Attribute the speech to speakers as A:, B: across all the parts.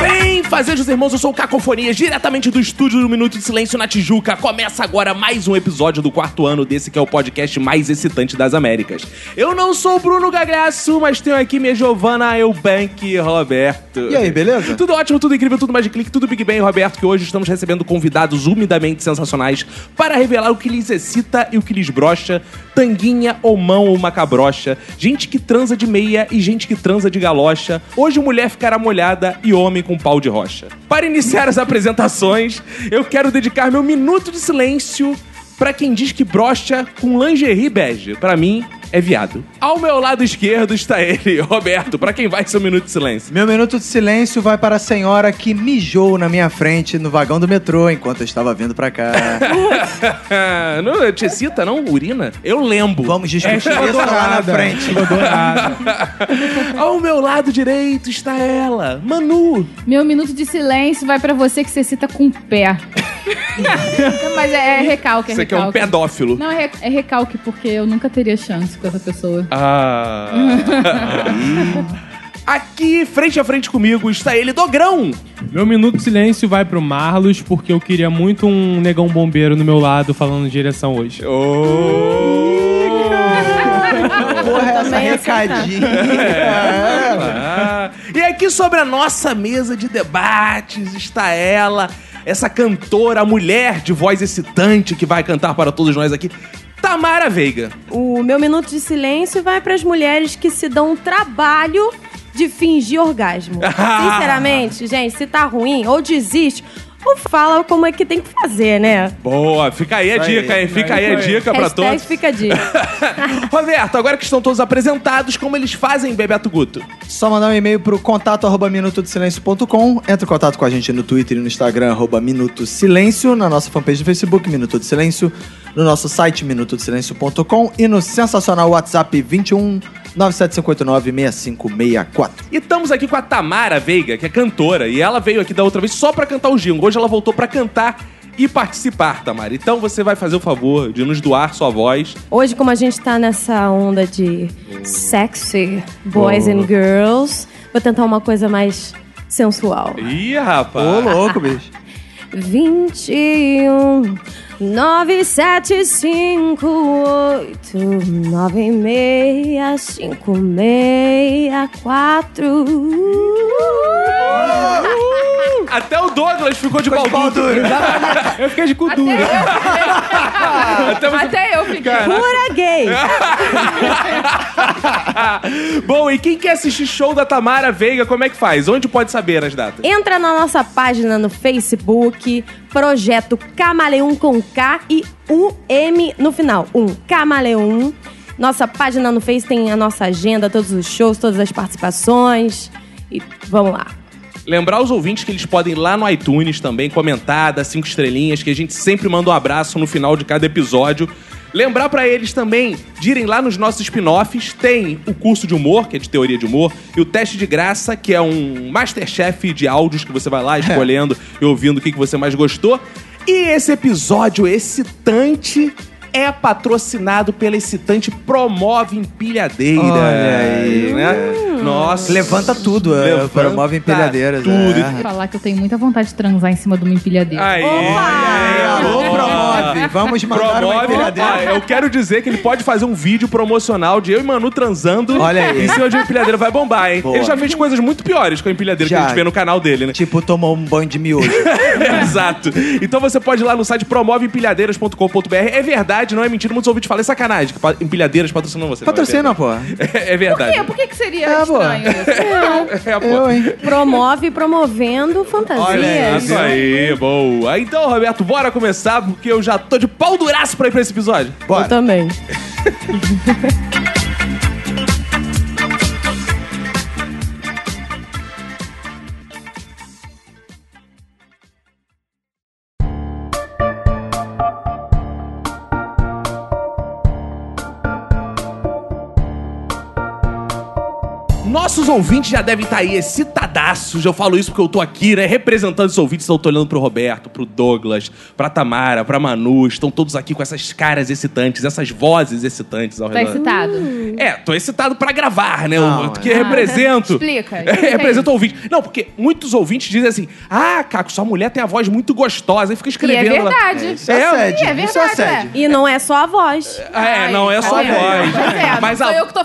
A: Bem, fazejos irmãos, eu sou o Cacofonia, diretamente do estúdio do Minuto de Silêncio na Tijuca. Começa agora mais um episódio do quarto ano desse que é o podcast mais excitante das Américas. Eu não sou o Bruno Gagliasso, mas tenho aqui minha Giovana Eubank Roberto.
B: E aí, beleza?
A: Tudo ótimo, tudo incrível, tudo mais de clique, tudo Big Bang, Roberto, que hoje estamos recebendo convidados umidamente sensacionais para revelar o que lhes excita e o que lhes brocha, tanguinha ou mão ou macabrocha, gente que transa de meia e gente que transa de galocha, hoje mulher ficará molhada e homem com pau de rocha. Para iniciar as apresentações, eu quero dedicar meu minuto de silêncio para quem diz que brocha com lingerie bege. Para mim, é viado. Ao meu lado esquerdo está ele, Roberto, para quem vai seu minuto de silêncio.
B: Meu minuto de silêncio vai para a senhora que mijou na minha frente no vagão do metrô enquanto eu estava vindo pra cá.
A: não te excita, não? Urina? Eu lembro. É,
B: Vamos discutir
C: Chegou
B: isso lá na
C: dourada.
B: frente.
C: Chegou dourada.
A: Ao meu lado direito está ela, Manu.
D: Meu minuto de silêncio vai pra você que você cita com o pé. Mas é, é recalque, é
A: Você que é um
D: recalque.
A: pedófilo.
D: Não, é, re- é recalque, porque eu nunca teria chance com essa pessoa.
A: Ah. Aqui, frente a frente comigo, está ele, Dogrão.
C: Meu minuto de silêncio vai pro Marlos, porque eu queria muito um negão bombeiro no meu lado falando em direção hoje.
A: Oh.
B: Porra, essa
E: Também aceita.
B: recadinha.
A: É.
F: É.
A: Ah. E aqui sobre a nossa mesa de debates está ela, essa cantora, a mulher de voz excitante que vai cantar para todos nós aqui, Tamara Veiga.
E: O meu minuto de silêncio vai para as mulheres que se dão o trabalho de fingir orgasmo. Sinceramente, gente, se tá ruim ou desiste, ou fala como é que tem que fazer, né?
A: Boa, fica aí a
B: Isso aí,
A: dica, hein? Fica
C: isso
A: aí a
C: aí.
A: dica para
E: Hashtag
A: todos.
E: fica a dica.
A: Roberto, agora que estão todos apresentados, como eles fazem Bebeto Guto?
B: Só mandar um e-mail pro contato arroba minutodesilencio.com. Entra em contato com a gente no Twitter e no Instagram, arroba Minuto Silêncio, na nossa fanpage do Facebook, Minuto de Silêncio, no nosso site minutodesilencio.com e no sensacional WhatsApp 21 97589 6564.
A: E estamos aqui com a Tamara Veiga, que é cantora, e ela veio aqui da outra vez só pra cantar o jingle. Hoje ela voltou pra cantar e participar, Tamara. Então você vai fazer o favor de nos doar sua voz.
E: Hoje, como a gente tá nessa onda de sexy boys and girls, vou tentar uma coisa mais sensual.
A: Ih, rapaz.
B: Ô, louco, bicho.
E: 21 975896564
A: Até o Douglas ficou de pau duro.
C: Eu fiquei de cu duro.
A: Até você-
D: Até eu fiquei.
E: Pura gay!
A: Bom, e quem quer assistir show da Tamara Veiga, como é que faz? Onde pode saber as datas?
E: Entra na nossa página no Facebook, Projeto Camaleão com K e UM no final. Um Camaleão. Nossa página no Face tem a nossa agenda, todos os shows, todas as participações. E vamos lá.
A: Lembrar os ouvintes que eles podem ir lá no iTunes também comentar, dar cinco estrelinhas, que a gente sempre manda um abraço no final de cada episódio. Lembrar pra eles também de irem lá nos nossos spin-offs. Tem o curso de humor, que é de teoria de humor, e o teste de graça, que é um masterchef de áudios que você vai lá escolhendo e ouvindo o que que você mais gostou. E esse episódio excitante é patrocinado pela excitante Promove Empilhadeira.
B: Olha aí,
A: né? Nossa.
B: é? Levanta tudo, é,
A: Levanta
B: promove empilhadeiras,
A: Tudo.
B: é.
D: Falar que eu tenho muita vontade de transar em cima de uma empilhadeira.
A: Aí.
B: Alô, promove. Vamos mandar uma
A: Promove.
B: empilhadeira.
A: Ah, eu quero dizer que ele pode fazer um vídeo promocional de eu e Manu transando.
B: Olha aí.
A: Em cima de uma empilhadeira vai bombar, hein?
B: Boa.
A: Ele já fez coisas muito piores com a empilhadeira que
B: Já.
A: a gente vê no canal dele, né?
B: Tipo, tomou um banho de miojo.
A: Exato. Então você pode ir lá no site promoveempilhadeiras.com.br. É verdade, não é mentira. Muitos ouvintes falam, é sacanagem que pa- empilhadeiras patrocinam você. Não, é
B: Patrocina, pô.
A: verdade. É, é
D: Por quê?
A: verdade.
D: Por que, que seria
B: Ah, boa.
D: estranho isso?
A: É, pô.
B: Eu, hein?
E: Promove promovendo fantasias.
B: Olha
A: Isso aí, boa. Então, Roberto, bora começar, porque eu já tô de pau duraço pra ir pra esse episódio.
E: Eu
B: Bora.
E: também.
A: Nossos ouvintes já devem estar aí excitadaços. Eu falo isso porque eu tô aqui, né? Representando os ouvintes, eu tô olhando pro Roberto, pro Douglas, pra Tamara, pra Manu. Estão todos aqui com essas caras excitantes, essas vozes excitantes ao
D: Tá
A: redor.
D: excitado.
A: É, tô excitado pra gravar, né?
B: Não,
A: eu, porque
D: é.
C: Ah,
A: represento.
D: Explica,
A: É,
D: explica
A: represento o ouvinte. Não, porque muitos ouvintes dizem assim: ah, Caco, sua mulher tem a voz muito gostosa. E fica
D: E é
A: escrevendo. lá.
D: verdade.
B: Isso é assédio.
D: É
B: Isso é
D: verdade,
B: assédio.
E: E não é só a voz.
A: É, não, é
D: Ai,
A: só a
D: tá vendo?
A: voz.
D: Pois é,
A: Mas
D: não
A: a
D: sou eu que tô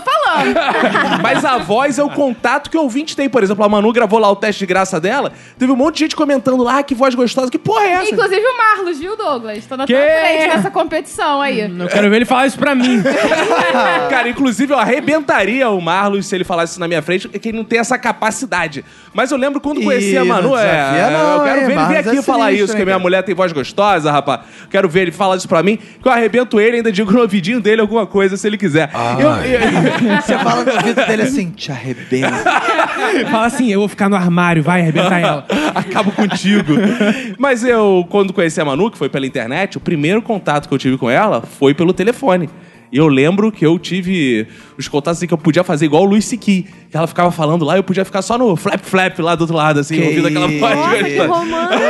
D: falando.
A: Mas a voz é o contato que o ouvinte tem. Por exemplo, a Manu gravou lá o teste de graça dela. Teve um monte de gente comentando lá, ah, que voz gostosa. Que porra é essa?
D: Inclusive o Marlos, viu, Douglas? Tô na
C: Que?
D: tua frente nessa competição aí.
A: Hum.
C: Eu quero ver ele falar isso pra mim.
A: Cara, inclusive eu arrebentaria o Marlos se ele falasse isso na minha frente, que ele não tem essa capacidade. Mas eu lembro quando
B: Ih,
A: conheci a Manu,
B: não desafia
A: é,
B: não,
A: eu quero
B: hein,
A: ver ele vir
B: Marlos
A: aqui
B: é
A: falar
B: sinistro,
A: isso, que
B: hein,
A: minha
B: cara?
A: mulher tem voz gostosa, rapaz. Quero ver ele falar isso pra mim, que eu arrebento ele, ainda digo no ouvidinho dele alguma coisa, se ele quiser. Eu- eu-
B: Você fala no ouvido dele assim, te arrebenta.
C: Fala assim, eu vou ficar no armário, vai arrebentar ela.
A: Acabo contigo. Mas eu, quando conheci a Manu, que foi pela internet, o primeiro contato que eu tive com ela foi pelo telefone. E eu lembro que eu tive os contatos assim, que eu podia fazer igual o Luiz Siquim. Que ela ficava falando lá e eu podia ficar só no flap-flap lá do outro lado, assim,
B: Que
A: ouvindo aquela
B: isso.
A: voz.
E: Nossa, que
A: gostosa.
E: romântico!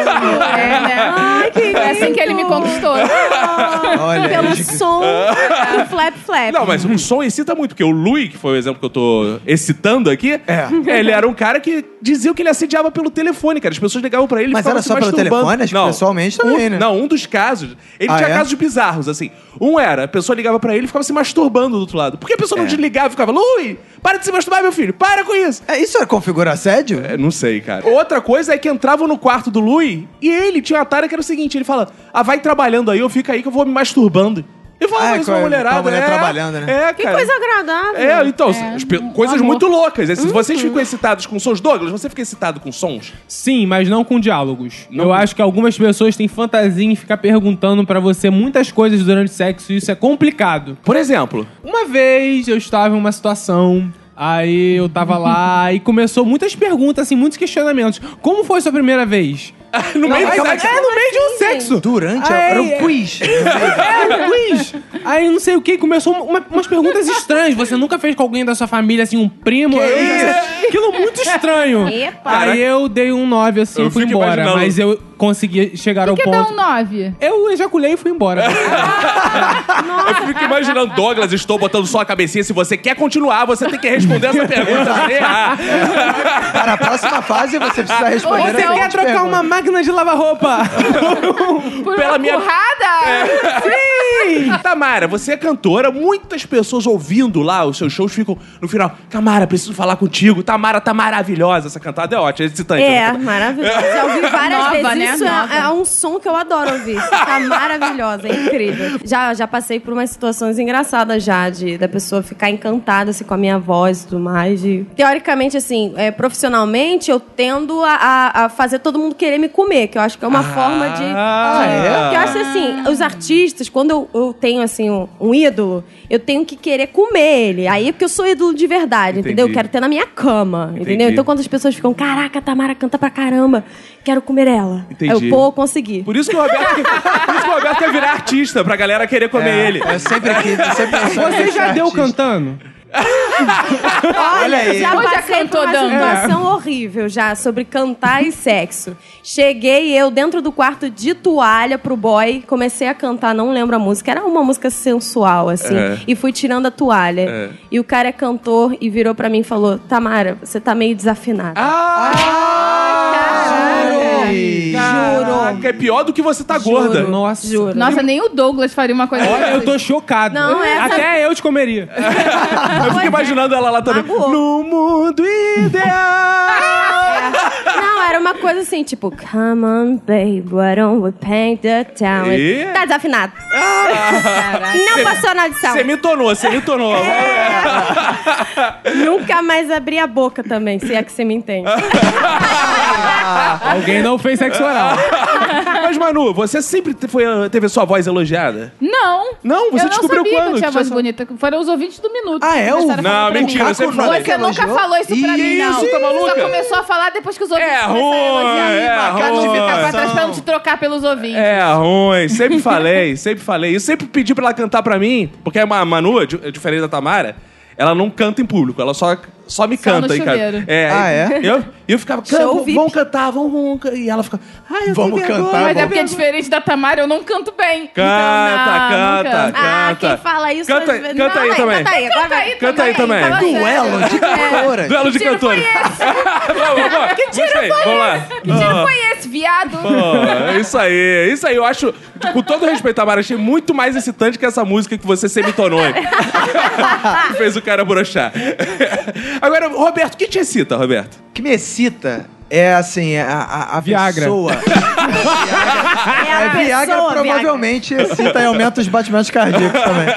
D: É, né?
E: Ai, que
D: Foi assim que ele me
E: lindo.
D: conquistou.
E: Ah,
B: Olha
E: Pelo
B: aí. Ah.
E: som do flap flap.
A: Não, mas o som excita muito, porque o Lui, que foi o exemplo que eu tô excitando aqui,
B: É.
A: ele era um cara que dizia que ele assediava pelo telefone, cara. As pessoas ligavam pra ele e
B: Mas
A: ficavam
B: era
A: se
B: só pelo
A: masturbando.
B: telefone? Acho que
A: Não.
B: pessoalmente
A: Um-
B: também, né?
A: Não, um dos casos. Ele
B: Ah,
A: tinha
B: é?
A: casos bizarros, assim. Um era, a pessoa ligava pra ele e ficava se masturbando do outro lado. Por que a pessoa não
B: É.
A: desligava e ficava, Lui, para de se masturbar, meu filho, para com isso.
B: É, isso é configura assédio?
A: É, não sei, cara. Outra coisa é que entravam no quarto do Lui e ele tinha uma tarefa que era o seguinte: ele fala, ah, vai trabalhando aí, eu fico aí que eu vou me masturbando. Eu falo,
B: Ah,
A: ah, mas
B: com
A: uma
B: a- com a
A: mulherada.
B: mulher
A: é,
B: trabalhando, né?
A: É, cara.
E: Que coisa agradável. Uhum.
A: É, então, as pe- coisas
D: amor.
A: muito loucas. né? Se vocês ficam excitados com sons, Douglas, você fica excitado com sons?
C: Sim, mas não com diálogos.
A: Não.
C: Eu acho que algumas pessoas têm fantasia em ficar perguntando pra você muitas coisas durante o sexo e isso é complicado.
A: Por exemplo,
C: Uma vez eu estava em uma situação. Aí eu tava lá e começou muitas perguntas, assim, muitos questionamentos. Como foi sua primeira vez?
A: no meio do
C: Aí,
A: sexo.
C: É, no meio de um sexo.
B: Durante a...
C: Ai,
B: era um
C: é.
B: quiz.
C: É, quiz. Aí não sei o que, começou uma- umas perguntas estranhas. Você nunca fez com alguém da sua família, assim, um primo?
A: isso?
C: Aquilo muito estranho.
E: Epa.
C: Aí eu dei um 9, assim,
A: Eu
C: e fui
A: fico
C: embora.
A: imaginando.
C: Mas eu consegui chegar ao
D: Por que dá um
C: ponto...
D: 9?
C: Eu ejaculei e fui embora.
A: Eu fico imaginando, Douglas, estou botando só a cabecinha. Se você quer continuar, você tem que responder essa pergunta sem errar.
B: Para a próxima fase, Ah, você precisa responder.
D: Ou
C: Você
B: a
C: quer
B: seguinte
C: trocar um uma
B: pergunta.
C: máquina de lavar roupa?
D: Por
A: Pela
D: uma
A: minha- É.
D: porrada?
A: Sim! Tamara, você é cantora, muitas pessoas ouvindo lá os seus shows ficam no final. Tamara, preciso falar contigo. Tamara tá maravilhosa. Essa cantada é ótima, é excitante.
E: É, maravilhoso. Já ouvi várias
D: Nova,
E: vezes.
D: né?
E: Isso é-
D: Nova.
E: é, um som que eu adoro ouvir. Isso tá maravilhosa, é incrível. Já, já passei por umas situações engraçadas já, de da pessoa ficar encantada assim, com a minha voz e tudo mais. de- Teoricamente, assim, é, profissionalmente, eu tendo a, a- a fazer todo mundo querer me comer, que eu acho que é uma forma de.
A: Ah,
E: de-
A: é?
E: Porque eu acho assim, os artistas, quando eu, eu tenho assim, um, um ídolo, eu tenho que querer comer ele. Aí é porque eu sou ídolo de verdade,
A: Entendi.
E: entendeu? Eu quero ter na minha cama, entendeu? Então quando as pessoas ficam, caraca, a Tamara canta pra caramba, quero comer ela.
A: Entendi.
E: Aí eu, pô, consegui.
A: Por isso que o Roberto, por isso que o Roberto é quer virar artista, pra galera querer comer
C: É.
A: ele.
B: É, Eu sempre aqui, sempre
C: Você já deu cantando?
B: Olha aí.
E: Já
D: Hoje já
E: passei por
D: cantou
E: uma
D: dando.
E: situação
A: É.
E: horrível já, sobre cantar e sexo. Cheguei eu dentro do quarto de toalha pro boy, comecei a cantar, não lembro a música, era uma música sensual, assim,
A: É.
E: e fui tirando a toalha.
A: É.
E: E o cara é cantor e virou pra mim e falou, Tamara, você tá meio desafinada.
A: Ah,
B: Ih,
A: Caraca, é pior do que você tá gorda.
C: Nossa.
E: Juro.
D: Nossa, nem o Douglas faria uma coisa
C: Olha,
D: dessas.
C: eu tô chocado.
E: Não, essa-
C: Até eu te comeria.
A: Eu fico imaginando ela lá também.
E: Magoou.
A: No mundo ideal.
E: Não, era uma coisa assim, tipo, come on, baby, why don't we paint the town?
A: E? Ah!
E: Tá desafinado. Não passou na audição.
A: Você me tornou, você me tornou.
E: Nunca mais abri a boca também, se é que você me entende.
A: Ah.
C: Alguém não fez sexo oral.
A: Mas, Manu, você sempre te- foi, ah, teve a sua voz elogiada?
D: Não.
A: Não, você
D: eu
A: descobriu
D: não sabia
A: quando?
D: que eu tinha
A: Que
D: voz
A: você-
D: bonita. Foram os ouvintes do Minuto.
B: Ah, é?
D: que começaram a
B: Não,
D: falar pra mim. é
A: mentira, você falou.
B: Caco
D: Você nunca
B: elogiou?
D: falou isso pra
A: Que
D: mim, não.
A: isso, tá maluca?
D: Você só começou a falar depois que os ouvintes
A: É
D: começaram
A: ruim,
D: a elogiar.
A: é
D: pra não
A: ruim.
D: ficar pra trás, pra não te trocar pelos ouvintes.
A: É ruim, sempre falei, sempre falei. Eu sempre é pedi pra ela cantar pra mim, porque a Ma- Manu, di- diferente da Tamara, ela não canta em público, ela só c- só me
D: Só
A: canta,
D: no
A: hein, cara.
D: chuveiro.
A: É,
B: Ah, é?
A: Eu, eu ficava,
E: Show
A: "Canta,
E: VIP."
A: vamos cantar, vamos, vamos. can-" E ela ficava, ai, eu
B: Vamos
A: tenho vergonha.
B: cantar,
D: Mas é
B: vamos.
D: porque, diferente da Tamara, eu não canto bem. Então,
A: Canta,
D: não, não
A: canta,
D: canto.
E: Ah,
A: canta.
E: quem fala isso...
A: Canta-
E: às vezes-
A: canta aí
E: Não,
A: também.
E: Canta aí, agora
D: Canta
E: vai.
D: aí
A: Canta aí também.
E: Fala sério.
B: Duelo de cantoras.
A: Duelo de
D: É.
A: cantores. vamos,
D: Que tiro foi
A: vamos. Que tiro Gostei. Vamos lá.
D: Que tiro foi esse, viado?
A: Pô, é isso aí, isso aí. Eu acho, com todo respeito, Tamara, achei muito mais excitante que essa música que você semitonou. hein? que fez o cara brochar. Agora, Roberto, o que te excita, Roberto?
B: O que me excita é assim, a, a, a
C: Viagra.
B: pessoa.
E: É
B: É,
E: a
B: Viagra
E: pessoa,
B: provavelmente excita e aumenta os batimentos cardíacos também.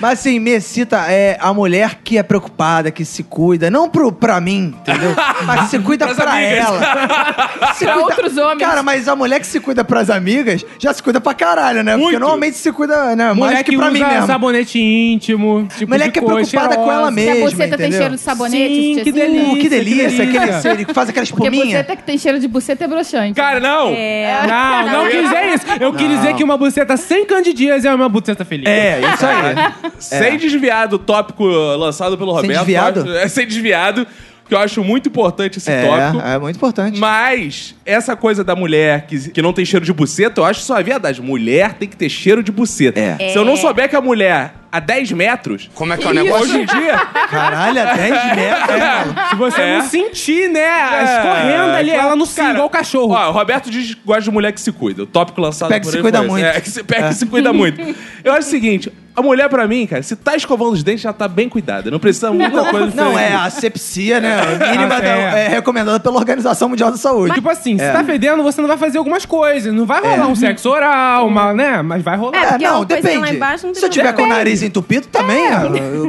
B: Mas assim, me excita é a mulher que é preocupada, que se cuida. Não pro, pra mim, entendeu? Mas que se cuida
A: Pras
B: pra
A: amigas.
B: ela. Se
D: Pra outros homens.
B: Cara, mas a mulher que se cuida pras amigas já se cuida pra caralho, né? Porque
A: Muito.
B: normalmente se cuida, né?
C: Mulher
B: mais
C: que,
B: que pra
C: usa
B: mim mesmo.
C: sabonete íntimo, tipo
B: Mulher
C: de
B: que é
C: coisa
B: preocupada com ela
C: cheirosa.
D: Se a
B: mesma,
D: buceta tem
B: entendeu?
D: cheiro de sabonete,
C: Sim,
E: tipo
D: tia,
C: que
D: assim,
C: delícia.
B: Que delícia,
C: que
B: aquele
C: delícia.
B: cheiro que faz aquela
D: Porque
B: espuminha.
D: buceta que tem cheiro de buceta é broxante.
A: Cara, não!
E: É.
C: Não, não quis dizer isso. Eu quis dizer que uma buceta sem candidias é uma buceta feliz.
B: É, isso aí.
A: Sem desviado o tópico lançado pelo
B: Sem
A: Roberto.
B: desviado?
A: eu acho- É sem desviado, que eu acho muito importante esse tópico.
B: É, é muito importante.
A: Mas essa coisa da mulher que, que não tem cheiro de buceta, eu acho só a verdade. Mulher tem que ter cheiro de buceta.
B: É.
A: Se eu não souber que a mulher a 10 metros. Como é que é o negócio? Hoje em dia.
B: Caralho, é 10 metros. mano.
C: Se você
A: É.
C: não sentir, né,
A: É,
C: escorrendo ali,
A: claro.
C: ela não se
A: Cara,
C: igual o cachorro.
A: Ó, o Roberto diz que gosta de mulher que se cuida. O tópico lançado
B: Pega que
A: por
B: se
A: ele
B: cuida
A: foi esse.
B: muito.
A: É, que se, pega que se cuida muito. Eu acho o seguinte, a mulher pra mim, cara, se tá escovando os dentes, já tá bem cuidada. Não precisa muita coisa
B: Não,
A: diferente.
B: é a asepsia, né? A Mínima
C: Ah,
B: da-
C: é.
B: é recomendada pela Organização Mundial da Saúde.
C: Tipo assim,
B: É.
C: se tá fedendo, você não vai fazer algumas coisas. Não vai rolar um sexo oral, uma, né? Mas vai rolar.
E: É, porque
B: não,
E: uma coisa
B: depende.
E: lá embaixo não tem
B: Se eu tiver
E: problema.
B: com o nariz entupido, também.
D: É.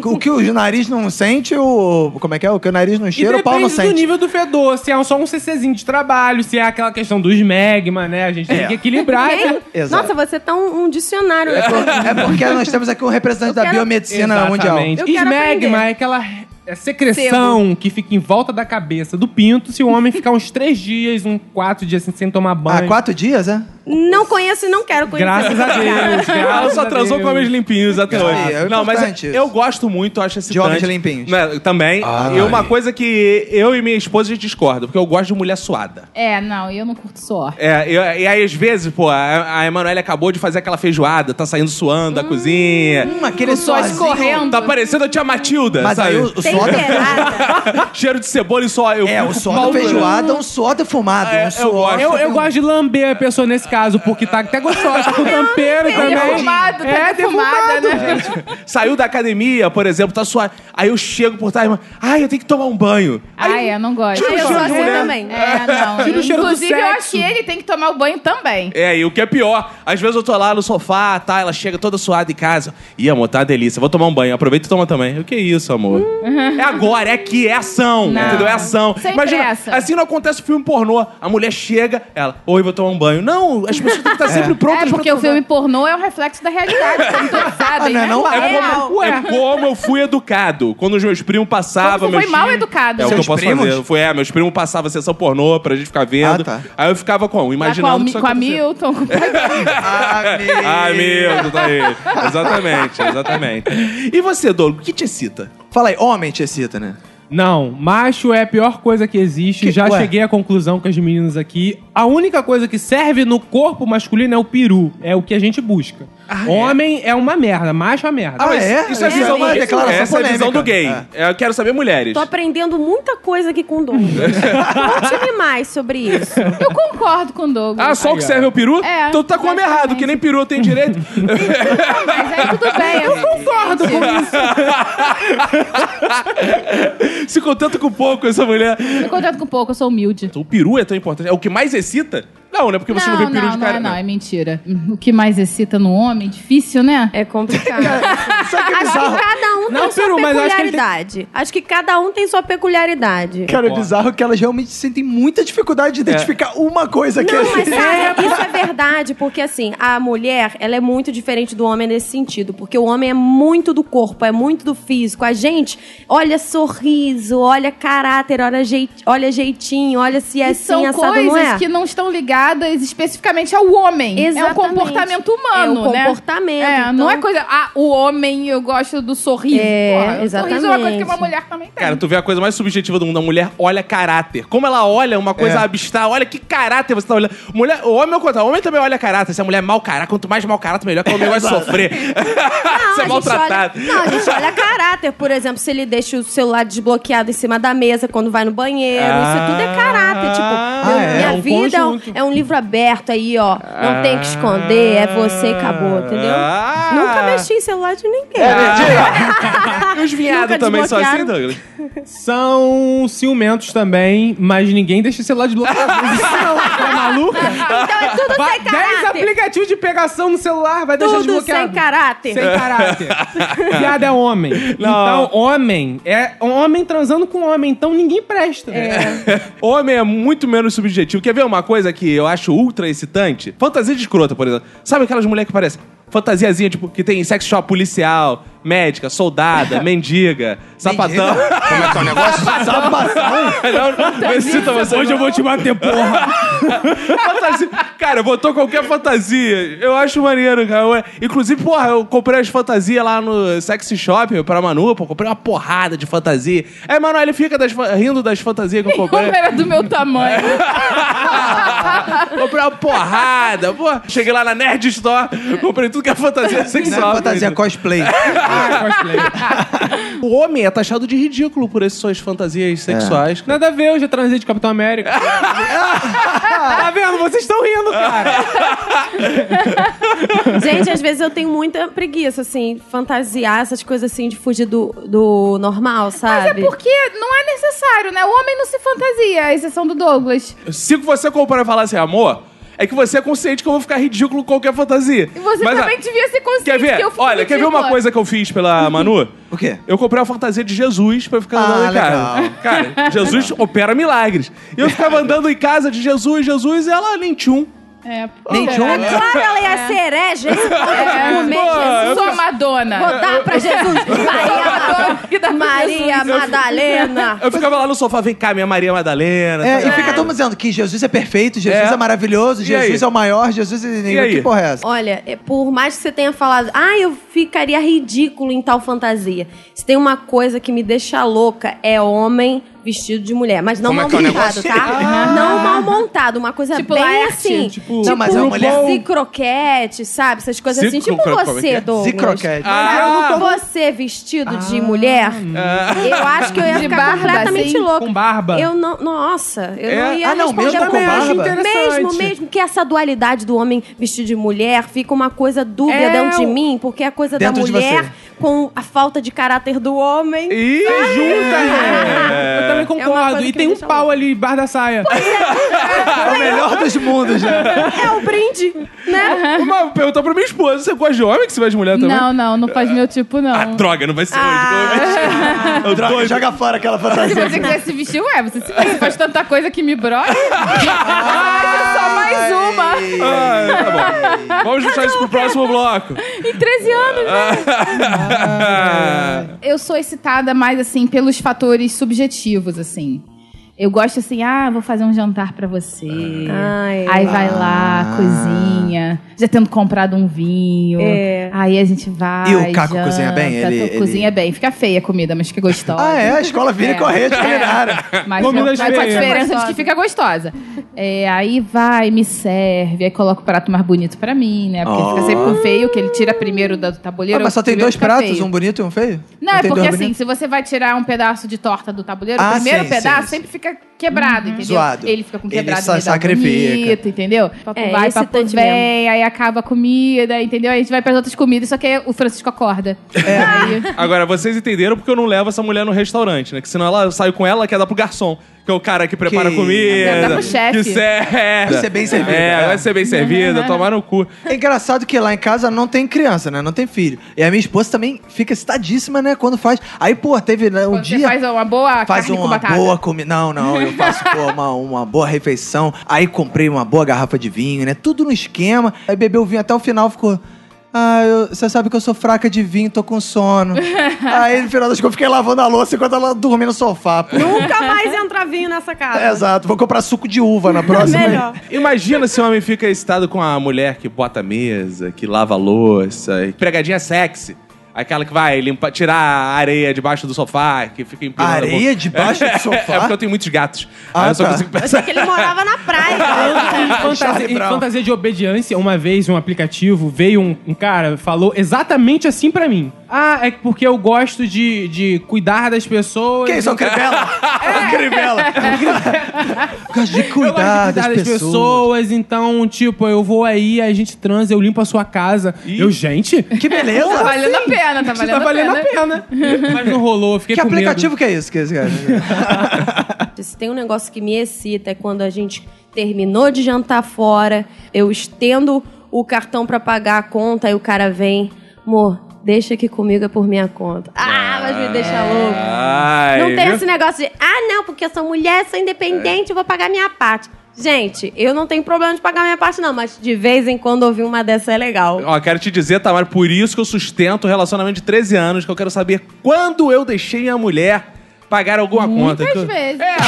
B: ó. O que o nariz não sente, o. Como é que é? O que o nariz não
C: E
B: cheira, o pau não
C: depende do
B: sente.
C: nível do fedor, se é só um CCzinho de trabalho, se é aquela questão dos megma, né? A gente tem
B: É.
C: que equilibrar. né?
E: Quem?
B: Exato.
E: Nossa, você tá um, um dicionário.
B: É por- É porque nós temos aqui um representante da
E: quero-
B: biomedicina mundial.
E: Eu quero
C: Esmegma
E: aprender.
C: é aquela é, secreção que fica em volta da cabeça do pinto se o homem ficar uns três dias, uns quatro dias assim, sem tomar
B: Há
C: banho.
B: Ah, quatro dias, é?
E: Não conheço e não quero conhecer.
C: Graças a Deus.
A: Ela
C: graças
A: só
C: a
A: transou
C: Deus.
A: com homens limpinhos até
B: Isso
A: hoje.
B: aí, é
A: não, mas
B: importante isso.
A: eu gosto muito, acho excitante.
B: homens limpinhos. Ah,
A: Né, também. e uma coisa que eu e minha esposa a gente discorda, porque eu gosto de mulher suada.
D: É, não, eu não curto suor.
A: É, eu- e aí às vezes, pô, a, a Emanuele acabou de fazer aquela feijoada, tá saindo suando da cozinha.
B: Hum, aquele
D: Só
B: suorzinho.
D: escorrendo.
A: Tá parecendo a tia Matilda,
B: Mas
A: sabe?
B: aí o, o
E: Tem
B: suor.
E: cheirada.
A: Cheiro de cebola e só eu
B: É, o
A: fico
B: suor da
A: mal-
B: feijoada é um suor defumado.
A: É,
B: um
A: eu
B: suor.
C: Eu, eu gosto de lamber a pessoa nesse caso, porque tá até gostosa, tá com tampeiro também.
D: Defumado, tá
C: é,
D: defumado,
C: defumado.
D: né?
A: Saiu da academia, por exemplo, tá suado. Aí eu chego por trás, e falo, ai, eu tenho que tomar um banho.
D: Ai, eu não gosto.
E: Ah, eu sou assim também.
D: É, não.
C: Tira o cheiro do
D: Inclusive, eu acho
C: sexo.
D: que ele tem que tomar o banho também.
A: É, e o que é pior, às vezes eu tô lá no sofá, tá? Ela chega toda suada em casa. Ih, amor, tá uma delícia. Vou tomar um banho. Aproveita e toma também. O que é isso, amor? É agora, é que é ação.
D: Não.
A: Entendeu? É ação.
D: Sem pressa.
A: assim não acontece o filme pornô. A mulher chega, ela, oi, vou tomar um banho. Não, as pessoas têm que estar sempre prontas
D: É, porque
A: pra
D: o filme pornô é um reflexo da realidade, como todos sabem,
B: não é
D: né?
B: não?
A: É
D: É,
A: como,
C: Ué.
A: é como eu fui educado. Quando os meus primos
D: Como
A: passavam.
D: você
A: meus
D: foi mal
A: tios-
D: educado.
A: É o que eu
B: Seus
A: posso
B: primos?
A: fazer. Foi, é, meus primos passavam a sessão pornô pra gente ficar vendo.
B: Ah, tá.
A: Aí eu ficava como?
D: Tá com, a,
A: Imaginando
D: Mi-
A: que isso
D: com a
A: acontecia.
D: Milton, com o pai
B: Amigo.
A: Ah, meu, tá aí. Exatamente, exatamente. E você, Dolo, o que te excita?
B: Fala aí, homem te excita, né?
C: Não, macho é a pior coisa que existe.
B: Que-
C: Já
B: ué.
C: cheguei à conclusão com as meninas aqui. A única coisa que serve no corpo masculino é o peru. É o que a gente busca. Homem é? uma merda, macho é uma merda.
B: Ah, é?
A: Isso é,
B: Isso
A: visão
B: é uma
A: do
B: declaração
A: Essa é a visão
B: polêmica.
A: do gay. Eu quero saber mulheres.
E: Tô aprendendo muita coisa aqui com o Douglas. Conte-me mais sobre isso.
D: Eu concordo com o Douglas.
A: Ah, só o que serve é o peru?
D: É,
A: então tá com o homem
D: exatamente.
A: errado, que nem peru tem direito.
D: Mas aí tudo bem. Eu concordo com isso.
A: Se contenta com pouco essa mulher.
D: Eu concordo com pouco, eu sou humilde.
A: O peru é tão importante. É o que mais excita? Não, né? Porque você não, vê peru de
D: não,
A: cara.
D: é, não, é mentira. O que mais excita no homem? Difícil, né?
E: É complicado.
B: Sabe que é
E: Acho
B: bizarro?
E: que cada um
C: Não,
E: tem sua
C: Peru, mas eu acho que ele tem-
E: peculiaridade. Acho que, cada um tem sua peculiaridade.
B: Cara, é bizarro que elas realmente sentem muita dificuldade de identificar uma coisa que
E: Não, mas
B: é.
E: sabe, isso é verdade, porque assim, a mulher, ela é muito diferente do homem nesse sentido, porque o homem é muito do corpo, é muito do físico. A gente olha sorriso, olha caráter, olha, jeit, olha jeitinho, olha se é
D: E
E: assim,
D: são
E: assado,
D: coisas
E: não é?
D: que não estão ligadas especificamente ao homem. É um
E: Exatamente.
D: comportamento humano,
E: É um
D: né?
E: comportamento,
D: É, não
E: então-
D: é coisa... Ah, o homem, eu gosto do sorriso.
E: É,
D: Porra, o Sorriso é uma coisa que
E: exatamente.
D: uma mulher também tem.
A: Cara, tu vê a coisa mais subjetiva do mundo. A mulher olha caráter. Como ela olha uma coisa
C: É.
A: abstrata. Olha que caráter você tá olhando. Mulher, o homem é o contrário. O homem também olha caráter. Se a mulher é mau caráter, quanto mais mau caráter, melhor que o homem vai sofrer.
E: Não,
A: Você é
E: a gente
A: maltratado.
E: Olha, não, a gente olha caráter. Por exemplo, se ele deixa o celular desbloqueado em cima da mesa quando vai no banheiro.
A: Ah,
E: isso tudo é caráter. Tipo,
A: ah,
E: eu-
A: é,
E: minha
C: é um
E: vida é um,
C: conjunto.
E: é um livro aberto aí, ó. Não tem que esconder, é você e acabou, entendeu?
A: Ah. É, né?
E: Nunca mexi em celular de ninguém.
A: E os vinhados
E: Nunca
A: também são assim,
E: desbloquearam.
A: Douglas?
C: São ciumentos também, mas ninguém deixa o celular desbloqueado. Isso não, tá maluca?
E: Então é tudo
C: Vai-
E: sem
C: 10
E: caráter.
C: aplicativos de pegação no celular, vai deixar
E: Tudo
C: desbloqueado.
E: sem caráter.
C: Sem caráter. Piada é homem.
A: Não.
C: Então, homem é homem transando com homem, então ninguém presta.
B: É.
A: Homem é muito menos subjetivo. Quer ver uma coisa que eu acho ultra excitante? Fantasia de escrota, por exemplo. Sabe aquelas mulheres que parecem fantasiazinha, tipo, que tem sex shop policial, médica, soldada, mendiga, sapatão.
G: Como é que é o negócio?
A: Não, não excita você.
C: Hoje eu vou te bater, porra.
A: Fantasia. Cara, botou qualquer fantasia. Eu acho maneiro, cara. Eu- Inclusive, porra, eu comprei as fantasias lá no Sexy Shop pra Manu, pô. Comprei uma porrada de fantasia. Aí, Manu, ele fica das fa- rindo das fantasias que eu
D: Como
A: comprei.
D: era do meu tamanho.
A: comprei uma porrada. Pô, cheguei lá na Nerd Store, comprei tudo que é fantasia
B: Não é
A: sexual.
B: fantasia cosplay.
A: O homem é taxado de ridículo por essas suas fantasias
B: É.
A: sexuais. cara.
C: Nada a ver, eu já transei de Capitão América. tá vendo? Vocês estão rindo, cara.
E: Gente, às vezes eu tenho muita preguiça, assim, fantasiar essas coisas assim de fugir do, do normal,
D: Mas é
E: sabe?
D: porque não é necessário, né? O homem não se fantasia, à exceção do Douglas.
A: Se você comprar e falar assim, amor, é que você é consciente que eu vou ficar ridículo com qualquer fantasia.
D: E você
A: Mas,
D: também
A: ah,
D: devia ser consciente
A: Quer ver?
D: que eu fico
A: Olha, quer ver
D: ridícula. Uhum.
A: uma coisa que eu fiz pela Manu?
B: O quê?
A: Eu comprei uma fantasia de Jesus pra eu ficar
B: Ah,
A: andando em casa.
B: legal.
A: Cara, Jesus opera milagres. E eu ficava andando em casa de Jesus, Jesus, e ela nem tchum.
D: É,
B: Nem
D: pois é.
B: John,
E: É claro, ela ia ser herege. esse povo ia comer é Jesus.
D: Eu sou a Madonna.
E: Vou dar pra Jesus. Maria, Maria Madalena.
A: Eu ficava lá no sofá, vem cá, minha Maria Madalena.
B: É,
A: tá
B: e fica todo mundo dizendo que Jesus é perfeito, Jesus
A: É.
B: é, maravilhoso,
A: E
B: Jesus
A: aí?
B: é o maior, Jesus é...
A: E aí?
B: Que porra é essa?
E: Olha, é, por mais que você tenha falado, ah, eu ficaria ridículo em tal fantasia. Se tem uma coisa que me deixa louca, é homem vestido de mulher. Mas não
G: Como é
E: mal
G: que é o
E: montado,
G: negócio?
E: tá? Não mal montado. Uma coisa
D: Tipo
E: bem
D: laerte,
E: assim.
C: tipo-
B: Não, mas é uma mulher-
E: zi croquete, sabe? Essas coisas assim.
A: Zico-
E: Tipo
A: cro- como é que é?
E: você, Douglas.
B: Zicroquete.
A: Ah,
E: Você vestido de mulher, eu acho que eu ia
D: De
E: ficar
D: barba,
E: completamente
D: assim,
E: louca.
C: com barba.
E: Eu não. Nossa, eu
A: É.
E: não ia
B: Ah, não,
E: responder
B: mesmo com
E: mesmo,
B: barba?
E: Mesmo,
C: Interessante.
E: mesmo, que essa dualidade do homem vestido de mulher fica uma coisa dúbia
D: É,
E: dentro de
D: o-
E: mim, porque é a coisa
B: Dentro
E: da
B: de
E: mulher
B: você.
E: com a falta de caráter do homem. é.
A: e junta, né?
C: Eu também concordo.
E: coisa
C: e
E: que
C: tem
E: me
C: um
E: deixa
C: pau ali, bar da saia.
B: É o melhor dos mundos, né?
E: É o brinde, né?
A: Mas perguntou pra minha esposa, você gosta de homem que você vai de mulher também?
D: Não, não, não faz meu tipo, não.
A: Ah, droga, não vai ser
E: Ah.
A: hoje. Eu
B: Droga,
A: doido.
B: joga fora aquela
D: Se
B: fantasia.
D: você quiser se vestir, ué, você se você faz tanta coisa que me brocha. Só mais uma.
A: Ah, tá bom. Vamos deixar isso pro próximo bloco.
D: Em 13 anos,
B: Ah.
D: né? Eu sou excitada mais, assim, pelos fatores subjetivos, assim. Eu gosto assim, ah, vou fazer um jantar pra você.
E: Ai.
D: Aí vai lá,
B: Ah.
D: cozinha. Já tendo comprado um vinho.
E: É.
D: Aí a gente vai.
B: E o Caco cozinha bem?
D: janta,
B: Ele-
D: Cozinha bem. Fica feia a comida, mas fica gostosa.
B: Ah, é? A escola vira
D: É.
B: e correia de culinária.
D: Mas,
C: Comida
D: mas com a
C: feia.
D: diferença de que fica gostosa. É, aí vai, me serve, aí coloca o prato mais bonito pra mim, né? Porque
B: Oh.
D: fica sempre com
E: Ah.
D: o feio, que ele tira primeiro da- do
B: Ah,
D: tabuleiro.
B: mas só tem
D: primeiro
B: dois
D: fica
B: pratos,
D: feio.
B: um bonito e um feio?
D: Não, é
B: tem
D: porque
B: dois
D: assim,
B: bonitos?
D: se você vai tirar um pedaço de torta do tabuleiro,
B: Ah,
D: o primeiro
B: sim,
D: pedaço
B: sim, Uhum.
D: sempre fica quebrado, entendeu?
B: Zoado.
D: Ele fica com
B: Ele
D: quebrado
B: sa-
D: ele
B: sacrifica.
D: bonito, entendeu? Papo
E: É,
D: vai,
E: esse
D: papo vem,
E: tanto
D: aí acaba a comida, entendeu? Aí a gente vai pras outras comidas, só que aí o Francisco acorda. Aí-
A: Agora, vocês entenderam porque eu não levo essa mulher no restaurante, né? Que senão ela eu saio com ela, quer dar pro garçom. Que é o cara que prepara
B: Que-
A: a comida.
D: Dá pro chefe.
A: Que serve.
B: Vai ser bem servida.
A: É, vai ser bem servida. Tomar no cu.
B: É engraçado que lá em casa não tem criança, né? Não tem filho. E a minha esposa também fica excitadíssima, né? Quando faz. Aí, pô, teve né, um
D: Quando
B: dia.
D: Você faz uma boa
B: Faz
D: carne com
B: uma
D: batata.
B: boa comida. Não, não, eu faço pô, uma, uma boa refeição. Aí comprei uma boa garrafa de vinho, né? Tudo no esquema. Aí bebeu o vinho até o final, ficou. Ah, eu- você sabe que eu sou fraca de vinho, tô com sono. Aí, no final das contas, eu fiquei lavando a louça enquanto ela dormia no sofá. pô.
E: Nunca mais entra vinho nessa casa.
B: Exato, vou comprar suco de uva na próxima.
E: Melhor.
A: Imagina se o homem fica excitado com a mulher que bota a mesa, que lava a louça. e- Pregadinha sexy. Aquela que vai limpar, tirar a areia debaixo do sofá, que fica empinando. a
B: Areia
A: boca.
B: debaixo do
A: É,
B: sofá?
A: É porque eu tenho muitos gatos.
B: Ah,
A: Aí eu só
B: tá.
A: consigo
E: Eu
A: pensar.
D: é
E: achei que ele morava na
D: né?
E: praia.
C: E fantasia,
B: Charlie
C: e
B: Brown.
C: fantasia de obediência, uma vez um aplicativo veio um, um cara, falou exatamente assim pra mim. Ah, é porque eu gosto de, de cuidar das pessoas. É.
B: Quem são Crivella? Crivella. Gosto de
C: Eu gosto de
B: cuidar das pessoas.
C: então, tipo, eu vou aí, a gente transa, eu limpo a sua casa. Eu, gente, que
B: Que beleza.
D: Tá valendo a pena, tá
C: você
D: valendo,
C: tá valendo
D: a pena.
C: a pena. Mas não rolou, eu fiquei
B: Que
C: com medo.
B: aplicativo que é esse? Que esse cara?
E: Se tem um negócio que me excita é quando a gente terminou de jantar fora, eu estendo o cartão pra pagar a conta e o cara vem, amor, deixa aqui comigo é por minha conta. Ah, mas me deixa louco.
A: Ai,
E: não tem
A: viu?
E: esse negócio de, ah, não, porque eu sou mulher, sou independente,
B: É.
E: eu vou pagar minha parte. Gente, eu não tenho problema de pagar minha parte, não, mas de vez em quando ouvir uma dessa é legal.
A: Ó, quero te dizer, Tamara, por isso que eu sustento o relacionamento de 13 anos, que eu quero saber quando eu deixei a mulher pagar alguma conta.
D: Muitas
A: Que-
D: vezes.
B: É,
D: É,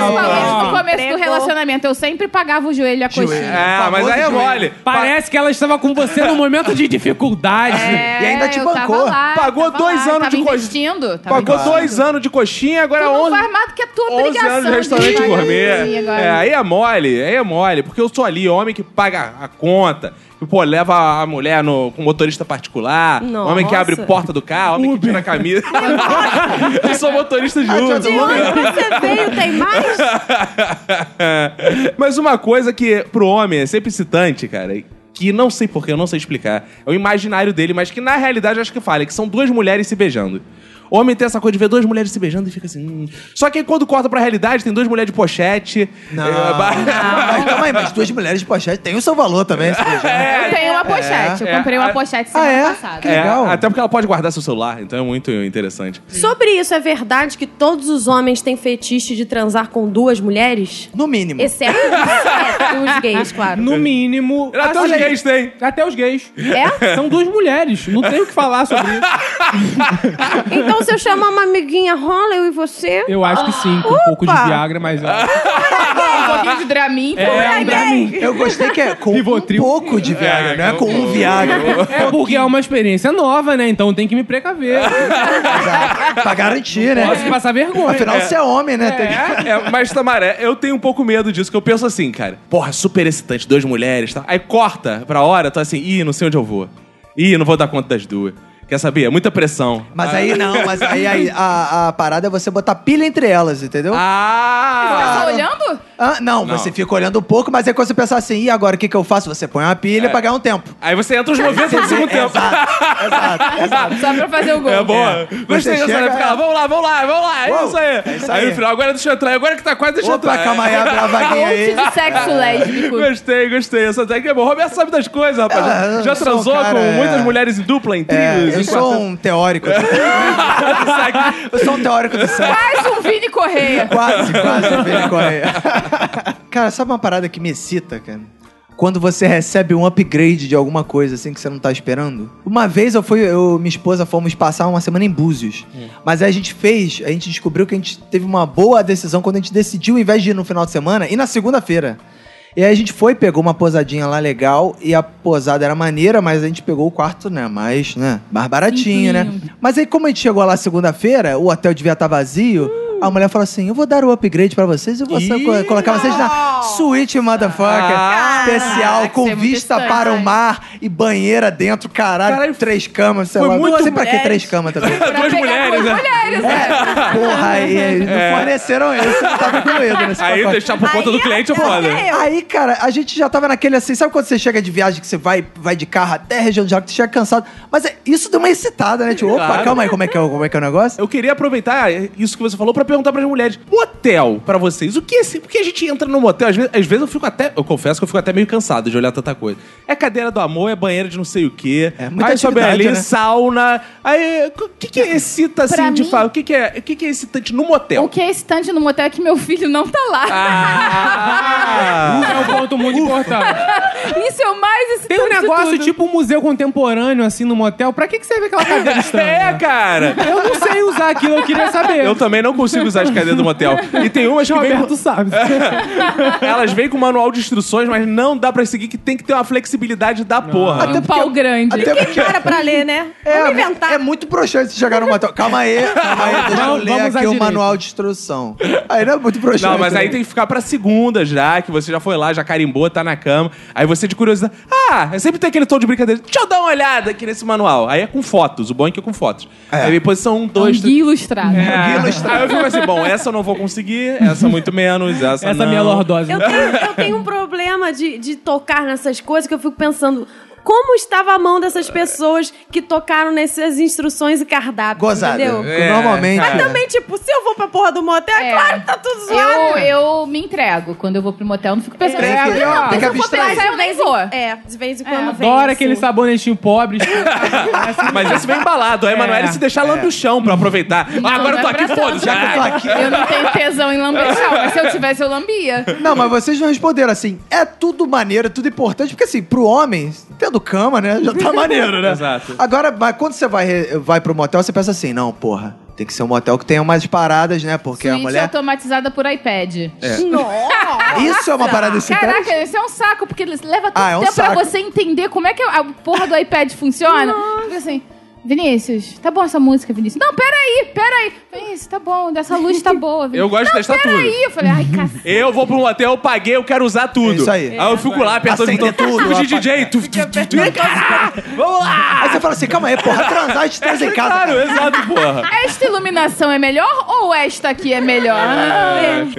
E: rapaz.
D: Principalmente no começo do
E: Entregou.
D: relacionamento. Eu sempre pagava o joelho e a
B: Joelho.
D: coxinha.
A: É, mas aí é
B: Famoso
A: mole.
C: Parece que ela estava com você num momento de dificuldade.
D: É,
B: E ainda te
D: eu
B: bancou.
D: Tava lá,
A: Pagou
D: tava
A: dois
D: lá,
A: anos
D: tava
A: de coxinha.
D: investindo.
A: Pa-
D: Tava
A: Pagou
D: investindo.
A: dois anos de coxinha,
D: Tu
A: agora
D: não
A: 11.
D: faz mais do que a tua
A: 11
D: obrigação.
A: anos de restaurante
D: pagar
A: gourmet.
D: coxinha agora.
A: É, aí é mole, aí é mole, porque eu sou ali homem que paga a conta, que pô, leva a mulher no, com motorista particular,
E: Nossa.
A: homem que abre porta do carro, homem que tira a camisa. eu sou motorista
C: Ah,
D: Ah,
A: de
E: De
A: Uber.
E: onde você veio, tem mais?
A: Mas uma coisa que pro homem é sempre excitante, cara, que não sei porquê, eu não sei explicar. É o imaginário dele, mas que na realidade eu acho que fala, é que são duas mulheres se beijando. Homem tem essa coisa de ver duas mulheres se beijando e fica assim. hum. Só que aí quando corta pra realidade, tem duas mulheres de pochete.
B: Não.
A: eh, ba-
B: Mas calma aí, mas duas mulheres de pochete tem o seu valor também. é esse beijo.
D: Eu tenho uma pochete.
A: é,
D: eu comprei
A: é.
D: uma pochete
B: Ah,
D: semana
B: é?
D: passada.
B: Que legal.
A: É, até porque ela pode guardar seu celular, então é muito interessante.
E: Sobre isso, é verdade que todos os homens têm fetiche de transar com duas mulheres?
B: No mínimo.
E: Exceto, exceto os gays, claro.
C: No mínimo.
A: Até os
C: assim,
A: gays têm.
C: Até os gays.
E: É?
C: São duas mulheres. Não tem o que falar sobre isso.
E: Então, se eu chamar uma amiguinha, rola eu e você?
C: Eu acho que sim, com um pouco de Viagra, mas. ó,
E: Ah,
D: Um pouquinho de Dramin.
C: É,
D: também.
C: pra mim.
B: Eu gostei que é com
C: Rivotril.
B: um pouco de Viagra,
A: É,
B: não é com um Viagra.
C: É porque é uma experiência nova, né? Então tem que me precaver.
B: pra garantir, né?
C: Posso passar vergonha.
B: Afinal, você é homem, né? Tem que-
A: É, mas, Tamaré, eu tenho um pouco medo disso, que eu penso assim, cara. Porra, super excitante, duas mulheres, tá? Aí corta pra hora, tô assim, ih, não sei onde eu vou. Ih, não vou dar conta das duas. Quer saber? É muita pressão.
B: Mas aí não, mas aí, aí a, a parada é você botar pilha entre elas, entendeu?
A: Ah!
D: Tá só olhando?
B: Ah, não,
A: Não.
B: você fica olhando um pouco, mas aí quando você pensar assim, e agora o que, que eu faço? Você põe uma
C: É.
B: pilha pra ganhar um tempo.
A: Aí você entra os 90 do segundo tempo.
B: Exato.
D: Só pra fazer o gol.
A: É boa.
B: Você
A: Gostei dessa,
B: chega-
A: né? Fica lá, vamos lá, vamos lá, vamos lá. É
B: Uou,
A: isso aí.
B: é isso
A: aí
B: aí.
A: no final, agora deixa eu entrar. Agora que tá quase, deixa eu entrar.
B: Opa, calma aí, abre a vaguinha
D: Monte
B: aí.
D: de sexo lésbico.
A: Gostei, gostei. Essa técnica é boa. O Roberto sabe das coisas, rapaz. Já-
B: Ah, eu
A: Já
B: sou um
A: transou
B: cara,
A: com
B: é.
A: muitas mulheres em dupla, em
B: É,
A: trios,
B: eu
A: em
B: sou um teórico. eu sou um teórico do sexo.
D: Quase um Vini Correia.
B: Quase, quase o Vini Correia. cara, sabe uma parada que me excita, cara? Quando você recebe um upgrade de alguma coisa assim que você não tá esperando. Uma vez eu fui, eu e minha esposa fomos passar uma semana em Búzios. Mas aí a gente fez, a gente descobriu que a gente teve uma boa decisão quando a gente decidiu, ao invés de ir no final de semana, ir na segunda-feira. E aí a gente foi, pegou uma posadinha lá legal, e a posada era maneira, mas a gente pegou o quarto, né, mais, né, mais baratinho, né?
D: Uhum.
B: Mas aí como a gente chegou lá segunda-feira, o hotel devia estar vazio, a mulher falou assim, eu vou dar o upgrade pra vocês, eu vou sa- co- colocar vocês na suíte, motherfucker, especial,
D: Caraca, isso
B: com
D: é muito
B: vista
D: estranho,
B: para o
D: né?
B: mar e banheira dentro, caralho,
A: Caralho,
B: três camas, sei
A: foi
B: lá.
A: muito
B: não sei pra que
D: mulheres.
B: três camas também.
D: Pra
A: Duas
D: pegar
A: mulheres,
D: duas
A: né?
D: mulheres, é.
B: Porra, aí eles não forneceram isso, eu tava com medo nesse
A: Aí
B: pacote.
A: deixar por conta do cliente é foda.
B: Aí, cara, a gente já tava naquele assim, sabe quando você chega de viagem que você vai, vai de carro até a região do Jaco, você chega cansado. Mas é- isso deu uma excitada, né? Tipo, opa,
A: Claro.
B: calma aí, como é que é, o- como é que é o negócio?
A: Eu queria aproveitar isso que você falou pra perguntar pras mulheres. Motel pra vocês, o que é assim? Porque a gente entra no motel, às vezes, às vezes eu fico até, eu confesso que eu fico até meio cansado de olhar tanta coisa. É cadeira do amor, é banheiro de não sei o quê.
B: É, muita
A: aí sobe
B: atividade,
A: ali,
B: né?
A: sauna. Aí, o que que excita assim
D: Pra
A: de
D: mim-
A: falar? O que que é, o que que é excitante no motel?
D: O que é excitante no motel é que meu filho não tá lá.
A: Ah!
C: Ah, É um ponto muito importante.
D: Isso é o mais
C: Tem um
D: excitante
C: negócio
E: tudo.
C: tipo um museu contemporâneo, assim, no motel, pra que, que serve aquela cadeira
A: É,
C: estranha?
A: cara!
C: Eu não sei usar aquilo, eu queria saber.
A: Eu também não consigo usar as cadeiras do motel. E tem umas que
C: O
A: vem com-
C: Roberto sabe.
A: elas vêm com manual de instruções, mas não dá pra seguir, que tem que ter uma flexibilidade da porra.
D: Do Um pau grande. um
B: Até
E: Tem cara pra ler, né? Vamos inventar.
B: é muito broxante se chegar no motel. Calma aí, calma aí, deixa eu
C: Vamos-
B: ler
C: vamos à
B: aqui o
C: direita.
B: manual de instrução. Aí não é muito broxante.
A: Não, mas aí
B: né?
A: tem que ficar pra segunda já, que você já foi lá, já carimbou, tá na cama. Aí você de curiosidade, ah, sempre tem aquele tom de brincadeira. Deixa eu dar uma olhada aqui nesse manual. Aí é com fotos, o bom é que é com fotos. Aí vem posição 1, 2,
D: Um
A: 3.
D: guia ilustrado.
A: Aí eu fico assim, bom, essa eu não vou conseguir, essa muito menos, essa,
C: Essa é
A: não.
C: minha lordose.
E: Eu tenho, eu tenho um problema de, de tocar nessas coisas que eu fico pensando. Como estava a mão dessas pessoas que tocaram nessas instruções e cardápio,
B: Gozada.
E: entendeu?
A: É,
B: Normalmente. né?
E: Mas também, tipo, se eu vou pra porra do motel, é,
D: É.
E: claro que tá tudo
D: Eu,
E: zoado.
D: eu me entrego. Quando eu vou pro motel, eu não fico pensando.
B: Tem
D: "Ah,
B: que,
D: não,
B: tem que
D: eu vou
B: abstrair.
D: pensar, eu nem vou.
E: É, de vez em quando vem.
C: Adoro
E: assim.
C: aquele sabonetinho pobre.
A: Mas esse vem embalado, aí a
C: É.
A: Manoela se deixar lambe o chão pra aproveitar.
D: Não,
A: ah, agora eu tô
D: não é
A: aqui,
D: pra
A: foda-se.
D: tanto.
A: já tô aqui.
D: Eu não tenho tesão em lambechão, mas se eu tivesse, eu lambia.
B: Não, mas vocês não responderam assim. É tudo maneiro, é tudo importante, porque assim, pro homem, tendo cama, né, já tá maneiro, né?
A: Exato.
B: Agora, mas quando você vai, re- vai pro motel, você pensa assim, não, porra, tem que ser um motel que tenha umas paradas, né? Porque a
D: Suíte
B: mulher.
D: automatizada por iPad.
B: Isso é uma parada excitante.
D: Caraca, isso é um saco, porque leva tanto
B: Ah, é um
D: tempo
B: saco.
D: pra você entender como é que a porra do iPad funciona. Fica assim, Vinícius, tá bom essa música, Vinícius? Não, peraí, peraí. Vinícius, tá bom, dessa luz tá boa. Vinícius.
A: Eu gosto de
D: Não,
A: testar tudo.
D: Peraí, eu falei, ai, cacete.
A: Eu vou pro motel, eu paguei, eu quero usar tudo.
B: É isso aí.
A: Aí eu fico lá apertando
B: Acender tudo,
A: Tipo de
B: rapaz.
A: DJ. Tu, tu, tu, tu, tu. Vamos lá!
B: Aí você fala assim, calma aí, porra, transar, a gente transa em casa.
A: Claro, exato, porra.
D: Esta iluminação é melhor ou esta aqui é melhor?
A: Ah.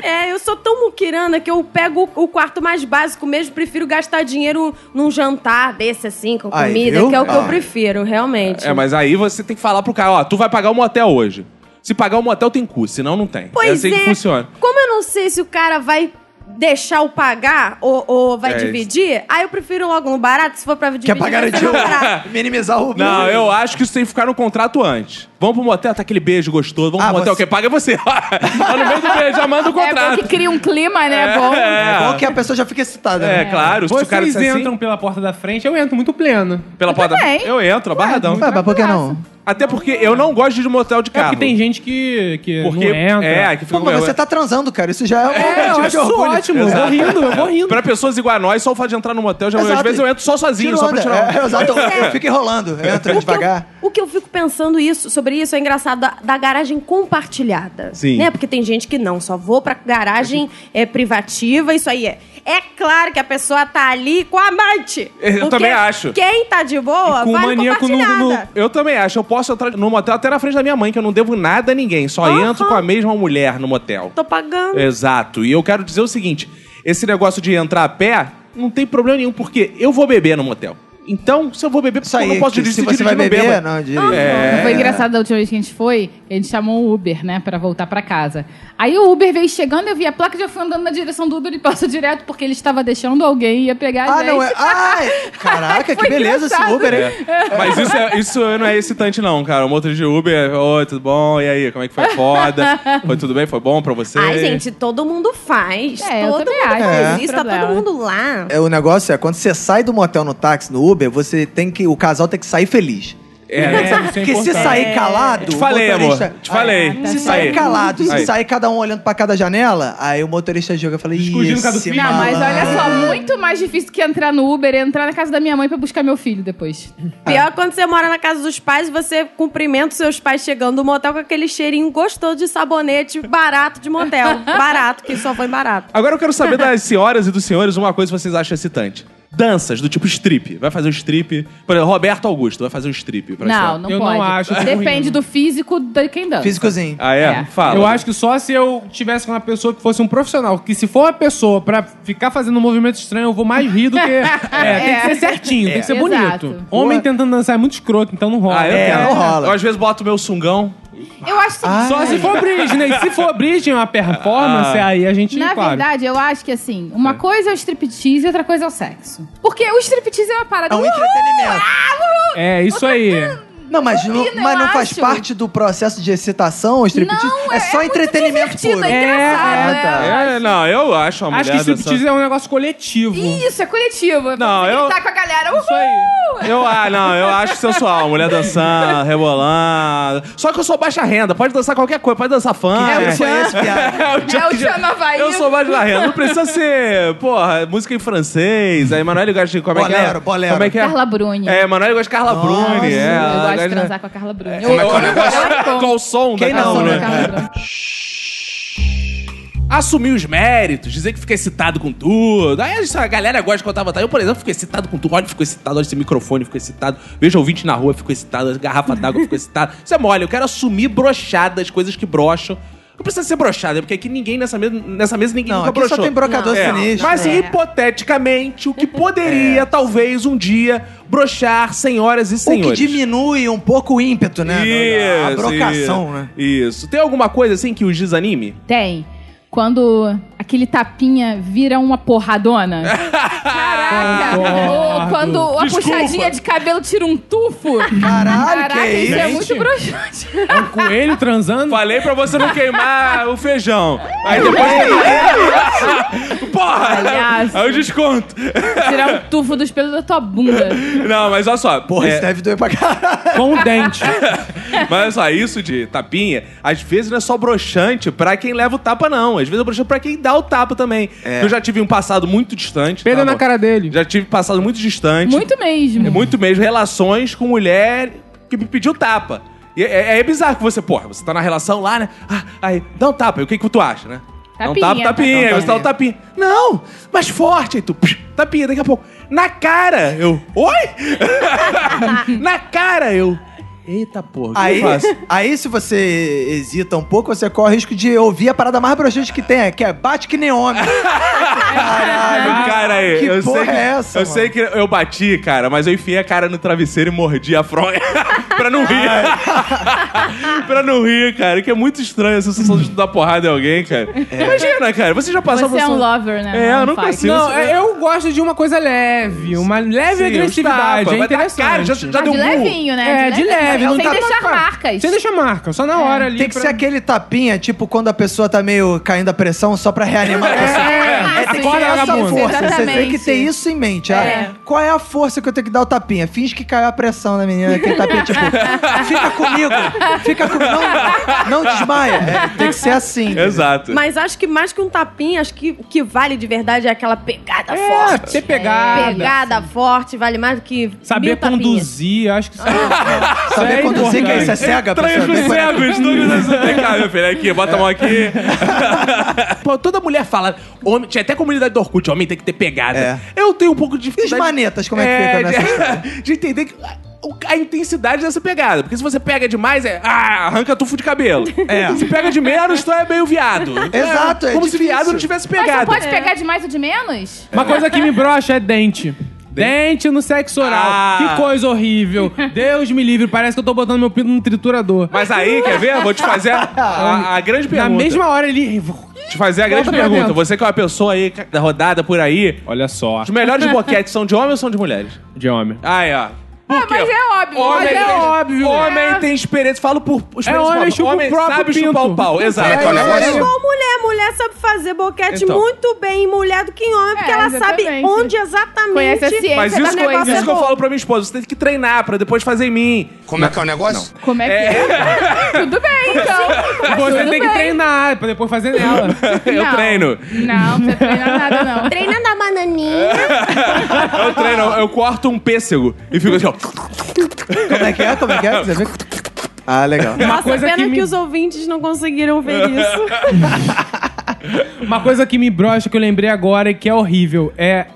E: É, eu sou tão muquirana que eu pego o quarto mais básico mesmo, prefiro gastar dinheiro num jantar desse, assim, com
B: Aí,
E: comida,
B: viu?
E: que é o que eu
B: Ah.
E: prefiro, realmente.
A: É, mas aí você tem que falar pro cara, ó, tu vai pagar o motel hoje. Se pagar o motel, tem cu, senão não tem. é
E: Pois
A: assim que funciona.
E: Como eu não sei se o cara vai deixar eu pagar ou, ou vai
A: É isso.
E: dividir, aí eu prefiro logo no barato, se for pra dividir.
B: Que é pra garantir
E: eu vou no barato.
B: o... minimizar o...
A: Não, eu acho que isso tem que ficar no contrato antes. Vamos pro motel, tá aquele beijo gostoso. Vamos
B: Ah,
A: pro motel,
B: você-
A: quem paga é você. Tá no meio do beijo, já manda o
D: É bom
A: contrato.
D: que cria um clima, né? Bom.
B: É bom que a pessoa já fica excitada,
A: Ah. É,
B: né?
A: claro. Se o cara
C: Vocês
A: disser assim,
C: entram pela porta da frente, eu entro muito pleno.
A: pela porta...
D: também.
A: Eu entro, abarradão.
B: Ah, mas por que não?
A: Até porque eu não gosto de ir de motel de
C: É
A: carro.
C: porque tem gente que, que
A: Porque...
C: não entra.
A: É, que fica...
B: Pô, mas você tá transando, cara. Isso já é um
C: É, eu
B: motivo
C: acho
B: de
C: isso
B: orgulho.
C: ótimo. Eu vou
A: tipo, Exato.
C: rindo, eu vou rindo.
A: Pra pessoas igual a nós, só o fato de entrar no motel, já às
B: Exato.
A: vezes eu entro só sozinho,
B: Tira
A: só pra
B: onda.
A: tirar
B: É,
A: onda. É.
B: exato. Eu fico enrolando. Entra
E: O que, eu,
B: devagar.
E: o que eu fico pensando isso, sobre isso é engraçado, da, da garagem compartilhada.
A: Sim.
E: Né? Porque tem gente que não, só vou pra garagem é, privativa, isso aí é. É claro que a pessoa tá ali com a amante.
A: Eu
E: Porque
A: também acho.
E: Quem tá de boa,
C: E com o
E: vai
C: maníaco no- no-
E: compartilhada.
A: Eu também acho. Eu posso entrar no motel até na frente da minha mãe, que eu não devo nada a ninguém. Só É.
E: Aham.
A: entro com a mesma mulher no motel.
E: Tô pagando.
A: Exato. E eu quero dizer o seguinte: esse negócio de entrar a pé não tem problema nenhum, porque eu vou beber no motel. Então, se eu vou beber,
B: Isso
A: eu
B: aí,
A: não posso
B: que
A: dirigir É.
B: se
A: se
B: você vai
A: dirigir, não
B: beber,
A: beba.
B: não, dirige.
D: Foi engraçado da última vez que a gente foi, a gente chamou o Uber, né, pra voltar pra casa. Aí o Uber veio chegando, eu vi a placa e já fui andando na direção do Uber e passou direto, porque ele estava deixando alguém e ia pegar a
B: Ah,
D: gente.
B: não é. Ai, caraca, que
D: Foi
B: beleza esse
D: engraçado.
B: Uber, hein?
A: Mas isso, é- isso não é excitante, não, cara. O motorista de Uber, é, oi, tudo bom? E aí, como é que foi? Foda. Foi tudo bem? Foi bom pra você?
E: Ai, gente, todo mundo faz.
D: É, eu
E: todo mundo
D: também acho, não
E: faz
D: tem
E: isso, tá
D: problema.
E: todo mundo lá.
B: É, o negócio é, quando você sai do motel no táxi, no Uber, você tem que. O casal tem que sair feliz.
A: É,
C: É, isso é
B: Porque se
C: importante.
B: sair calado.
A: Te falei,
B: o
A: amor.
B: motorista...
A: Te falei.
B: Aí, se
A: é. Aí.
B: sair calado, se
A: Aí.
B: sair cada um olhando pra cada janela, aí o motorista joga e fala. "Ih,
C: Escondido cada
B: esse
C: filho." Ah,
D: Não, mas olha
B: malandro."
D: só, muito mais difícil que entrar no Uber é entrar na casa da minha mãe pra buscar meu filho depois.
C: É.
E: Pior quando você mora na casa dos pais e você cumprimenta os seus pais chegando do motel com aquele cheirinho gostoso de sabonete barato de motel. barato, que só foi barato.
A: Agora eu quero saber das senhoras e dos senhores uma coisa que vocês acham excitante. Danças, do tipo strip. Vai fazer um strip. Por exemplo, Roberto Augusto vai fazer um strip. Pra
D: Não,
A: senhora.
D: não
C: Eu
D: pode.
C: não acho, né? eu fico
D: Depende
C: rindo.
D: do físico de quem dança.
B: Físicozinho.
A: Ah, é?
D: É.
A: Fala.
C: Eu acho que só se eu tivesse com uma pessoa que fosse um profissional. Que se for uma pessoa pra ficar fazendo um movimento estranho, eu vou mais rir do que. É, tem que ser certinho, tem que ser
D: Exato.
C: bonito. Homem tentando dançar é muito escroto, então não rola.
A: Ah, eu
B: É,
A: quero.
B: não rola.
A: Eu às vezes boto meu sungão.
D: Eu acho que
B: Ah,
C: Só se for Britney. Se for Britney, uma performance,
A: Ah.
C: aí a gente.
D: Na
C: claro.
D: verdade, eu acho que assim, uma coisa é o striptease e outra coisa é o sexo. Porque o striptease é uma
B: É
D: parada.
B: um
D: Uhul!
B: entretenimento.
C: É, isso aí.
B: Não, mas não,
D: Combina,
B: mas
D: eu
B: não faz
D: acho.
B: parte do processo de excitação, striptease?
D: Não,
B: é,
D: é-
B: só
D: é muito
B: entretenimento
D: divertido,
B: puro.
D: é engraçado,
B: Ah,
C: né?
B: tá.
A: É, não, eu acho uma
C: Acho
A: mulher
C: que
A: dançando-
C: striptease é um negócio coletivo.
D: Isso, é coletivo.
A: Não,
D: Você
A: eu-
D: gritar com a galera. Uhul!
C: Isso aí.
A: Eu, ah, não, eu acho sensual. a Mulher dançando, rebolando. Só que eu sou baixa renda. Pode dançar qualquer coisa. Pode dançar funk.
B: É, eu conheço, piada.
A: É o
D: É o Tchan Havaí.
A: Eu sou baixa renda. Não precisa ser, porra, música em francês. Aí Emanuel gosta de... Como é que é?
B: Bolero, bolero.
A: Como é que é?
D: Carla Bruni.
A: É, Emanuel gosta de Carla Bruni. É,
D: eu
A: ela
D: gosto de
A: gosta
D: transar com a Carla Bruni.
B: É,
A: Eu- eu- eu gosto-
D: Ela
A: Qual o som
B: Quem
A: da Carla
B: não,
D: Transou
A: Bruni?
D: com a Carla Bruni.
A: assumir os méritos, dizer que fica excitado com tudo. Aí essa galera gosta de contar vantagem. Eu, por exemplo, fico excitado com tudo. Olha, fico excitado, olha esse microfone, fico excitado. Vejo ouvinte na rua, fico excitado, olha garrafa d'água, fico excitado. Isso é mole, eu quero assumir brochadas, coisas que brocham. Não precisa ser brochada, porque aqui ninguém nessa mesa, nessa mesa ninguém
B: Não,
A: nunca
B: aqui
A: brochou.
B: só tem brocador
A: É,
B: sinistro.
A: Mas
D: É.
A: hipoteticamente, o que poderia, talvez, um dia, brochar senhoras e
B: É, O que
A: senhores.
B: diminui um pouco o ímpeto, né?
A: Isso,
B: a brocação,
A: isso,
B: né?
A: Isso. Tem alguma coisa assim que os desanime?
D: Tem. Quando aquele tapinha vira uma porradona. Caraca!
A: Ah,
C: Concordo.
D: Ou quando a puxadinha de cabelo tira um tufo.
B: Caralho, que
D: Caraca,
B: é
D: isso
B: isso?
D: é muito broxante.
C: É um coelho transando.
A: Falei pra você não queimar o feijão. Aí depois. Porra!
D: Palhaço.
A: Aí eu desconto.
D: Tirar um tufo dos pelos da tua bunda.
A: Não, mas olha só.
B: Porra,
A: é,
B: isso deve doer pra caralho.
C: Com o dente.
A: Mas olha só, isso de tapinha, às vezes não é só broxante pra quem leva o tapa, não. Às vezes é broxante pra quem dá o tapa também. Eu já tive um passado muito distante.
C: Pedro
A: tá,
C: na
A: amor?
C: cara dele.
A: Já tive passado muito distante.
D: Muito mesmo.
A: É muito mesmo, relações com mulher que me pediu tapa. E é, é bizarro que você, porra, você tá na relação lá, né? Ah, aí, dá um tapa, e o que que tu acha, né? Dá um
D: Tapinha,
A: tapa, tapinha,
D: tapinha.
A: aí você dá um tapinha. Não, mais forte, aí tu, psh, tapinha, daqui a pouco. Na cara, eu, oi? na cara, eu, eita porra, o que
B: Aí,
A: eu faço?
B: aí, se você hesita um pouco, você corre o risco de ouvir a parada mais broxante que tem, que é bate que nem homem.
A: Caralho, cara, aí,
B: que
A: eu
B: porra
A: sei que,
B: é essa,
A: Eu
B: mano?
A: sei que eu bati, cara, mas eu enfiei a cara no travesseiro e mordi a fronha pra não rir. pra não rir, cara, que é muito estranho a sensação de dar porrada em alguém, cara.
C: É.
B: É.
A: Imagina, cara, você já passou
D: Você é
A: por
D: um
A: essa-
D: lover, né?
A: É, eu
D: Não
A: não
D: faz.
A: consigo.
C: Não, é- eu gosto de uma coisa leve. Uma leve
A: Sim, os
C: agressividade.
A: tapas, vai
C: É
A: dar
C: interessante.
A: cara, já- já deu
D: Ah, de
A: um murro.
D: levinho, né?
C: É, de leve.
D: Sem
C: não tá-
D: deixar marcas.
C: Sem deixar marca. Só na hora ali.
B: Tem que
C: pra-
B: ser aquele tapinha, tipo quando a pessoa tá meio caindo a pressão só pra reanimar a pessoa.
C: É,
B: tem que
C: acorda,
B: ter essa
C: vagabundo.
B: força, você tem
D: Exatamente.
B: que ter isso em mente. ah,
D: É.
B: Qual é a força que eu tenho que dar o tapinha? Finge que caiu a pressão na menina, aquele tapinha, tipo, fica comigo, fica comigo, não, não desmaia. É, tem que ser assim. entendeu?
A: Exato.
E: Mas acho que mais que um tapinha, acho que o que vale de verdade é aquela pegada
C: É,
E: forte.
C: ter
E: É,
C: pegada.
E: Pegada forte vale mais do que
C: Saber
E: mil tapinhas.
C: conduzir. Acho que
D: Ah.
C: isso é.
B: Saber
C: isso é
B: conduzir, que
C: importante.
B: aí você é cega, a pessoa.
A: Estranhos dos
B: tem-
A: cegos, todos assim. Vem cá, meu filho, aqui, bota a mão aqui. Pô, toda mulher fala, homem, tinha até comunidade do Orkut, homem tem que ter pegada.
B: É.
A: Eu tenho um pouco de
B: E os
A: dificuldade.
B: manetas, como é que fica nessa
A: de-
B: história?
A: De entender que- o- a intensidade dessa pegada. Porque se você pega demais, é. Ah, arranca tufo de cabelo.
B: É.
A: Se pega de menos, tu é meio viado.
B: Exato, é
A: Como se
B: difícil.
A: viado não tivesse
D: Mas você
A: pegado. É.
D: pode pegar de mais ou de menos?
C: Uma coisa que me brocha é dente. Dente no sexo oral.
A: Ah.
C: Que coisa horrível. Deus me livre. Parece que eu tô botando meu pinto no triturador.
A: Mas aí, quer ver? Vou te fazer a, a- a grande
C: Na
A: pergunta.
C: mesma hora ele.
A: Te fazer a grande
C: Volta pra
A: pergunta.
C: dentro.
A: Você que é uma pessoa aí ca- da rodada por aí,
C: Olha só.
A: os melhores boquetes são de homem ou são de mulheres?
C: De homem.
A: Aí, ó. Por
D: Ah,
A: quê?
D: mas é óbvio.
A: Homem
C: Mas é
A: tem-
C: óbvio.
A: Homem
D: É.
A: tem experiência. Falo por experiência
C: É homem,
A: própria.
C: chupa o
A: homem
C: próprio
A: sabe chupar
C: pinto.
A: o pau. Exato.
B: É, olha,
E: Mas é
B: olha.
E: igual mulher. Mulher sabe fazer boquete
A: Então.
E: muito bem em mulher do que em homem, porque
D: É,
E: ela sabe
D: exatamente.
E: onde exatamente.
D: Conhece a ciência tá
A: Mas
D: da
A: isso,
D: coisa.
A: isso que eu falo pra minha esposa, você tem que treinar pra depois fazer em mim.
G: Como é que é o negócio?
D: Como é que é? Tudo bem, então.
C: Você
D: Tudo
C: tem que
D: bem.
C: treinar pra depois fazer nela.
A: Eu
D: Não.
A: treino.
D: Não, não precisa treinar tá nada, não.
E: Treina na bananinha.
A: Eu treino, eu, eu corto um pêssego e fico assim, ó.
B: Como é que é? Como é que é? Você vê? Ah, legal.
C: Uma
E: Nossa,
C: coisa
E: pena
C: que
E: que,
C: me
E: os ouvintes não conseguiram ver isso.
C: Uma coisa que me brocha, que eu lembrei agora e que é horrível, é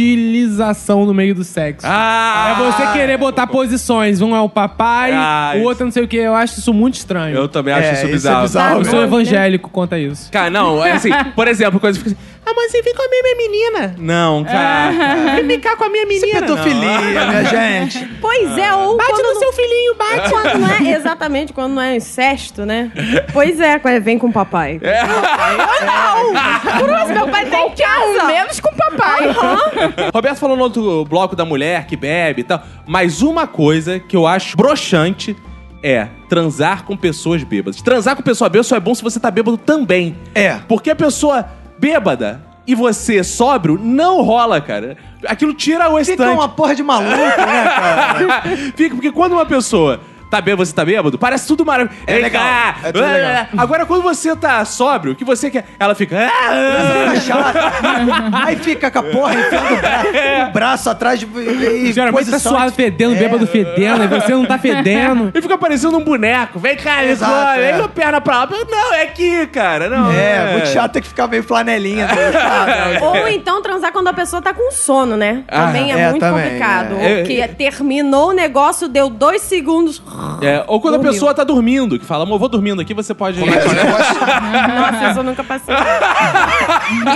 C: infantilização no meio do sexo.
A: Ah!
C: é você querer botar posições. Um é o papai,
A: Ah,
C: o outro é não sei o que. Eu acho isso muito estranho.
A: Eu também acho
B: É,
A: isso
B: isso é
A: bizarro.
B: bizarro.
C: Eu
B: também.
C: sou evangélico quanto a isso.
A: Cara, não, é assim, por exemplo, coisa que fica assim, ah, mas você vem com a minha menina. Não,
C: É.
A: cara. Vem ficar com a minha
B: Isso é
A: menina.
B: pedofilia, né? minha gente.
E: Pois é, ou.
C: Bate
E: quando
C: no
E: não-
C: seu filhinho, bate!
E: Quando não é, exatamente, quando não é incesto, né? Pois é, quando é,
A: É.
C: É.
E: vem com o papai. Eu não! Cruz, meu pai tem casa!
C: um,
D: Menos com o papai.
E: Ai, hã?
A: Roberto falou no outro bloco da mulher que bebe e tal. Mas uma coisa que eu acho broxante é transar com pessoas bêbadas. Transar com pessoa bêbada só é bom se você tá bêbado também.
B: É.
A: Porque a pessoa bêbada e você sóbrio não rola, cara. Aquilo tira o
B: Fica
A: estante.
B: uma porra de maluco, né, cara?
A: Fica, porque quando uma pessoa tá bêbada, você tá bêbado, parece tudo maravilhoso.
B: É legal, é tudo legal.
A: Agora, quando você tá sóbrio, o que você quer? Ela fica. "Ah,
B: Fica chato. Aí fica com a porra enfiando o
C: É.
B: braço, o braço atrás de, É. e e
C: Geralmente tá
B: posição
C: suado,
B: de-
C: fedendo, bêbado fedendo, e você não tá fedendo.
A: E fica parecendo um boneco. Vem cá,
B: Exato,
A: Lisboa,
B: é.
A: vem com a perna pra lá. Não, é aqui, cara. Não,
B: É, muito chato ter que ficar meio flanelinha. Né?
E: Ou
A: é.
E: então transar quando a pessoa tá com sono, né?
A: Ah,
E: também é,
B: é,
E: muito
B: também,
E: complicado.
A: é.
E: Ou que terminou o negócio, deu dois segundos.
A: É, ou quando a
E: Dormiu.
A: pessoa tá dormindo, que fala, amor, vou dormindo aqui, você pode.
E: Nossa, isso eu nunca passei.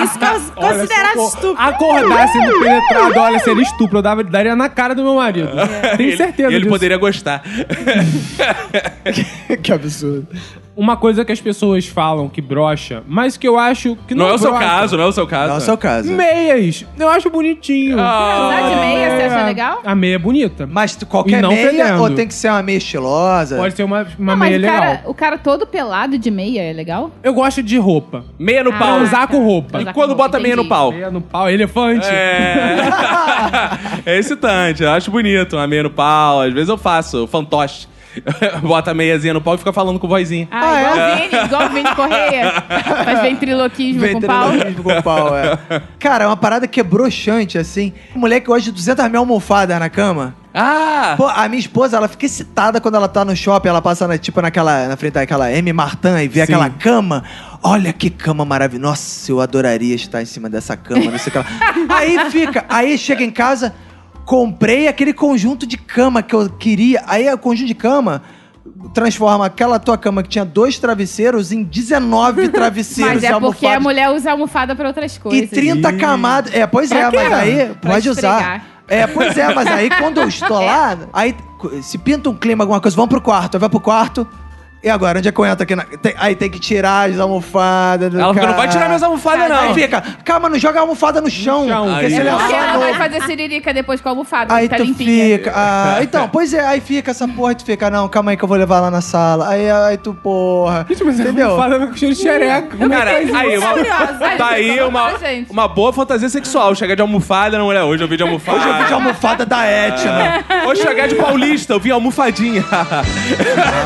E: Isso cons- considerado estúpido.
C: Acordar sendo penetrado, olha, seria estupro. Eu dava, daria na cara do meu marido. Tenho certeza
A: É. Ele, ele
C: disso.
A: poderia gostar.
B: que absurdo.
C: Uma coisa que as pessoas falam que brocha, mas que eu acho que não
A: Não é o seu
C: brocha.
A: caso, não é o seu caso. Ah.
B: Não, é o seu caso.
C: Meias. Eu acho bonitinho.
D: Transar de meia, você acha legal?
C: A meia é bonita.
B: Mas tu- qualquer
C: E não
B: meia,
C: fedendo.
B: ou tem que ser uma meia estilosa?
C: Pode ser uma, uma
D: Não, mas
C: meia
D: o
C: legal.
D: cara, o cara todo pelado de meia é legal?
C: Eu gosto de roupa.
A: Meia no
D: Ah,
A: pau.
C: Transar com roupa.
A: E
D: Transar com
A: quando
D: roupa,
A: bota meia no
D: entendi.
A: pau?
C: Meia no pau, elefante.
A: É. é excitante, eu acho bonito uma meia no pau. Às vezes eu faço, eu fantoche. Bota a meiazinha no pau e fica falando com vozinha.
B: é?
D: Ah,
C: é?
D: igual o Vini, igual o Vini Correia. Faz ventriloquismo com pau.
B: Ventriloquismo com pau, é. Cara, é uma parada que é broxante, assim. Mulher que gosta de 200 mil almofadas na cama.
A: Ah!
B: Pô, a minha esposa, ela fica excitada quando ela tá no shopping, ela passa na, tipo naquela, na frente daquela M. Martin e vê aquela cama. Olha que cama maravilhosa. Nossa, eu adoraria estar em cima dessa cama, não sei o que lá. Aí fica, aí chega em casa, comprei aquele conjunto de cama que eu queria. Aí o conjunto de cama transforma aquela tua cama que tinha dois travesseiros em 19 travesseiros
D: Mas é
B: e
D: porque a
B: almofadas.
D: mulher usa almofada pra outras
B: E
D: coisas.
B: 30 camadas. É, pois é,
D: Pra quê?
B: mas aí
D: Pra
B: pode
D: esfregar.
B: usar. É, pois é, mas aí quando eu estou lá, aí co- se pinta um clima, alguma coisa, vamos pro quarto, aí vai pro quarto. E agora, onde é que eu entro aqui? na- tem- aí tem que tirar as almofadas. do
A: Ela fica, não vai
B: cara.
A: tirar minhas
D: Tá,
A: almofadas,
B: Aí
A: não.
B: fica, calma, não joga a almofada no chão.
C: chão.
B: porque
A: Aí.
B: se ele
D: Porque
B: almofada
D: ela vai
B: novo.
D: fazer siririca depois com a almofada,
B: Aí
D: tá
B: tu
D: limpinha.
B: fica. ah, então, pois é, aí fica essa porra, tu fica, não, calma aí que eu vou levar lá na sala. Aí, aí tu, porra.
C: Gente, mas
B: Entendeu?
C: Entendeu? Fala com cheiro de xereca. Como é
A: Cara, aí, uma,
D: Maravilhosa.
A: tá aí
D: Maravilhosa,
A: uma,
D: gente.
A: uma boa fantasia sexual. Chegar de almofada na mulher. Hoje eu vi de almofada. É.
B: Hoje eu vi de almofada da Etna.
A: Ou chegar de paulista, eu vi almofadinha.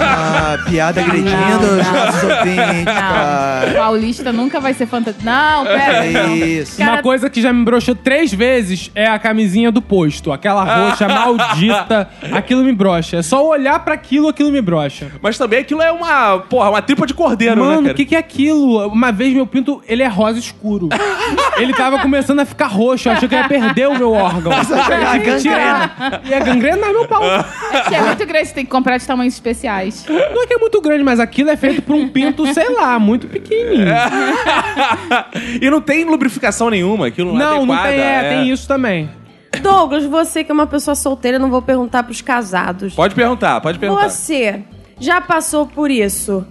B: Ah, piada agredindo
D: Não,
B: os
D: não.
B: nossos ouvintes, cara.
D: Não, paulista nunca vai ser fantasia. Não, pera.
B: É isso.
C: Uma
D: Cara-
C: coisa que já me broxou três vezes é a camisinha do posto. Aquela roxa maldita. Aquilo me broxa. É só olhar pra aquilo, aquilo me broxa.
A: Mas também aquilo é uma, porra, uma tripa de cordeiro, né,
C: Mano,
A: cara?
C: o que, que é aquilo? Uma vez meu pinto, ele é rosa escuro. ele tava começando a ficar roxo. Eu achei que eu ia perder o meu órgão.
B: chegar a gangrena.
C: E a gangrena é meu pau.
D: É que é muito grande, você tem que comprar de tamanhos especiais.
C: Não é que é muito grande, mas aquilo é feito por um pinto, sei lá, muito pequenininho.
A: e não tem lubrificação nenhuma, aquilo não é
C: Não, não
A: adequada.
C: tem, é, tem isso também.
E: Douglas, você que é uma pessoa solteira, eu não vou perguntar pros casados.
A: Pode perguntar, pode perguntar.
B: assim?
E: Você já passou por isso?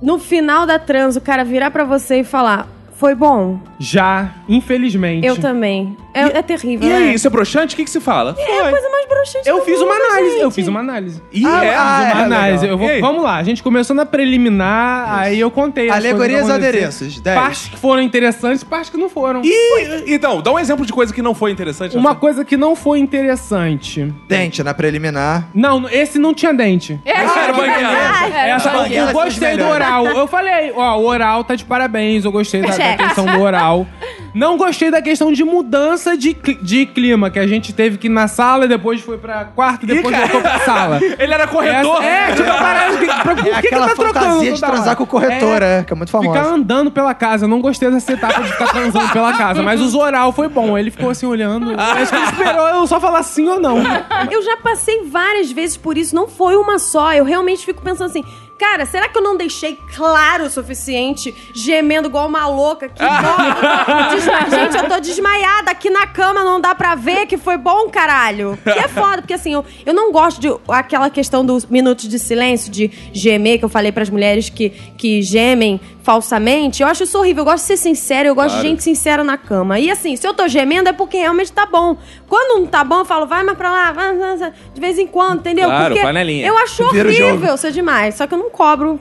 E: No final da trans, o cara virar pra você e falar: Foi bom?
C: Já, infelizmente.
E: Eu também. É, é terrível.
A: E
E: né?
A: aí, isso é broxante? O que, que se fala?
E: É a coisa mais broxante
C: Eu
E: do
C: fiz
E: mundo, né,
C: uma análise, eu
E: gente.
C: fiz uma análise.
A: E
B: Ah,
A: é.
B: ah,
C: Fiz uma
B: é,
C: análise.
B: legal.
C: Eu vou-
A: E aí?
C: vamos lá, a gente começou na preliminar, aí eu contei. as
B: Alegorias
C: coisas que
B: ou
C: aconteceram.
B: adereços? Dez.
C: Partes que foram interessantes, partes que não foram.
A: E, então, dá um exemplo de coisa que não foi interessante.
C: Uma coisa que não foi interessante.
B: Dente na preliminar.
C: Não, esse não tinha dente.
D: Essa
A: era banguela.
C: Essa,
B: banguela
C: eu
B: são
C: gostei
B: as
C: do
B: melhores.
C: oral. Eu falei, ó, o oral tá de parabéns, eu gostei da, da
E: Check.
C: questão do oral. Não gostei da questão de mudança de, cli- de clima, que a gente teve que ir na sala, e depois foi pra quarto, depois
A: assim. cara.
C: voltou pra sala.
A: Ele era corretor.
C: Essa- É, tipo, parada que,
B: É
C: pra, por que que
B: aquela
C: tá trocando
B: fantasia de
C: toda
B: transar
C: hora?
B: com o corretor, é, que é muito famosa.
C: Ficar andando pela casa, eu não gostei dessa etapa de ficar transando pela casa, mas o Zoral foi bom, ele ficou assim olhando.
E: Ah.
C: Acho que ele esperou eu só falar sim ou não.
E: Eu já passei várias vezes por isso, não foi uma só. Eu realmente fico pensando assim. Cara, será que eu não deixei claro o suficiente, gemendo igual uma louca? Que dó! Desma- Gente, eu tô desmaiada aqui na cama, não dá pra ver que foi bom, caralho. Que é foda, porque assim, eu, eu não gosto de aquela questão dos minutos de silêncio, de gemer, que eu falei pras mulheres que, que gemem falsamente. Eu acho isso horrível. Eu gosto de ser sincera, eu gosto de gente sincera na cama. E assim, se eu tô gemendo é porque realmente tá bom. Quando não tá bom, eu falo, vai mais pra lá, vai, vai, vai, de vez em quando, entendeu?
A: Claro,
E: porque
A: panelinha.
E: eu acho
B: Vira o jogo.
E: horrível ser demais. Só que eu não cobro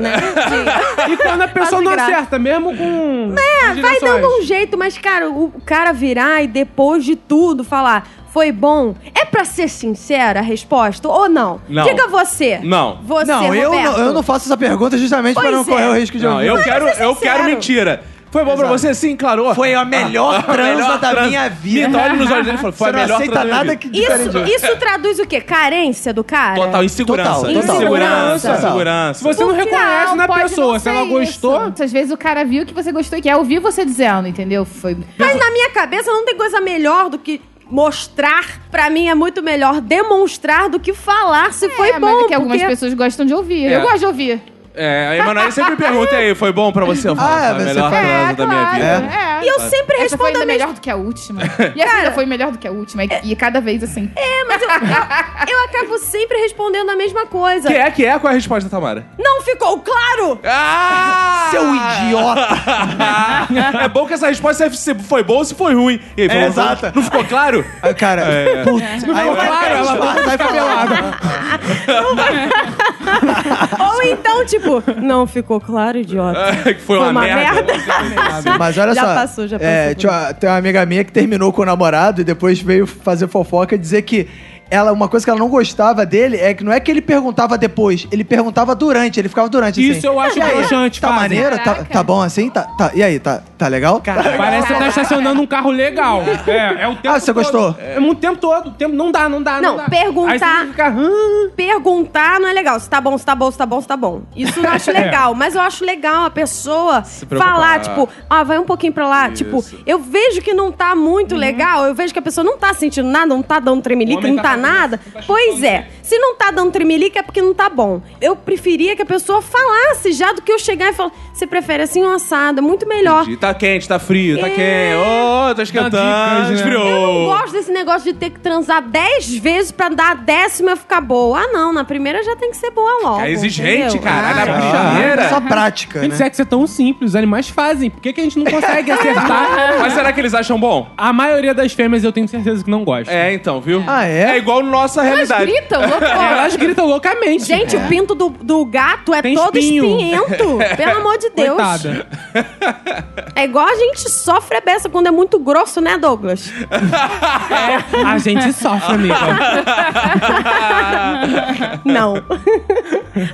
E: né?
C: E quando a pessoa
E: Faço de
C: não
E: graça.
C: acerta, mesmo com. É,
E: Vai dando um jeito, mas, cara, o cara virar e depois de tudo falar foi bom, é pra ser sincera a resposta ou não?
A: Não.
E: Diga você.
A: Não.
E: Você,
B: não, eu
E: Roberto.
B: não, eu não faço essa pergunta justamente para
E: Pois
B: não
E: é.
B: correr o risco de
A: Não,
B: alguém.
A: eu quero,
E: ser
A: eu
E: sincero.
A: quero mentira. Foi bom pra você? Sim, claro.
B: Foi a melhor transa da minha vida.
A: Então, olha nos olhos dele e fala,
B: Você
A: foi a
B: não
A: melhor
B: aceita
A: transa da minha
B: nada
A: vida.
B: que diferente.
E: Isso, isso traduz o quê? Carência do cara?
A: Total insegurança.
B: Total,
E: total.
A: Insegurança,
E: Insegurança.
A: insegurança.
C: Se você não
D: Porque
C: reconhece
D: não,
C: na
D: pode
C: pessoa,
D: não
C: se ela
D: ser
C: gostou.
D: isso. Às vezes o cara viu que você gostou e quer ouvir você dizendo, entendeu? Foi.
E: Mas na minha cabeça não tem coisa melhor do que mostrar. Pra mim é muito melhor demonstrar do que falar se foi
D: é,
E: bom.
D: mas é que algumas
E: porque-
D: pessoas gostam de ouvir.
A: É.
D: Eu gosto de ouvir.
A: É, a Emanuele sempre pergunta aí, foi bom pra você? Eu falo,
B: Ah,
A: foi a
B: você
A: melhor
B: fala.
A: transa da minha vida.
D: é.
E: É, E eu sempre
D: Essa
E: respondo
D: foi ainda
E: a mesma
D: melhor do que a última. E essa ainda foi melhor do que a última. E, e cada vez assim.
E: É, mas eu, eu, eu acabo sempre respondendo a mesma coisa.
A: Que é, que é? Qual é a resposta, Tamara?
E: Não ficou claro?
A: Ah!
B: Seu idiota!
A: é bom que essa resposta é se foi boa ou se foi ruim. E aí,
B: É,
A: falou,
B: exata.
A: Não ficou claro?
B: Ah, Cara,
A: É.
B: putz, aí
C: ficou
B: vai-
C: claro, ela
B: vai- vai falar.
E: Ou então, tipo, não ficou claro, idiota.
A: É, que foi, uma, merda.
B: Mas olha
E: Já
B: só.
E: passou, já passou
B: É,
E: por
B: tinha uma- tem uma amiga minha que terminou com o namorado e depois veio fazer fofoca e dizer que ela, uma coisa que ela não gostava dele é que não é que ele perguntava depois, ele perguntava durante, ele ficava durante.
C: Isso
B: assim.
C: eu acho
B: E aí,
C: broxante,
B: Tá
C: fazem.
B: maneiro? Tá,
D: Caraca.
B: tá bom assim? Tá, tá- e aí, tá, tá legal?
C: Parece que você tá estacionando um carro legal. É, é o tempo
B: Ah, você
C: todo.
B: gostou?
C: É muito tempo todo. Tempo, não dá, não dá, não,
E: Não,
C: dá.
E: perguntar-
C: Aí você fica, hum,
E: Perguntar não é legal. Se tá bom, se tá bom, se tá bom, se tá bom. Isso eu não
C: É.
E: acho legal. Mas eu acho legal a pessoa
A: preocupar.
E: falar, tipo, ah, vai um pouquinho pra lá. Tipo, eu vejo que não tá muito legal, eu vejo que a pessoa não tá sentindo nada, não tá dando
C: O
E: tremelique,
C: Uhum. homem
E: não
C: tá
E: tá,
C: fazendo
E: nada.
C: isso, não tá
E: pois
C: chupando
E: é. Se não tá dando tremelique é porque não tá bom. Eu preferia que a pessoa falasse já do que eu chegar e falar, você prefere assim ou assado, é muito melhor.
A: Entendi. Tá quente, tá frio, tá
E: É.
A: quente. Ô, tá esquentando,
C: dicas, né?
A: esfriou.
E: Eu não gosto desse negócio de ter que transar 10 vezes pra dar a décima e ficar boa. Ah, não, na primeira já tem que ser boa logo.
A: É exigente,
E: entendeu?
A: cara.
E: Ah,
A: Na brincadeira.
B: Só prática,
C: gente,
B: né?
C: sexo é tão simples, os animais fazem. Por que, que a gente não consegue acertar?
A: Mas será que eles acham bom?
C: A maioria das fêmeas eu tenho certeza que não gosta.
A: É, então, viu?
B: Ah, é?
A: É igual nossa
D: Elas
A: realidade.
D: gritam,
E: É,
D: loucura.
C: Elas gritam loucamente.
E: Gente,
A: É.
E: o pinto do, do gato é
C: Tem
E: todo
C: espinho.
E: espinhento. Pelo amor de Deus.
C: Coitada.
E: É igual a gente sofre a beça quando é muito grosso, né, Douglas?
B: É.
C: A gente sofre, amiga.
E: Não.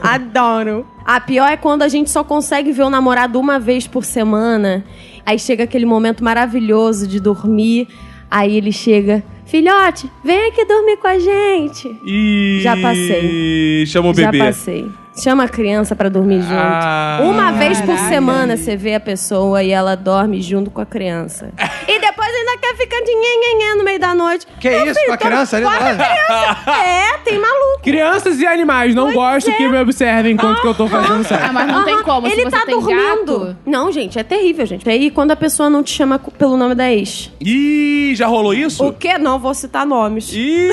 E: Adoro. A pior é quando a gente só consegue ver o namorado uma vez por semana. Aí chega aquele momento maravilhoso de dormir. Aí ele chega, filhote, vem aqui dormir com a gente.
A: E...
E: Já passei.
A: Chama o
E: Já
A: bebê.
E: passei. Chama a criança pra dormir junto.
A: Ah.
E: Uma vez por
D: Caralho.
E: semana você vê a pessoa e ela dorme junto com a criança. e depois ainda quer ficar de nhenhenhen no meio da noite.
B: Que
E: Meu
B: isso?
E: filho,
B: Com a
E: toma-
B: criança ali né?
E: com
B: do
E: a
B: lado?
E: criança. É, tem maluco.
C: Crianças e animais, não
E: Pois
C: gosto
E: é.
C: que me observem enquanto que eu tô fazendo sexo.
D: Ah, mas não tem
E: Aham,
D: como.
E: Ele
D: Se você
E: tá
D: tem
E: dormindo.
D: gato.
E: Não, gente, é terrível, gente. Aí quando a pessoa não te chama cu- pelo nome da ex.
A: Ih, já rolou isso?
E: O quê? Não vou citar nomes.
A: Ih!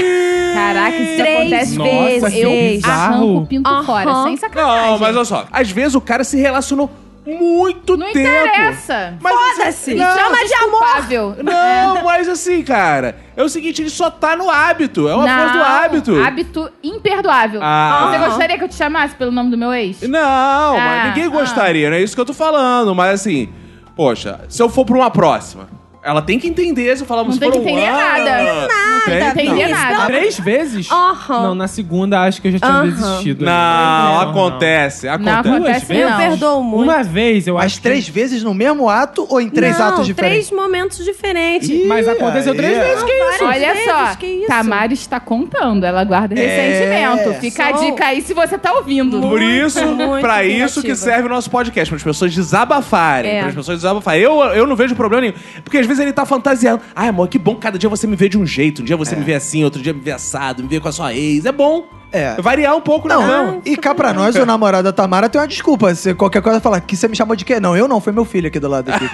D: Caraca, isso
E: Três
D: acontece
E: Nossa,
D: muito.
E: que
D: Eu
C: bizarro.
D: arranco o pinto
E: Aham.
D: fora, sem sacanagem.
A: Não, mas olha só. Às vezes o cara se relacionou muito
D: Não
A: tempo.
D: interessa.
A: Mas assim,
E: Foda-se.
A: Não,
E: chama de amor. É.
D: Culpável. É.
A: Não, mas assim, cara, é o seguinte, ele só tá no hábito. É uma coisa do
D: Não,
A: hábito.
D: Hábito imperdoável.
A: Ah.
D: Você
E: Aham.
D: gostaria que eu te chamasse pelo nome do meu ex?
A: Não, mas
D: Ah,
A: ninguém
D: ah.
A: gostaria, não é isso que eu tô falando. Mas assim, poxa, se eu for pra uma próxima, ela tem que entender se eu falar
D: Não
A: se
D: tem
A: for
D: que
A: um
D: entender
A: ano,
D: nada.
A: Não
D: Não
A: tem.
D: entender
E: Não.
D: nada.
C: Três vezes?
E: Aham.
C: Não, na segunda acho que eu já tinha
E: Aham.
C: desistido.
A: Não,
C: Não,
A: acontece,
D: Não
A: acontece.
D: acontece,
C: vezes?
E: Eu
D: não.
E: perdoo muito.
C: Uma vez, eu
B: Mas
C: acho.
B: três vezes no mesmo ato ou em três
E: não,
B: atos
E: três
B: diferentes?
E: momentos diferentes.
C: que- Mas aconteceu três
A: é.
B: Aí,
C: vezes, que
E: Não,
C: isso?
E: várias
D: Olha
E: vezes,
D: só,
E: que é isso?
D: Tamara está tá contando, ela guarda ressentimento. Fica a
E: sou-
D: dica aí se você tá ouvindo.
A: Por isso,
E: muito
A: pra isso que é
E: criativa.
A: serve o nosso podcast, para as pessoas desabafarem,
E: É.
A: para as pessoas desabafarem. Eu, eu não vejo problema nenhum, porque às vezes ele tá fantasiando. Ai, amor, que bom, cada dia você me vê de um jeito, um dia você me vê assim, outro dia me vê assado, me vê com a sua ex. É bom.
B: É.
A: Variar um pouco, não,
B: Não,
A: não.
B: e cá pra nós, o namorado da Tamara tem uma desculpa. Se qualquer coisa falar, que você me chamou de quê? Não, eu não, foi meu filho aqui do lado aqui.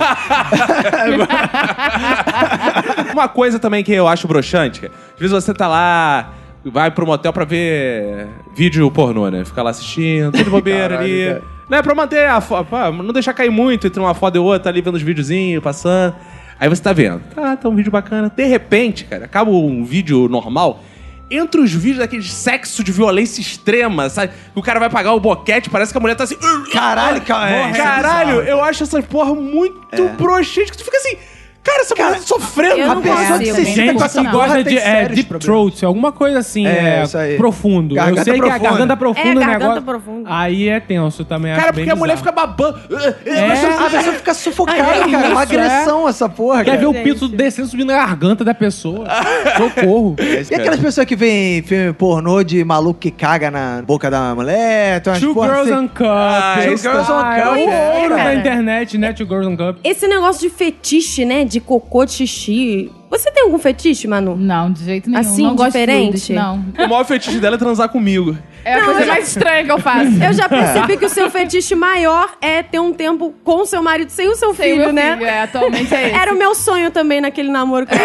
A: Uma coisa também que eu acho broxante, cara, às vezes você tá lá, vai pro motel pra ver vídeo pornô, né? Fica lá assistindo, tudo bobeira ali. Né, pra manter a foto, não deixar cair muito entre uma foto e outra, tá ali vendo os videozinhos, passando. Aí você tá vendo, tá, tá um vídeo bacana. De repente, cara, acaba um vídeo normal, entre os vídeos daqueles sexo de violência extrema, sabe? O cara vai pagar o boquete, parece que a mulher tá assim...
B: Caralho, cara, é, isso é
A: Caralho,
B: bizarro. É.
A: eu acho essa porra muito broxante, que tu fica assim... Cara, essa mulher tá sofrendo,
E: eu não
A: cara.
E: consigo.
B: que
E: Eu
B: se
E: nem
B: senta
C: Gente
A: tá
B: com
C: que
B: essa porra
C: gosta de
B: tem
C: é,
B: sérios
C: deep
B: problemas.
C: throat, alguma coisa assim,
B: É,
C: é,
B: isso aí.
C: profundo.
B: Garganta
C: eu sei que
B: profunda.
C: a garganta profunda
E: É,
C: é
E: garganta
C: negócio.
E: profunda.
C: Aí é tenso também. acho
A: Cara, porque
C: bem
A: a mulher fica
C: bizarro.
A: babando.
C: É.
B: A pessoa fica sufocada,
E: Ai,
B: cara. É uma
C: isso é-
B: agressão essa porra,
C: Quer
B: cara.
C: ver o pito descendo subindo na garganta da pessoa? Socorro.
B: E
A: É.
B: aquelas pessoas que veem filme pornô de maluco que caga na boca da mulher, tem umas
C: Two
B: porra
C: Girls
B: assim. Ah,
C: and Cup.
B: Two
C: Two
B: Girls and Cup,
C: É o
E: é,
C: ouro
E: cara.
C: da internet, né? Two Girls and Cup.
E: Esse negócio de fetiche, né? De cocô, de xixi. Você tem algum fetiche, Manu?
D: Não, de jeito nenhum.
E: Assim,
D: não gosto de
E: diferente?
D: fluidos, não.
A: O maior fetiche dela é transar comigo.
D: É a coisa mais estranha que eu faço. É.
E: Eu já percebi que o seu fetiche maior é ter um tempo com o seu marido sem o seu
D: Sem o
E: filho,
D: meu
E: né?
D: filho, é, atualmente é esse. É,
E: Era o meu sonho também naquele namoro. que eu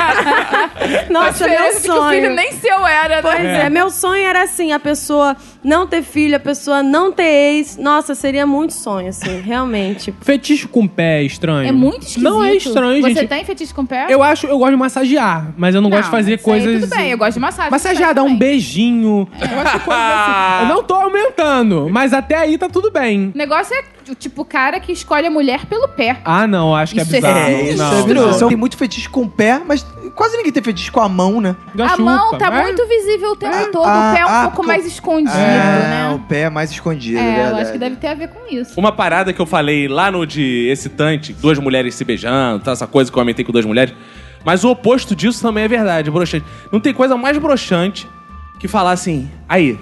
E: tava.
D: A
E: Nossa,
D: diferença
E: meu
D: é que o filho
E: sonho.
D: nem seu era,
E: Pois
D: né?
E: é. meu sonho era assim, a pessoa não ter filho, a pessoa não ter ex. Nossa, seria muito sonho, assim, realmente.
C: Fetiche com pé é estranho.
D: É muito esquisito.
C: Não é estranho,
D: Você tá
C: gente.
D: tem fetiche com pé?
C: Eu acho, eu gosto de massagear, mas eu não, gosto de fazer
D: isso aí é
C: coisas.
D: Tudo bem, eu gosto de massagem.
C: Massagear, dar um
D: também.
C: beijinho.
D: É.
C: Eu gosto de coisas assim. Eu não tô aumentando, mas até aí tá tudo bem.
D: O negócio é, tipo, o cara que escolhe a mulher pelo pé.
C: Ah, não, acho que
D: Isso
C: é
D: é
C: bizarro.
D: sinistro.
B: É, isso
C: não,
B: é
C: não.
B: bizarro. Tem muito fetiche com o pé, mas quase ninguém tem fetiche com a mão, né?
C: Da
D: a
C: chupa,
D: mão tá
C: mas-
D: muito visível o tempo todo,
B: Ah,
D: o pé é um
B: ah,
D: pouco
B: porque-
D: mais escondido,
B: é,
D: né?
B: o pé é mais escondido,
D: É, eu
B: verdade.
D: acho que deve ter a ver com isso.
A: Uma parada que eu falei lá no de excitante, duas mulheres se beijando, tá, essa coisa que eu aumentei com duas mulheres. Mas o oposto disso também é verdade, broxante. Não tem coisa mais broxante que falar assim, aí,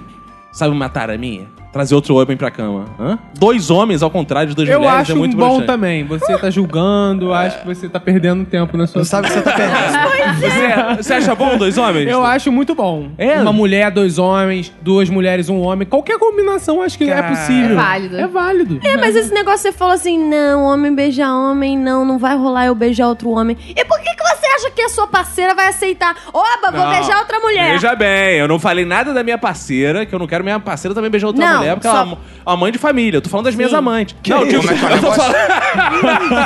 A: sabe matar a minha? Trazer outro homem pra cama. Hã? Dois homens, ao contrário de duas
C: Eu
A: mulheres,
C: acho
A: é muito
C: bom
A: broxante. É.
C: também. Você tá julgando, acho que você tá perdendo tempo na sua é.
B: Não sabe o que você tá perdendo.
A: Você, é, você acha bom dois homens?
C: Eu acho muito bom.
A: É?
C: Uma mulher, dois homens, duas mulheres, um homem. Qualquer combinação acho que é possível.
D: É válido.
C: É válido.
E: É, mas esse negócio você falou assim: não, homem beijar homem, não, não vai rolar eu beijar outro homem. E por que, que você acha que a sua parceira vai aceitar? Oba, vou
A: Não.
E: beijar outra mulher.
A: Veja bem, eu não falei nada da minha parceira, que eu não quero minha parceira também beijar outra
E: Não,
A: mulher, porque
E: só-
A: ela é uma- uma mãe de família. Eu tô falando das minhas amantes. não,
B: isso?
A: digo,
B: Como é que
A: eu tô falando.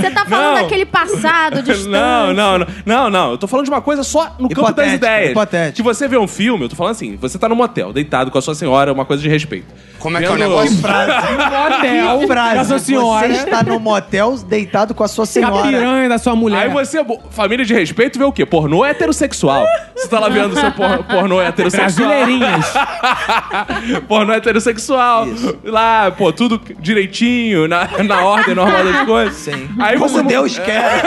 E: Você tá falando
A: Não.
E: daquele passado distante.
A: Não, não, não, não, não. Eu tô falando de uma coisa só no campo das
B: Hipotética,
A: ideias.
B: hipotética.
A: Que você vê um filme, eu tô falando assim, você tá num motel, deitado com a sua senhora, uma coisa de respeito.
G: Como é que é o
A: Vendo-
G: negócio?
C: Motel,
B: Que frase.
C: da sua senhora.
B: Você está no motel deitado com a sua
C: a
B: senhora.
C: piranha da sua mulher.
A: Aí você, bo- família de respeito, vê o quê? Pornô heterossexual. Você tá lá vendo seu por, pornô heterossexual.
C: Brasileirinhas.
A: pornô heterossexual. Lá, pô, tudo direitinho, na, na ordem normal das coisas.
B: Sim.
A: Aí
B: Como
A: você
B: Deus quer.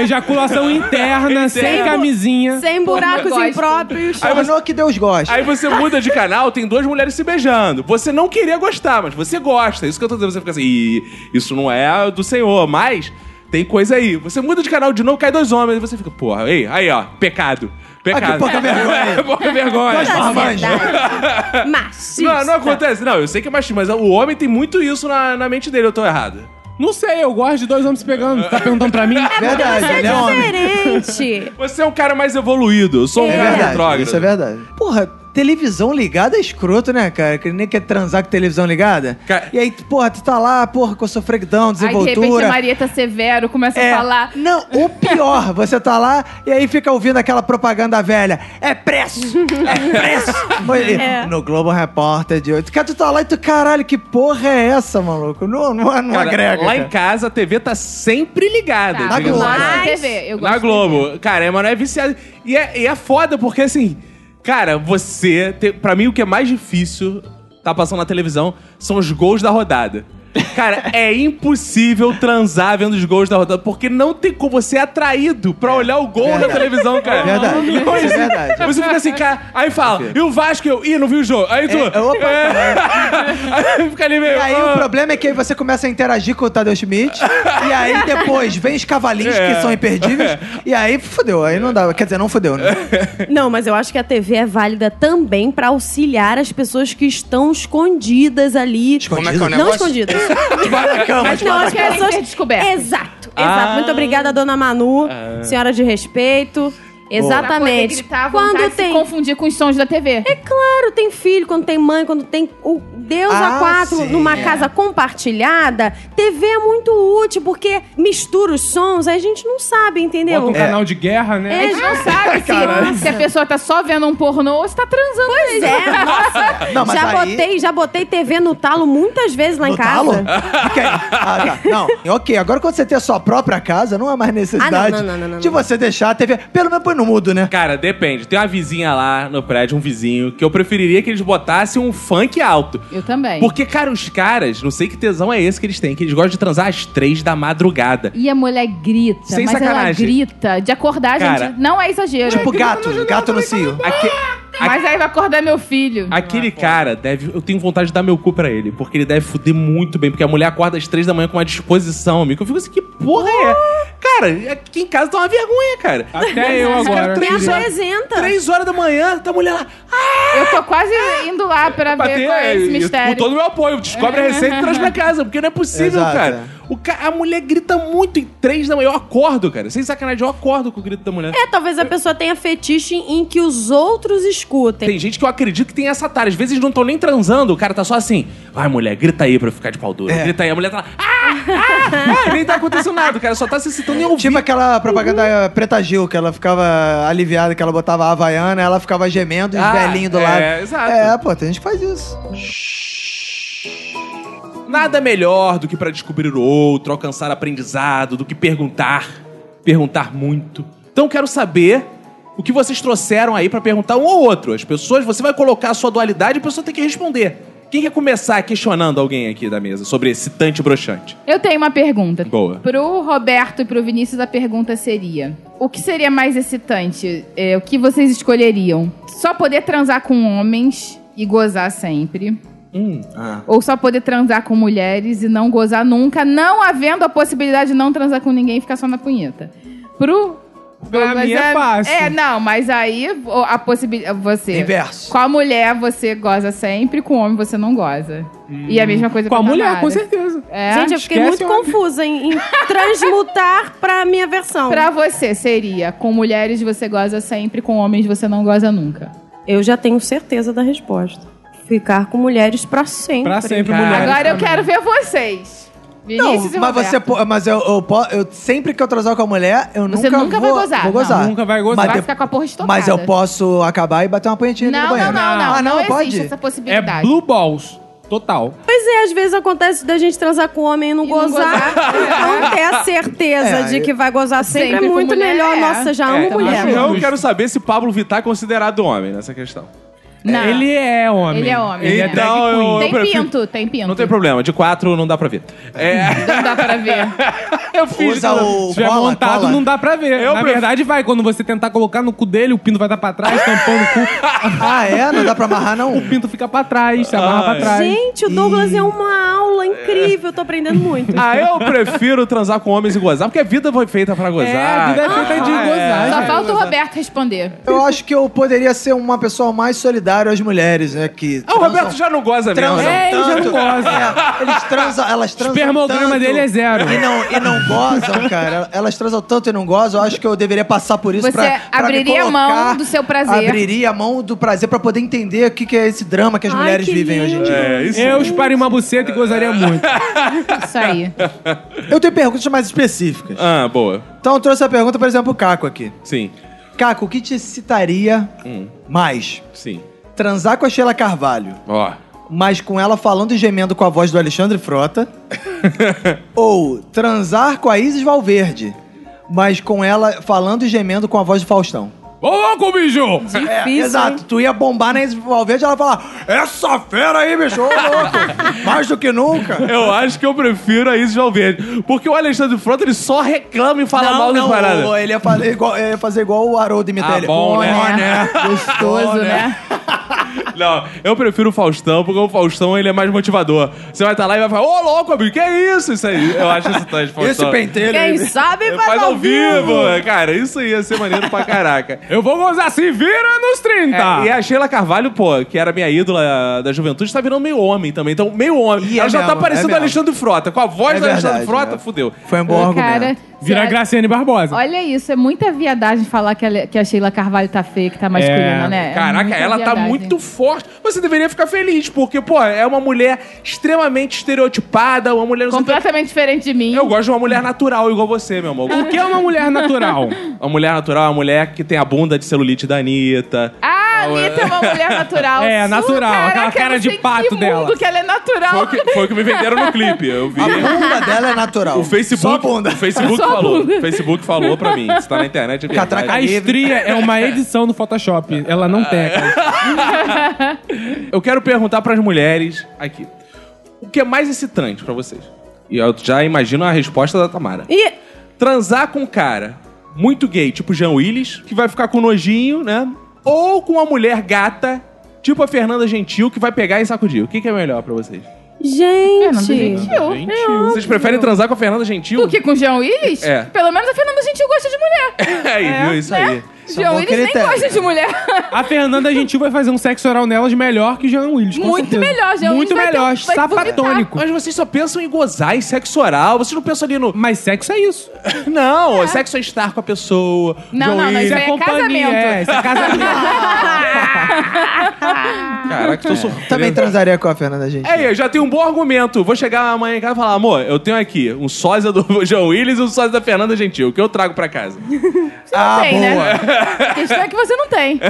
C: Ejaculação interna, sem camisinha.
E: Sem buracos
D: gosto.
E: impróprios.
B: Aí você... que Deus gosta.
A: Aí você muda de canal, tem duas mulheres se beijando. Você não queria gostar, mas você gosta. Isso que eu tô dizendo, você fica assim, "Ih, isso não é do senhor, mas tem coisa aí. Você muda de canal de novo, cai dois homens, e você fica, porra, aí, aí ó, pecado. Pecado.
B: Ah, que pouca vergonha.
A: É, pouca vergonha.
E: Verdade. Machista.
A: Não, não acontece. Não, eu sei que é machismo, mas o homem tem muito isso na, na mente dele, eu tô errado.
C: Não sei, eu gosto de dois homens se pegando. Tá perguntando pra mim?
B: Verdade,
E: É Você
B: né, homem?
E: é diferente.
A: Você é um cara mais evoluído, eu sou um
B: É
A: cara
B: verdade,
A: retrógrado.
B: isso é verdade. Porra, televisão ligada é escroto, né, cara? Que nem quer transar com televisão ligada.
A: Cara-
B: E aí, porra, tu tá lá, porra, com a sua freguidão,
D: Aí, de repente,
B: desenvoltura.
D: a Marieta Severo começa
B: É,
D: a falar...
B: Não, o pior, você tá lá e aí fica ouvindo aquela propaganda velha. É preço! É preço! Foi
D: É.
B: No Globo Repórter de hoje. Cara, tu tá lá e tu, caralho, que porra é essa, maluco? Não, não, não
A: Cara,
B: agrega.
A: lá
B: cara.
A: em casa a TV tá sempre ligada.
D: Tá,
A: diga-se
D: eu
B: Globo.
A: de
D: gosto
A: passagem.
D: da
E: Mas-
D: TV. Eu gosto
A: na
D: da
A: Globo. Cara, Emanuel é viciado. E é, e é foda porque, assim, cara, você. Te, pra mim, o que é mais difícil tá passando na televisão são os gols da rodada. Cara, é impossível transar vendo os gols da rodada, porque não tem como você é atraído pra olhar o gol na
B: Verdade.
A: televisão, cara.
B: Verdade.
A: Não,
B: Isso é
A: isso-
B: verdade.
A: Você fica assim, cara, aí fala, e o Vasco? Eu, Ih, não vi o jogo. Aí tu.
B: É, opa,
A: aí fica ali meio.
B: E aí
A: "Ah".
B: o problema é que aí você começa a interagir com o Tadeu Schmidt, e aí depois vem os cavalinhos que
A: É.
B: são imperdíveis, e aí fudeu, aí não dá. Quer dizer, não fudeu, né?
E: Não, mas eu acho que a TV é válida também pra auxiliar as pessoas que estão escondidas ali.
G: Como é que é o
E: Não
G: negócio?
E: escondidas.
B: Vai na cama,
E: Mas não, as
D: querem
E: pessoas...
D: ser descobertas.
E: Exato. Exato,
C: Ah.
E: exato. Muito
A: Ah.
E: obrigada, dona Manu, senhora de respeito. Exatamente.
G: gritar à vontade,
E: quando
G: se
E: tem.
D: Confundir com os sons da TV.
E: É claro, tem filho, quando tem mãe, quando tem o Deus
B: Ah,
E: a quatro
B: sim,
E: numa
B: é.
E: casa compartilhada, TV é muito útil, porque mistura os sons, aí a gente não sabe, entendeu?
C: Bota um canal de guerra, né?
E: É,
D: A gente não sabe se, se a pessoa tá só vendo um pornô ou se tá transando.
E: Pois é, nossa.
B: Não, mas
E: já,
B: aí-
E: botei, já botei TV no talo muitas vezes lá em
B: No
E: casa.
B: talo? Ok. Ah, tá. Não, ok. Agora quando você tem a sua própria casa, não há mais necessidade
E: Ah, não, não, não, não, não,
B: de
E: não.
B: você deixar a TV. Pelo menos põe no mudo, né?
A: Cara, depende. Tem uma vizinha lá no prédio, um vizinho, que eu preferiria que eles botassem um funk alto.
D: Eu também.
A: Porque, cara, os caras, não sei que tesão é esse que eles têm, que eles gostam de transar às três da madrugada.
D: E a mulher grita,
A: Sem
D: mas ela
A: sacanagem.
D: grita. De acordar,
A: Cara.
D: gente, não é exagero.
B: Tipo gato, gato no cio.
A: Aque-
D: Mas aí vai acordar meu filho.
A: Aquele cara deve. Eu tenho vontade de dar meu cu pra ele, porque ele deve fuder muito bem, porque a mulher acorda às três da manhã com uma disposição, amigo. Eu fico assim, que porra é? Cara, aqui em casa tá uma vergonha, cara.
C: Até eu agora.
E: Me apresenta.
A: Três horas da manhã, tá a mulher lá. Ah!
D: Eu tô quase indo lá pra
A: Pra
D: ver
A: ter,
D: qual é esse
A: é,
D: mistério.
A: Com todo o meu apoio. Descobre a receita e traz pra casa, porque não é possível,
B: Exato,
A: cara. O ca- A mulher grita muito em três da manhã. Eu acordo, cara. Sem sacanagem, eu acordo com o grito da mulher.
E: É, talvez a pessoa tenha fetiche em que os outros escutem.
A: Tem gente que eu acredito que tem essa tarefa. Às vezes não estão nem transando, o cara tá só assim. Vai, mulher, grita aí pra eu ficar de pau duro. Grita aí. A mulher tá lá. Ah, ah, ah, nem tá acontecendo nada, cara. Só tá se excitando e ouvindo.
B: Tipo aquela propaganda Preta Gil, que ela ficava aliviada, que ela botava a Havaiana, ela ficava gemendo e os
A: Ah,
B: velhinhos do
A: é,
B: lado.
A: exato.
B: É, pô, tem gente que faz isso.
A: Nada melhor do que pra descobrir o outro, alcançar aprendizado, do que perguntar. Perguntar muito. Então quero saber o que vocês trouxeram aí pra perguntar um ao outro. As pessoas, você vai colocar a sua dualidade e a pessoa tem que responder. Quem quer começar questionando alguém aqui da mesa sobre excitante e broxante?
D: Eu tenho uma pergunta.
A: Boa.
D: Pro Roberto e pro Vinícius, a pergunta seria: O que seria mais excitante? É, o que vocês escolheriam? Só poder transar com homens e gozar sempre?
A: Hum.
D: Ou só poder transar com mulheres e não gozar nunca, não havendo a possibilidade de não transar com ninguém e ficar só na punheta? Pro.
C: Pra
D: Mas
C: mim é fácil.
D: É, não, mas aí o- a possibilidade. Você.
B: Inverso.
D: Com a mulher você goza sempre, com o homem você não goza. E a mesma coisa
C: Com a
D: pra
C: mulher,
D: Tamara.
C: com certeza.
D: É.
E: gente, eu fiquei
C: esquece
E: muito
C: o homem.
E: confusa em, em transmutar pra minha versão.
D: Pra você seria, com mulheres você goza sempre, com homens você não goza nunca.
E: Eu já tenho certeza da resposta. Ficar com mulheres pra sempre.
C: Pra sempre,
A: Cara.
C: mulher.
D: Agora eu quero ver vocês. Vinícius e
B: Não, mas
D: Roberto.
B: você, po- mas eu, eu, po- eu- sempre que eu transar com a mulher, eu
D: Você
B: nunca,
D: nunca
B: vou,
D: vai gozar,
B: vou
D: não.
B: gozar.
C: Nunca vai gozar.
B: Mas,
D: vai
B: de-
D: ficar com a porra estocada.
B: mas eu posso acabar e bater uma punhetinha ali
D: Não,
B: no
D: não, não,
B: banheiro.
D: não.
B: Ah, não,
D: não
B: pode?
D: existe essa
C: É
D: possibilidade.
C: Blue Balls. Total.
E: Pois é, às vezes acontece da gente transar com homem e não
D: E não
E: gozar.
D: gozar.
E: Então ter a certeza
B: É,
E: de
B: eu-
E: que vai gozar sempre,
D: Sempre
E: é
D: com
E: muito
D: mulher,
E: melhor.
D: é.
E: Nossa, já
D: É,
E: amo
D: também
E: mulher.
C: acho
A: Eu
C: Justo.
A: quero saber se Pablo Vittar é considerado homem nessa questão.
D: Não.
C: Ele é homem.
D: Ele é homem,
C: Ele é
D: né?
C: drag
A: Então,
C: queen.
A: eu-
D: Tem
A: prefiro-
D: pinto, tem pinto.
A: Não tem problema, de quatro não dá pra ver. É,
D: Não dá pra ver.
A: eu fiz.
B: Usa o
C: Se tiver
B: cola,
C: montado,
B: cola.
C: não dá pra ver.
A: Eu
C: Na
A: prefiro-
C: verdade, vai. Quando você tentar colocar no cu dele, o pinto vai estar pra trás, tampando o cu.
B: Ah, é? Não dá pra amarrar, não?
C: O pinto fica pra trás, se amarra
A: Ai.
C: pra trás.
E: Gente, o Douglas é uma aula incrível. Eu tô aprendendo muito.
A: Ah, eu prefiro transar com homens e gozar, porque a vida foi feita pra gozar.
C: É, a vida é feita de
A: Ah,
C: gozar. né?
D: Só
C: gente.
D: falta o Roberto responder.
B: Eu acho que eu poderia ser uma pessoa mais solidária às mulheres, né? Que
A: Ah, o Roberto já não goza mesmo.
B: transam
C: É, ele já não
B: tanto.
C: goza.
B: É, eles transam, elas transam
C: espermograma
B: tanto
C: dele é zero.
B: E não, e não gozam, cara. Elas transam tanto e não gozam. Eu acho que eu deveria passar por isso
D: Você
B: pra, pra me
D: abriria a mão
B: colocar,
D: do seu prazer.
B: Abriria a mão do prazer pra poder entender o que, que é esse drama que as
E: Ai,
B: mulheres
E: que
B: vivem hoje em dia.
A: É, isso. É.
C: Eu esparo em uma buceta e gozaria muito.
D: Isso aí.
B: Eu tenho perguntas mais específicas.
A: Ah, boa.
B: Então eu trouxe a pergunta, por exemplo, o Caco aqui.
A: Sim,
B: Caco, o que te excitaria mais?
A: sim.
B: Transar com a Sheila Carvalho,
A: Ó.
B: mas com ela falando e gemendo com a voz do Alexandre Frota? ou transar com a Isis Valverde, mas com ela falando e gemendo com a voz do Faustão?
C: Ô, louco, bicho!
B: É, exato. Tu ia bombar na Isis Valverde, ela ia falar, essa fera aí, bicho, ô louco, mais do que nunca.
A: Eu acho que eu prefiro a Isis Valverde. Porque o Alexandre Frota, ele só reclama e fala mal das
B: ô,
A: paradas.
B: ele ia
C: Ah,
B: fazer igual, ia fazer igual o Haroldo imita
A: Ah,
B: ele.
A: bom, né?
B: né? Gostoso,
D: Gostoso, né?
A: Não, eu prefiro o Faustão, porque o Faustão ele é mais motivador. Você vai estar lá e vai falar, ô louco, amigo, que é isso? Isso aí. Eu acho isso tá de Faustão.
B: pentelho.
E: Quem sabe
A: Faz, ao vivo. Cara, isso ia ser maneiro pra caraca.
C: Eu vou gozar, se vira nos 30!
A: É, e a Sheila Carvalho, pô, que era minha ídola da juventude, tá virando meio homem também. Então, meio homem.
B: Ih,
A: Ela
B: é
A: já tá
B: mesmo, é
A: parecendo
B: mesmo.
A: Alexandre Frota. Com a voz
B: É
A: do Alexandre
B: verdade,
A: Frota,
B: é.
A: fudeu.
B: Foi um bom argumento.
D: Cara, é.
C: Vira
D: será-
C: Graciane Barbosa.
D: Olha isso, é muita viadagem falar que a, que a Sheila Carvalho tá feia, que tá masculina,
C: É.
D: né? É
A: Caraca,
D: muita
A: ela tá
D: viadagem.
A: muito forte. Você deveria ficar feliz, porque, pô, é uma mulher extremamente estereotipada, uma mulher...
D: Completamente diferente de mim.
A: Eu gosto de uma mulher natural igual você, meu amor.
C: O que é uma mulher natural?
A: Uma mulher natural é uma mulher que tem a bunda de celulite da Anitta.
D: Ah, a Anitta é uma mulher natural.
C: É,
D: Su,
C: natural, aquela cara
D: eu não
C: de
D: sei
C: pato
D: que
C: dela.
D: Mundo que ela é natural.
A: Foi o que, foi o que me venderam no clipe. Eu vi.
B: A bunda dela é natural.
A: O Facebook,
B: Só a bunda.
A: O Facebook
D: Só a
A: falou.
D: bunda.
A: O Facebook falou pra mim. Isso tá na internet. é verdade.
B: Catraca
C: A estria é uma edição do Photoshop. Ela não tem.
B: Ah, é.
C: cara.
A: Eu quero perguntar pras mulheres aqui. O que é mais excitante pra vocês? E eu já imagino a resposta da Tamara.
E: E
A: Transar com um cara muito gay, tipo Jean Willis, que vai ficar com nojinho, né? Ou com uma mulher gata, tipo a Fernanda Gentil, que vai pegar e sacudir. O que, que é melhor pra vocês?
D: Fernanda
E: gente,
D: Gentil.
A: Vocês preferem transar com a Fernanda Gentil?
D: Do que com o Jean Willis?
A: É.
D: Pelo menos a Fernanda Gentil gosta de mulher. É, né?
A: Aí, viu? Isso aí.
D: Jean
B: bom
D: Willis nem
B: critério.
D: gosta de mulher.
C: A Fernanda Gentil vai fazer um sexo oral nelas melhor que o Jean Willis. com
D: Muito
C: certeza.
D: melhor, Jean
C: Muito
D: Willis vai
C: melhor,
D: ter- vai
C: sapatônico.
A: Mas vocês só pensam em gozar, em sexo oral. Vocês não pensam ali no...
C: Mas sexo é isso.
A: Não, sexo é estar com a pessoa.
D: Não, não, não.
C: Isso
D: Isso aí
C: é
D: é
C: companhia.
D: casamento.
C: É, isso é casamento.
A: Caraca, tô surpreso.
B: É. Também transaria com a Fernanda, gente.
A: É, eu já tenho um bom argumento. Vou chegar amanhã em casa e falar, amor, eu tenho aqui um sósia do João Willis e um sósia da Fernanda Gentil, que eu trago pra casa.
B: ah,
D: tem, né?
B: boa.
D: A questão é que você não tem.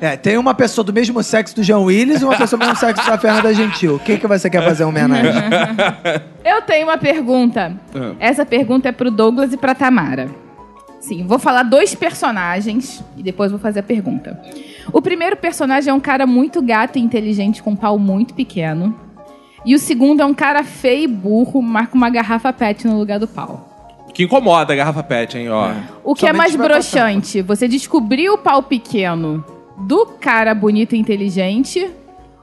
B: É, tem uma pessoa do mesmo sexo do Jean Willis e uma pessoa do mesmo sexo da Fernanda Gentil. O que, que você quer fazer em homenagem?
D: Eu tenho uma pergunta.
B: Ah.
D: Essa pergunta é pro Douglas e pra Tamara. Sim, vou falar dois personagens e depois vou fazer a pergunta. O primeiro personagem é um cara muito gato e inteligente, com um pau muito pequeno. E o segundo é um cara feio e burro, marca uma garrafa pet no lugar do pau.
A: Que incomoda a garrafa pet, hein, ó.
D: O que é
B: Somente
D: mais
B: vai passar.
D: broxante? Você descobrir o pau pequeno do cara bonito e inteligente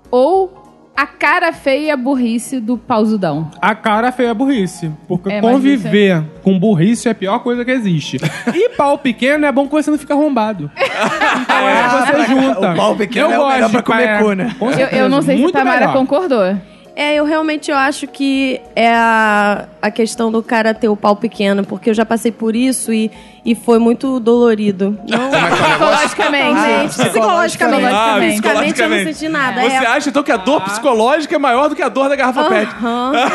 D: ou a cara feia e a burrice do pauzudão?
C: A cara feia é burrice. Porque
D: É, mas
C: conviver com burrice é a pior coisa que existe. E pau pequeno é bom que você não fica arrombado. Então é,
B: Ah, pra-
C: você junta.
B: o pau pequeno
C: eu
B: é o
C: gosto
B: melhor
C: de
B: pra comer
C: pé.
B: cu, né?
C: Com
D: Eu,
C: certeza,
D: eu não sei se
C: muito
D: a Tamara
C: melhor.
D: concordou.
E: É, eu realmente eu acho que é a, a questão do cara ter o pau pequeno, porque eu já passei por isso e, e foi muito dolorido. Não
C: é Ah,
D: Psicologicamente.
E: psicologicamente.
A: Ah,
E: Fisicamente
A: psicologicamente.
E: eu não senti nada.
A: Você
E: é.
A: acha, então, que a dor psicológica é maior do que a dor da garrafa pet?
E: Aham.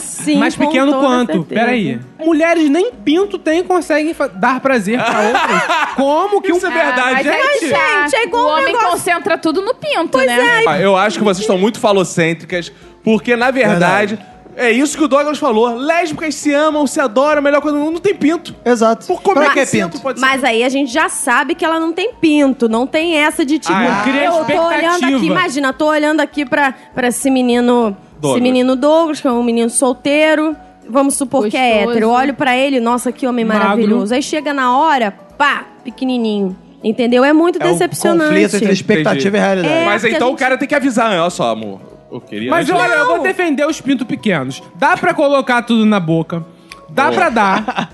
E: Sim,
C: Mas
E: com
C: pequeno
E: toda
C: quanto?
E: certeza.
C: Peraí. Mulheres nem pinto têm conseguem fa- dar prazer pra outras. Como que um...
A: Isso é verdade,
D: Ah, mas aí
A: gente.
D: tá.
E: Gente, é igual
D: o
E: um
D: homem
E: negócio-
D: concentra tudo no pinto, né?
A: Ah, eu acho que vocês estão muito falocêntricas, porque, na verdade, é isso que o Douglas falou. Lésbicas se amam, se adoram, a melhor coisa do mundo não tem pinto.
B: Exato.
A: Por como
B: pra
A: é
B: que
A: que sinto,
B: pinto?
A: pode ser?
E: Mas aí a gente já sabe que ela não tem pinto, não tem essa de tipo,
A: Ah,
C: cria
E: eu tô olhando
C: expectativa.
E: aqui, imagina, tô olhando aqui pra, pra esse menino,
A: Douglas.
E: esse menino Douglas, que é um menino solteiro, vamos supor que é
D: Gostoso.
E: hétero. Eu olho pra ele, nossa, que homem
C: Magro.
E: maravilhoso. Aí chega na hora, pá, pequenininho. Entendeu? É muito
B: É um conflito
E: decepcionante.
B: entre expectativa e realidade.
E: É,
A: Mas
E: porque a
A: então o
E: gente-
A: cara tem que avisar, né? olha só, amor. Eu queria
C: Mas
A: antes-
C: olha, eu vou defender os pintos pequenos. Dá pra colocar tudo na boca. Dá pra dar.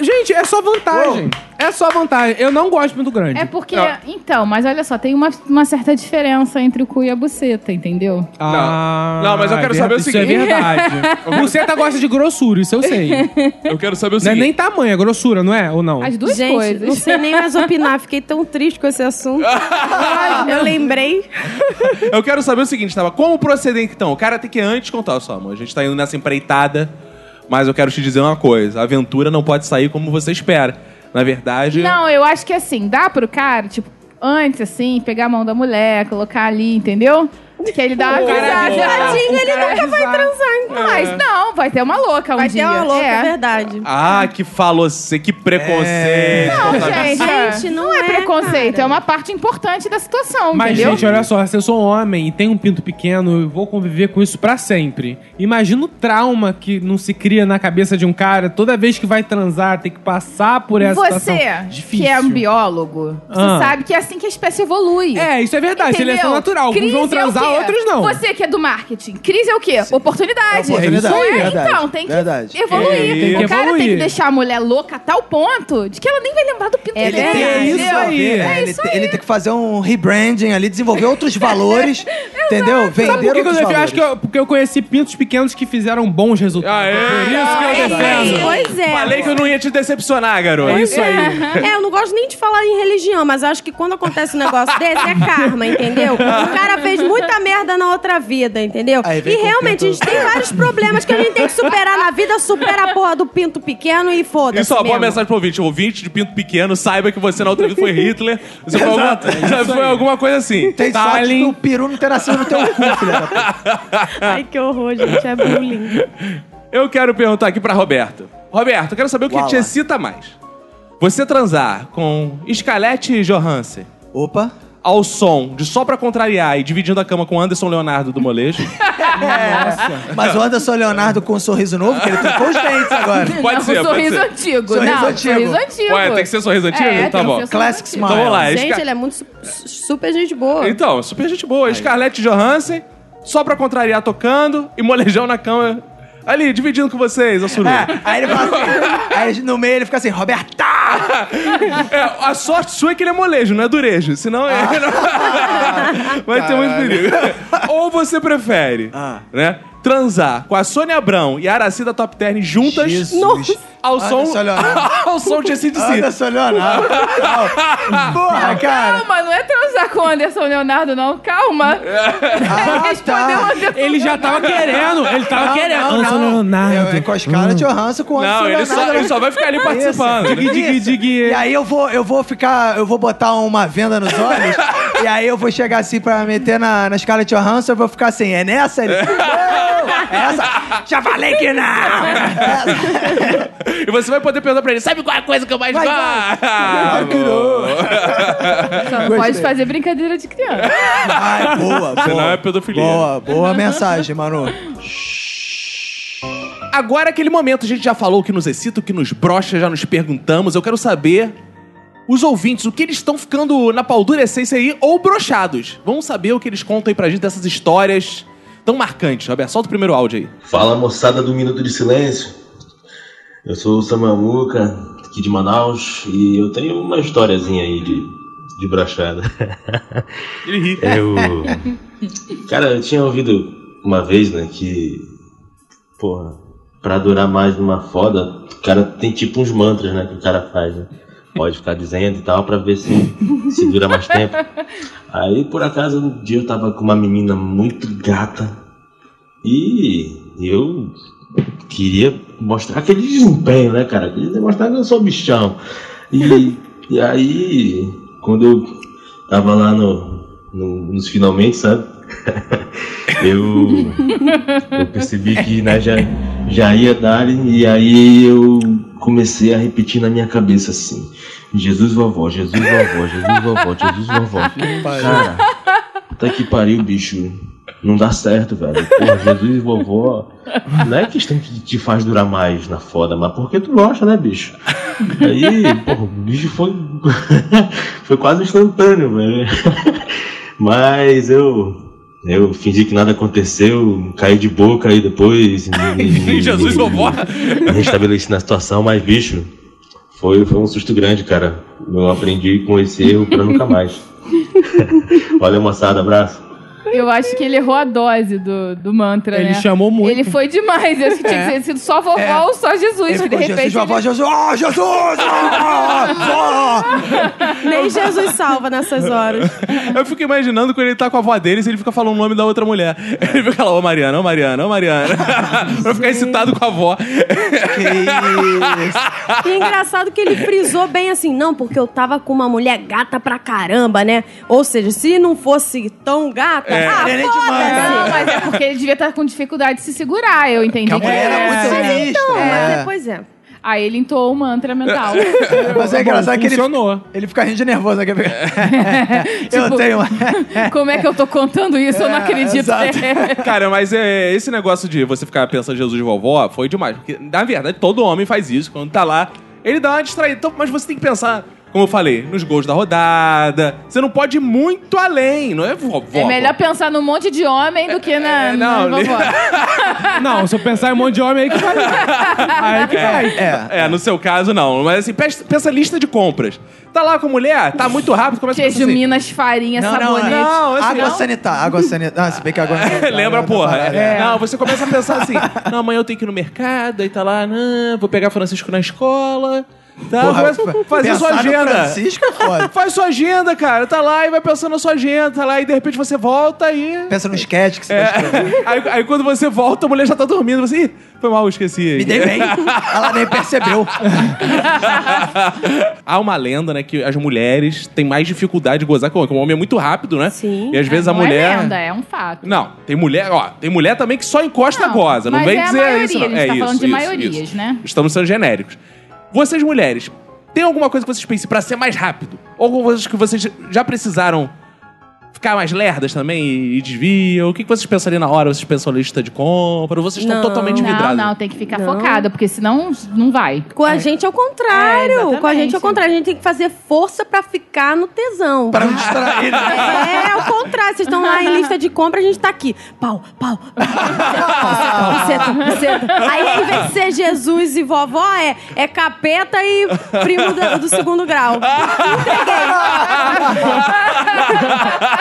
C: Gente, é só vantagem. É só vantagem. Eu não gosto de pinto grande.
D: É porque. Então, mas olha só, tem uma, uma certa diferença entre o cu e a buceta, entendeu?
C: Ah,
A: Não, mas eu quero
C: é
A: saber o
C: verdade.
A: seguinte.
C: Isso é verdade. Buceta gosta de grossura, isso eu sei.
A: Eu quero saber o
C: Não é
A: seguinte.
C: nem tamanho, é grossura, não é? Ou não?
D: As duas
E: Gente,
D: coisas.
E: não sei nem mais opinar. Fiquei tão triste com esse assunto. Ai, eu lembrei.
A: Eu quero saber o seguinte, tava. Como proceder então? O cara tem que antes contar, olha só, amor. A gente tá indo nessa empreitada, mas eu quero te dizer uma coisa: a aventura não pode sair como você espera. Na verdade.
D: Não, eu acho que assim, dá pro cara, tipo, antes assim, pegar a mão da mulher, colocar ali, entendeu? Que ele dá uma
C: cara é
D: avisada.
C: louco. O
E: Tadinho, ele
C: cara
E: nunca
C: é
E: vai
C: bizarro.
E: transar em paz.
D: Mas não, vai ter uma louca um
E: Vai
D: dia.
E: ter uma louca, é
D: é.
E: verdade.
A: Ah, que falou você, que preconceito.
D: Não,
A: Tá-
D: gente,
E: Gente, não
D: não é,
E: é,
D: preconceito,
E: cara.
D: é uma parte importante da situação,
C: Mas,
D: entendeu?
C: gente, olha só, se eu sou homem e tenho um pinto pequeno, eu vou conviver com isso pra sempre. Imagina o trauma que não se cria na cabeça de um cara toda vez que vai transar, tem que passar por essa
D: Você,
C: situação.
D: que é um biólogo,
C: Ah.
D: você sabe que é assim que a espécie evolui.
C: É, isso é verdade,
D: Entendeu?
C: seleção natural. Alguns
D: Crise
C: vão
D: é
C: transar,
D: o quê?
C: outros não.
D: Você que é do marketing. Crise é o quê? Oportunidade.
B: É oportunidade,
D: Não é?
B: verdade,
D: então, tem que
B: verdade.
D: evoluir.
C: Tem que
D: o cara
C: evoluir.
D: tem que deixar a mulher louca a tal ponto de que ela nem vai lembrar do pinto
E: É
D: dele.
E: verdade.
C: É isso
D: entendeu?
C: aí.
D: É
B: né? ele,
D: isso
B: te- ele tem que fazer um rebranding ali, desenvolver outros valores, entendeu? Vender
C: Sabe por que, que eu
B: outros
C: defendo? Eu
B: valores.
C: acho que eu, porque eu conheci pintos pequenos que fizeram bons resultados.
A: Aê!
C: Por isso que eu defendo.
E: Pois é.
A: Falei que eu não ia te decepcionar, garoto.
C: É isso aí.
E: É, eu não gosto nem de falar em religião, mas eu acho que quando acontece um negócio desse, é karma, entendeu? O cara fez muita merda na outra vida, entendeu?
A: Ah, é
B: Aí vem
E: e
B: com o
E: realmente, a gente tem vários problemas que a gente tem que superar na vida, supera a porra do pinto pequeno e foda-se.
A: Isso é uma boa
E: mesmo.
A: mensagem pro ouvinte. O ouvinte de pinto pequeno, saiba que você na outra vida foi Hitler. Você foi, alguma, foi alguma coisa assim.
B: é Tem
C: Stalin.
B: sorte do peru não ter nascido no teu é um cu, filha da puta.
E: Ai, que horror, gente. É bullying.
A: Eu quero perguntar aqui pra Roberta. Roberto, eu quero saber o que
B: Uala.
A: te excita mais. Você transar com Scarlett Johansen
B: Opa.
A: ao som de Só Pra Contrariar e dividindo a cama com Anderson Leonardo do Molejo.
B: Mas o Anderson Leonardo com um sorriso novo, que ele trocou os dentes agora.
A: Pode
D: não,
A: ser, pode
D: sorriso
A: ser.
D: antigo.
B: Sorriso
D: não,
B: antigo.
D: sorriso antigo.
A: Ué, tem que ser sorriso antigo?
D: É,
A: Tá
D: tem que
A: bom.
D: ser sorriso
B: Classic
D: antigo.
A: Então vamos lá.
E: Gente,
A: Scar-
E: ele é muito su- su- super gente boa.
A: Então, super gente boa. Scarlett Johansen, Só Pra Contrariar tocando e Molejão na cama. Ali, dividindo com vocês, a suruba.
B: É, aí ele fala assim, aí no meio ele fica assim, Roberta!
A: É, a sorte sua é que ele é molejo, não é durejo. Senão
B: Ah.
A: é. Vai ter muito perigo. Ou você prefere,
B: Ah.
A: né? Transar com a Sônia Abrão e a Aracida Top Term juntas
E: Nossa.
A: ao
B: Olha
A: som,
B: só, Leonardo.
A: ao som de ACDC.
B: Anderson Leonardo. Não. Porra, cara.
D: Calma, não é transar com o Anderson Leonardo, não. Calma.
B: Ah,
D: Respondeu o
B: tá.
D: Anderson
C: Ele já tava querendo, ele tava
B: Não,
C: querendo.
B: não,
C: Anderson
B: não.
C: Leonardo.
B: Eu- é com a Scarlett Johansson com o Anderson
A: Não, ele
B: Leonardo.
A: só, ele só vai ficar ali participando. né?
C: Dig, dig, dig.
B: E aí eu vou, eu vou ficar, eu vou botar uma venda nos olhos, e aí eu vou chegar assim pra meter na, na Scarlett Johansson, eu vou ficar assim, é nessa? Ele, não, é essa? Já falei que não! É essa.
A: E você vai poder perguntar pra ele: sabe qual é a coisa que eu mais
B: Vai,
A: gosto?
B: vai.
A: Ah,
B: que
D: Só não
B: Gostei.
D: pode fazer brincadeira de criança.
B: Ai, boa, boa.
A: Senão é pedofilia.
B: Boa, boa mensagem, Manu.
A: Agora, aquele momento, a gente já falou o que nos excita, o que nos brocha, já nos perguntamos. Eu quero saber, os ouvintes, o que eles estão ficando na paldurecência aí ou brochados. Vamos saber o que eles contam aí pra gente dessas histórias tão marcantes. Roberto, solta o primeiro áudio aí.
G: Fala moçada do Minuto de Silêncio. Eu sou o Samamuca, aqui de Manaus, e eu tenho uma historiazinha aí de, de brachada.
A: Ele ri.
G: Eu. Cara, eu tinha ouvido uma vez, né, que. Porra, pra durar mais numa foda, o cara tem tipo uns mantras, né, que o cara faz, né? Pode ficar dizendo e tal, pra ver se, se dura mais tempo. Aí, por acaso, um dia eu tava com uma menina muito gata e eu queria mostrar aquele desempenho, né, cara? Queria mostrar que eu sou bichão. E, e aí, quando eu tava lá no, no- nos finalmente, sabe? eu, eu percebi que né, já, já ia dar, e aí eu comecei a repetir na minha cabeça assim: Jesus vovó, Jesus vovó, Jesus vovó, Jesus vovó. Cara, puta que pariu, bicho. Não dá certo, velho. Porra, Jesus e vovó. Não é questão que te faz durar mais na foda, mas porque tu gosta, né, bicho? Aí, porra, o bicho foi. foi quase instantâneo, velho. Mas eu. Eu fingi que nada aconteceu, caí de boca aí depois. me- me-
A: Jesus,
G: me-
A: vovó.
G: me restabeleci na situação, mas, bicho, foi, foi um susto grande, cara. Eu aprendi com esse erro pra nunca mais. Valeu, moçada. Abraço.
D: Eu acho que ele errou a dose do, do mantra,
C: Ele
D: né?
C: chamou muito.
D: Ele foi demais. Eu acho que tinha que ter sido só vovó
B: É.
D: ou só Jesus.
B: Ele
D: de
B: ficou,
D: repente.
B: Jesus, vovó,
D: ele-
B: Jesus, ó, Jesus! ó, ó,
E: Nem Jesus salva nessas horas.
A: Eu fico imaginando quando ele tá com a avó dele, se ele fica falando o nome da outra mulher.
C: É.
A: Ele fica lá, ô Mariana, ô Mariana, ô Mariana. pra ficar excitado com a avó.
B: ó. Que isso.
E: E é engraçado que ele frisou bem assim, não, porque eu tava com uma mulher gata pra caramba, né? Ou seja, se não fosse tão
A: é.
E: gata, Ah,
B: Neném de
E: foda-se.
D: Não, mas é porque ele devia estar com dificuldade de se segurar, eu entendi.
B: Que a
D: que
B: mulher
D: era.
B: era muito feminista,
E: Então, mas
B: né?
E: é, pois é.
D: Aí ele entoou o mantra mental. Tá
B: Mas é engraçado
C: Bom,
B: que ele,
C: funcionou.
B: ele fica rindo de nervoso. Né? eu
A: É.
D: Tipo,
B: tenho...
D: Como é que eu tô contando isso? eu não acredito.
B: exato.
A: Cara, mas é, esse negócio de você ficar pensando em Jesus de vovó foi demais. Porque, na verdade, todo homem faz isso. Quando tá lá, ele dá uma distraída. Então, mas você tem que pensar, como eu falei, nos gols da rodada. Você não pode ir muito além, não é vovó?
D: É melhor pensar num monte de homem do que na,
A: É, não,
D: não, na vovó.
C: Não, se eu pensar em um monte de homem aí que vai. Aí que vai.
B: É.
A: É, no seu caso, não. Mas assim, pensa, pensa lista de compras. Tá lá com a mulher, tá muito rápido, começa a pensar
D: Queijo,
A: assim.
D: minas, farinha,
B: Não, não,
D: sabonete.
B: é-
A: Não, esse
D: assim,
B: água
A: não.
B: sanitária. Água sanitária. Ah, se bem que água sanitária.
A: Lembra,
B: é outra
A: porra.
B: parada.
A: É. Não, você começa a pensar assim: não, amanhã eu tenho que ir no mercado, aí tá lá, não, vou pegar Francisco na escola. Tá,
B: Porra,
A: começa a fazer sua
B: pensar no
A: agenda.
B: Francisco é foda.
A: Faz sua agenda, cara. Tá lá e vai pensando na sua agenda, tá lá e de repente você volta e.
B: Pensa num sketch que você tá escrevendo.
A: É. aí, aí quando você volta, a mulher já tá dormindo. Você, Ih, foi mal, eu esqueci.
B: Me dei bem. Ela nem percebeu.
A: Há uma lenda, né, que as mulheres têm mais dificuldade de gozar com o homem. porque O homem é muito rápido, né?
E: Sim.
A: E às vezes a
D: não
A: mulher.
D: É lenda, é um fato.
A: Não, tem mulher, ó, tem mulher também que só encosta
D: Não,
A: goza. Não
D: mas
A: vem
D: é a
A: dizer
D: maioria,
A: isso. Não.
D: a gente
A: é
D: tá
A: isso,
D: falando de
A: isso,
D: maiorias,
A: isso.
D: né?
A: Estamos sendo genéricos. Vocês mulheres, tem alguma coisa que vocês pensem pra ser mais rápido? Ou coisas que vocês já precisaram ficar mais lerdas também e, e desviam? O que, que vocês pensariam na hora? Vocês pensam na lista de compra? Ou vocês estão
E: Não.
A: totalmente
D: Não,
A: vidrados?
D: não, tem que ficar
E: Não.
D: focada, porque senão não vai.
E: Com a gente é o contrário.
D: É,
E: Com a gente é o
D: exatamente.
E: contrário. A gente tem que fazer força pra ficar no tesão.
B: Pra não distrair. né?
E: É, é o contrário. Vocês estão lá em lista de compra, a gente tá aqui. Pau, pau. é Buceta, buceta, buceta. Aí, em vez de ser Jesus e vovó, é, é capeta e primo do, do segundo grau. Entreguei.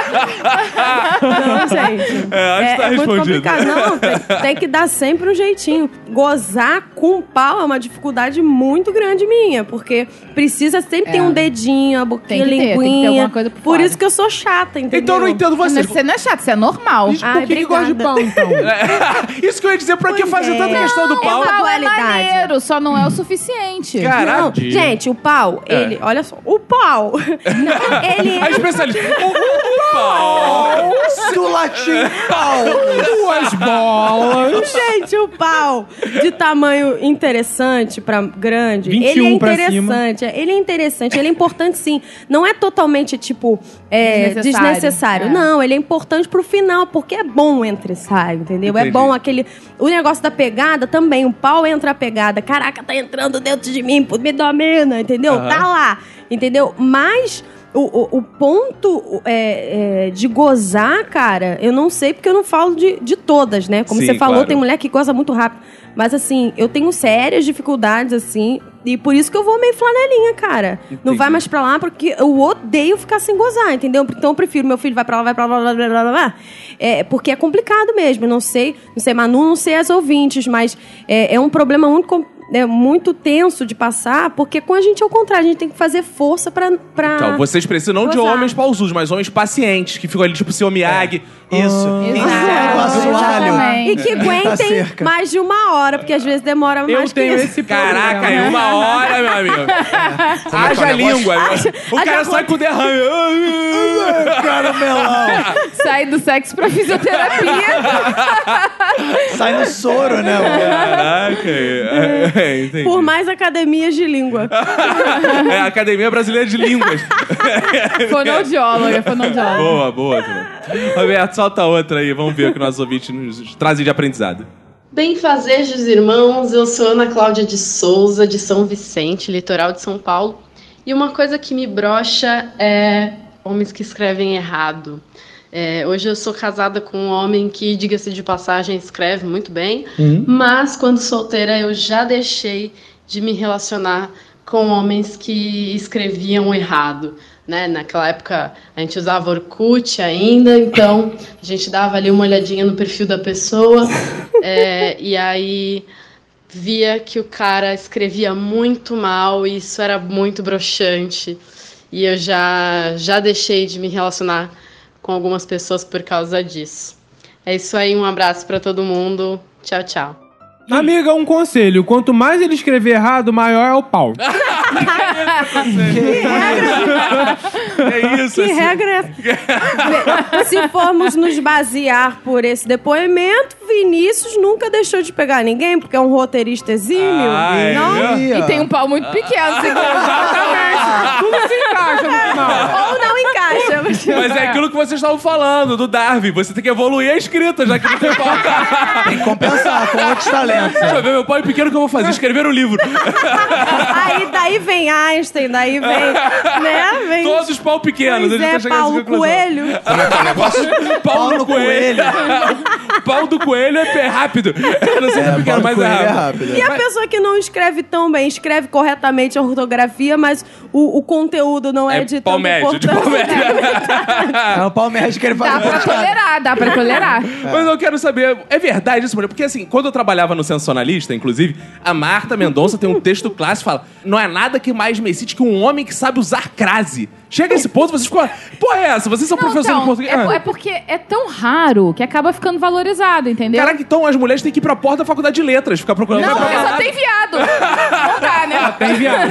E: Não, gente.
A: É, acho que tá
E: muito
A: respondido.
E: complicado. Não, tem, tem que dar sempre um jeitinho. Gozar com pau é uma dificuldade muito grande minha, porque precisa sempre ter um dedinho, a boquinha,
D: É. Tem que ter, tem que ter
E: linguinha.
D: alguma coisa por
E: por
D: fora.
E: isso que eu sou chata, entendeu?
A: Então eu não entendo
D: Mas
A: vocês.
D: Você não é chato, você é normal.
E: Ai,
C: Por que que gosta de
E: obrigada.
C: pau, então?
A: Isso que eu ia dizer, pra que
E: Pois
A: fazer
E: é.
A: tanta questão do
E: Não,
A: pau?
E: é uma-
D: Pau é
E: Qualidade.
D: maneiro, só não é o suficiente.
E: Não,
A: Caralho.
E: gente, o pau,
A: É.
E: ele, olha só, o pau, ele
B: é-
A: A especialista. O, o pau!
B: Do latim.
C: Duas bolas.
E: Gente, o pau de tamanho interessante pra grande,
C: 21
E: ele é
C: pra cima.
E: interessante, é, ele é interessante, ele é importante sim. Não é totalmente tipo é,
D: Desnecessário.
E: desnecessário.
D: É.
E: Não, ele é importante pro final porque é bom o entresaio, entendeu? É
A: Entendi.
E: bom aquele o negócio da pegada também, o pau entra a pegada. Caraca, tá entrando dentro de mim, me domina, entendeu? Tá lá, entendeu? Mas o, o- o ponto é, é, de gozar, cara, eu não sei porque eu não falo de, de todas, né? Como
A: Sim,
E: você falou,
A: claro.
E: tem mulher que goza muito rápido. Mas assim, eu tenho sérias dificuldades, assim, e por isso que eu vou meio flanelinha, cara. Não
A: Entendi.
E: vai mais pra lá, porque eu odeio ficar sem gozar, entendeu? Então eu prefiro meu filho vai pra lá, vai pra lá, blá, blá, blá, blá, blá. É, porque é complicado mesmo. Eu Não sei, não sei, Manu, não sei as ouvintes, mas é, é um problema muito com- é muito tenso de passar, porque com a gente é o contrário, a gente tem que fazer força pra. pra...
A: Então, vocês precisam não de
E: Gozar. É.
A: homens pausudos, mas homens pacientes, que ficam ali tipo seu Miyagi.
E: Ah.
B: Isso.
D: Exato,
B: Isso.
D: exatamente.
E: E que aguentem
B: cerca.
E: mais de uma hora, porque às vezes demora
C: Eu
E: mais
C: tenho
E: que isso.
C: esse
A: Caraca,
C: problema.
A: em uma hora, meu amigo. Haja língua. né?
E: Ah,
A: o
E: haja
A: cara sai
E: vontade.
A: com derrame.
B: Cara, melão.
D: Sai do sexo pra fisioterapia.
B: Sai no soro, né? mano?
A: Caraca. É, entendi.
E: Por mais academias de língua.
A: É a Academia Brasileira de Línguas. É.
D: fonoaudióloga, fonoaudióloga.
A: boa, boa. Simone. Roberto, solta outra aí. Vamos ver o que o nosso ouvinte nos traz de aprendizado.
H: Bem-fazejos, irmãos. Eu sou Ana Cláudia de Souza, de São Vicente, litoral de São Paulo. E uma coisa que me brocha é homens que escrevem errado. É, hoje eu sou casada com um homem que, diga-se de passagem, escreve muito bem,
B: Hum?
H: mas quando solteira eu já deixei de me relacionar com homens que escreviam errado. Né? Naquela época a gente usava Orkut ainda, então a gente dava ali uma olhadinha no perfil da pessoa é, e aí via que o cara escrevia muito mal e isso era muito broxante. E eu já, já deixei de me relacionar com algumas pessoas por causa disso. É isso aí, um abraço pra todo mundo. Tchau, tchau.
C: Amiga, um conselho. Quanto mais ele escrever errado, maior é o pau.
A: É isso,
E: Que
A: assim.
E: regra é essa? Se formos nos basear por esse depoimento, Vinícius nunca deixou de pegar ninguém, porque é um roteirista exímio.
A: Ai,
E: não?
A: eu-
D: E tem um pau
A: Ah.
D: muito pequeno, segundo.
C: Tudo se encaixa no final.
E: Ou não encaixa.
A: Mas é aquilo que vocês estavam falando do Darwin. Você tem que evoluir a escrita, já que não tem pauta.
B: Tem que compensar com outros talentos. né?
A: Deixa eu ver meu pai pequeno o que eu vou fazer. Escrever um livro.
E: Aí daí vem Einstein, daí vem. Né? Vem.
A: Todos os pau pequenos.
E: Pois
A: a gente tá
E: é,
A: chegando a essa
E: Paulo
A: conclusão.
E: Coelho.
B: é
A: Paulo,
B: Paulo
A: Coelho.
B: Coelho.
A: Pau do coelho é pé rápido. Eu não sei se é pequeno,
B: Paulo
A: mas é
B: Coelho
A: rápido.
E: E a pessoa que não escreve tão bem, escreve corretamente a ortografia, mas o, o conteúdo não é,
A: É
E: de
A: pau
E: tanta
A: médio, de pau
E: importância.
A: médio.
B: É o Palmeiras que ele
D: Dá
B: fala.
D: pra tolerar, dá pra tolerar.
A: Mas eu quero saber, é verdade isso, mulher? Porque assim, quando eu trabalhava no Sensacionalista, inclusive, a Marta Mendonça tem um texto clássico que fala: Não é nada que mais me excite que um homem que sabe usar crase. Chega a esse ponto, vocês ficam. Porra, é essa? Vocês são
D: Não,
A: professores
D: então,
A: de português.
D: é, po-
A: Ah.
D: é porque é tão raro que acaba ficando valorizado, entendeu?
A: Caraca, então as mulheres têm que ir pra porta da faculdade de letras, ficar procurando.
D: não, porque só
A: faculdade.
D: tem viado. Não dá,
A: é
D: né?
C: Tem viado.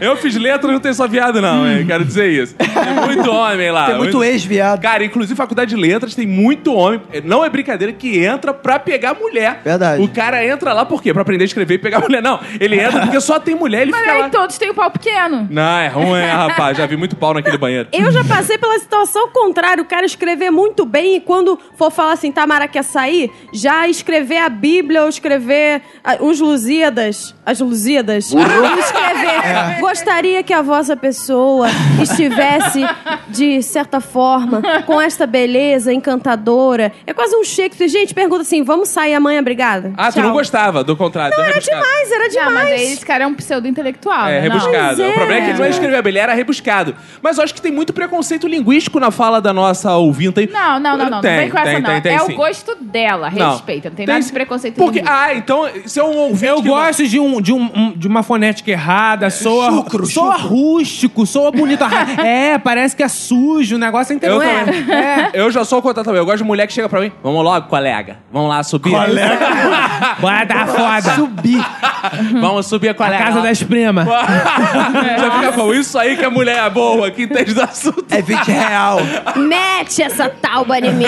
A: Eu fiz letras, não tem só viado, não, hein? Quero dizer isso. Tem muito homem lá.
B: Tem muito ex-viado.
A: Cara, inclusive faculdade de letras tem muito homem. Não é brincadeira que entra pra pegar mulher.
B: Verdade.
A: O cara entra lá por quê? Pra aprender a escrever e pegar mulher. Não, ele entra porque só tem mulher, ele
D: Mas
A: fica
D: aí
A: lá.
D: todos têm o pau pequeno.
A: Não, é ruim, é, rapaz. Já vi muito pau naquele banheiro.
E: Eu já passei pela situação contrária, o cara escrever muito bem e quando for falar assim, Tamara quer sair, já escrever a Bíblia ou escrever ah, os Lusíadas, as Lusíadas, escrever,
D: É.
E: gostaria que a vossa pessoa estivesse de certa forma com esta beleza encantadora. É quase um Shakespeare. Gente, pergunta assim, vamos sair amanhã, obrigada.
A: Ah, tu
E: Tchau.
A: não gostava do contrário. Não,
E: Era demais, era
D: Não,
E: demais.
D: mas aí esse cara é um pseudo-intelectual.
A: É,
D: né? Não.
A: rebuscado.
E: Mas
A: O problema é
E: é.
A: que ele não escrevia bem, ele era rebuscado. Mas eu acho que tem muito preconceito linguístico na fala da nossa ouvinta aí.
D: Não, não, não, não.
A: Tem,
D: não vem com essa,
A: tem,
D: não.
A: tem, tem,
D: é
A: sim.
D: o gosto dela,
A: Não.
D: respeita. Não tem, nada de
A: sim.
D: preconceito
A: Porque,
D: nenhum.
A: ah, então, se é um ouvinte
C: Eu
A: que
C: gosto de, um, de, um, um- de uma fonética errada, soa,
B: É, chucro,
C: soa
B: chucro.
C: rústico, soa bonito. arra- é, parece que é sujo, o negócio é
A: Eu
C: interessante.
A: também. É. Eu já sou o contato também. Eu gosto de mulher que chega pra mim. Vamos logo, colega. Vamos lá subir.
C: Bora dar foda.
B: Subir.
A: Vamos subir,
C: A
A: colega.
C: casa das primas.
A: já fica com isso aí que a mulher é boa, que entende do assunto.
B: É 20 real.
E: Mete essa tauba em mim.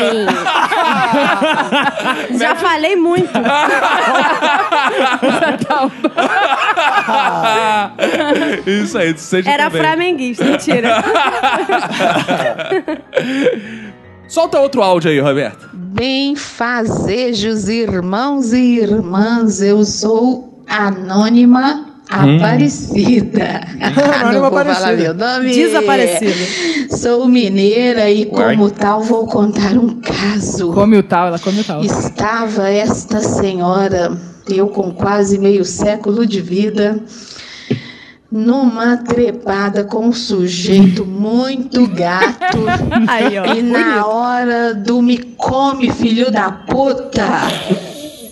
E: Já falei muito.
A: isso aí, seja
E: Era
A: também.
E: flamenguista, mentira.
A: Solta outro áudio aí, Roberto.
I: Bem fazejos, irmãos e irmãs, eu sou anônima
B: Hum.
I: Aparecida. Ah,
B: Anônima
I: Não vou falar
B: Aparecida.
I: meu nome.
E: Desaparecido.
I: Sou mineira e, como tal, vou contar um caso.
D: Come o tal, ela come o tal.
I: Estava esta senhora, eu com quase meio século de vida, numa trepada com um sujeito muito gato.
E: Aí, ó.
I: E na hora do me come, filho da puta,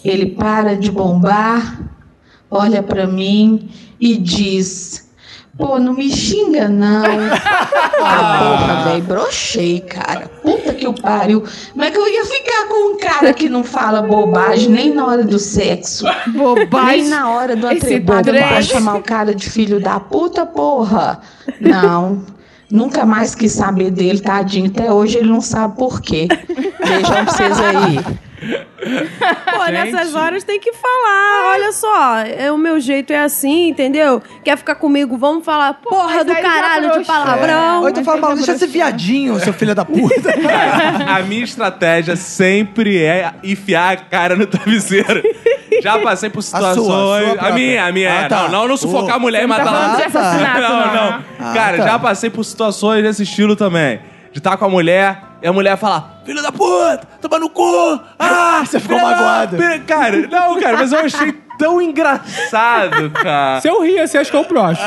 I: ele para de bombar, olha pra mim e diz: Pô, não me xinga, não. Ah, porra, velho, brochei, cara. Puta que eu pariu. Como é que eu ia ficar com um cara que não fala bobagem nem na hora do sexo? Nem
D: Bobagem.
I: na hora do
D: Esse
I: atribado
D: trem.
I: vai chamar o cara de filho da puta, porra. Não. Nunca mais quis saber dele, tadinho. Até hoje ele não sabe por quê. Beijão pra vocês aí.
E: Pô, nessas horas tem que falar. Olha só, é, o meu jeito é assim, entendeu? Quer ficar comigo? Vamos falar porra
D: mas
E: do
D: aí tá já
E: caralho de
D: broxou.
E: palavrão.
B: Ou então fala,
D: tá
B: maluco, deixa esse viadinho, seu filho da puta.
A: A minha estratégia sempre é enfiar a cara no travesseiro. Já passei por situações. A,
B: sua, a sua própria.
A: minha, a minha.
B: Ah,
A: é.
B: tá.
A: Não, não, não sufocar
B: Oh.
A: a mulher e
C: tá
A: matar
D: tá falando
A: ela.
D: de assassinato,
A: não,
D: não.
A: não.
B: Ah,
A: Cara,
B: tá.
A: já passei por situações desse estilo também. De estar com a mulher e a mulher falar: Filho da puta, toma no cu! Ah,
B: Você ficou
A: filha da
B: magoado.
A: pe-" Cara, não, cara, mas eu achei tão engraçado, cara.
C: Se eu rir, você acha que é o próximo.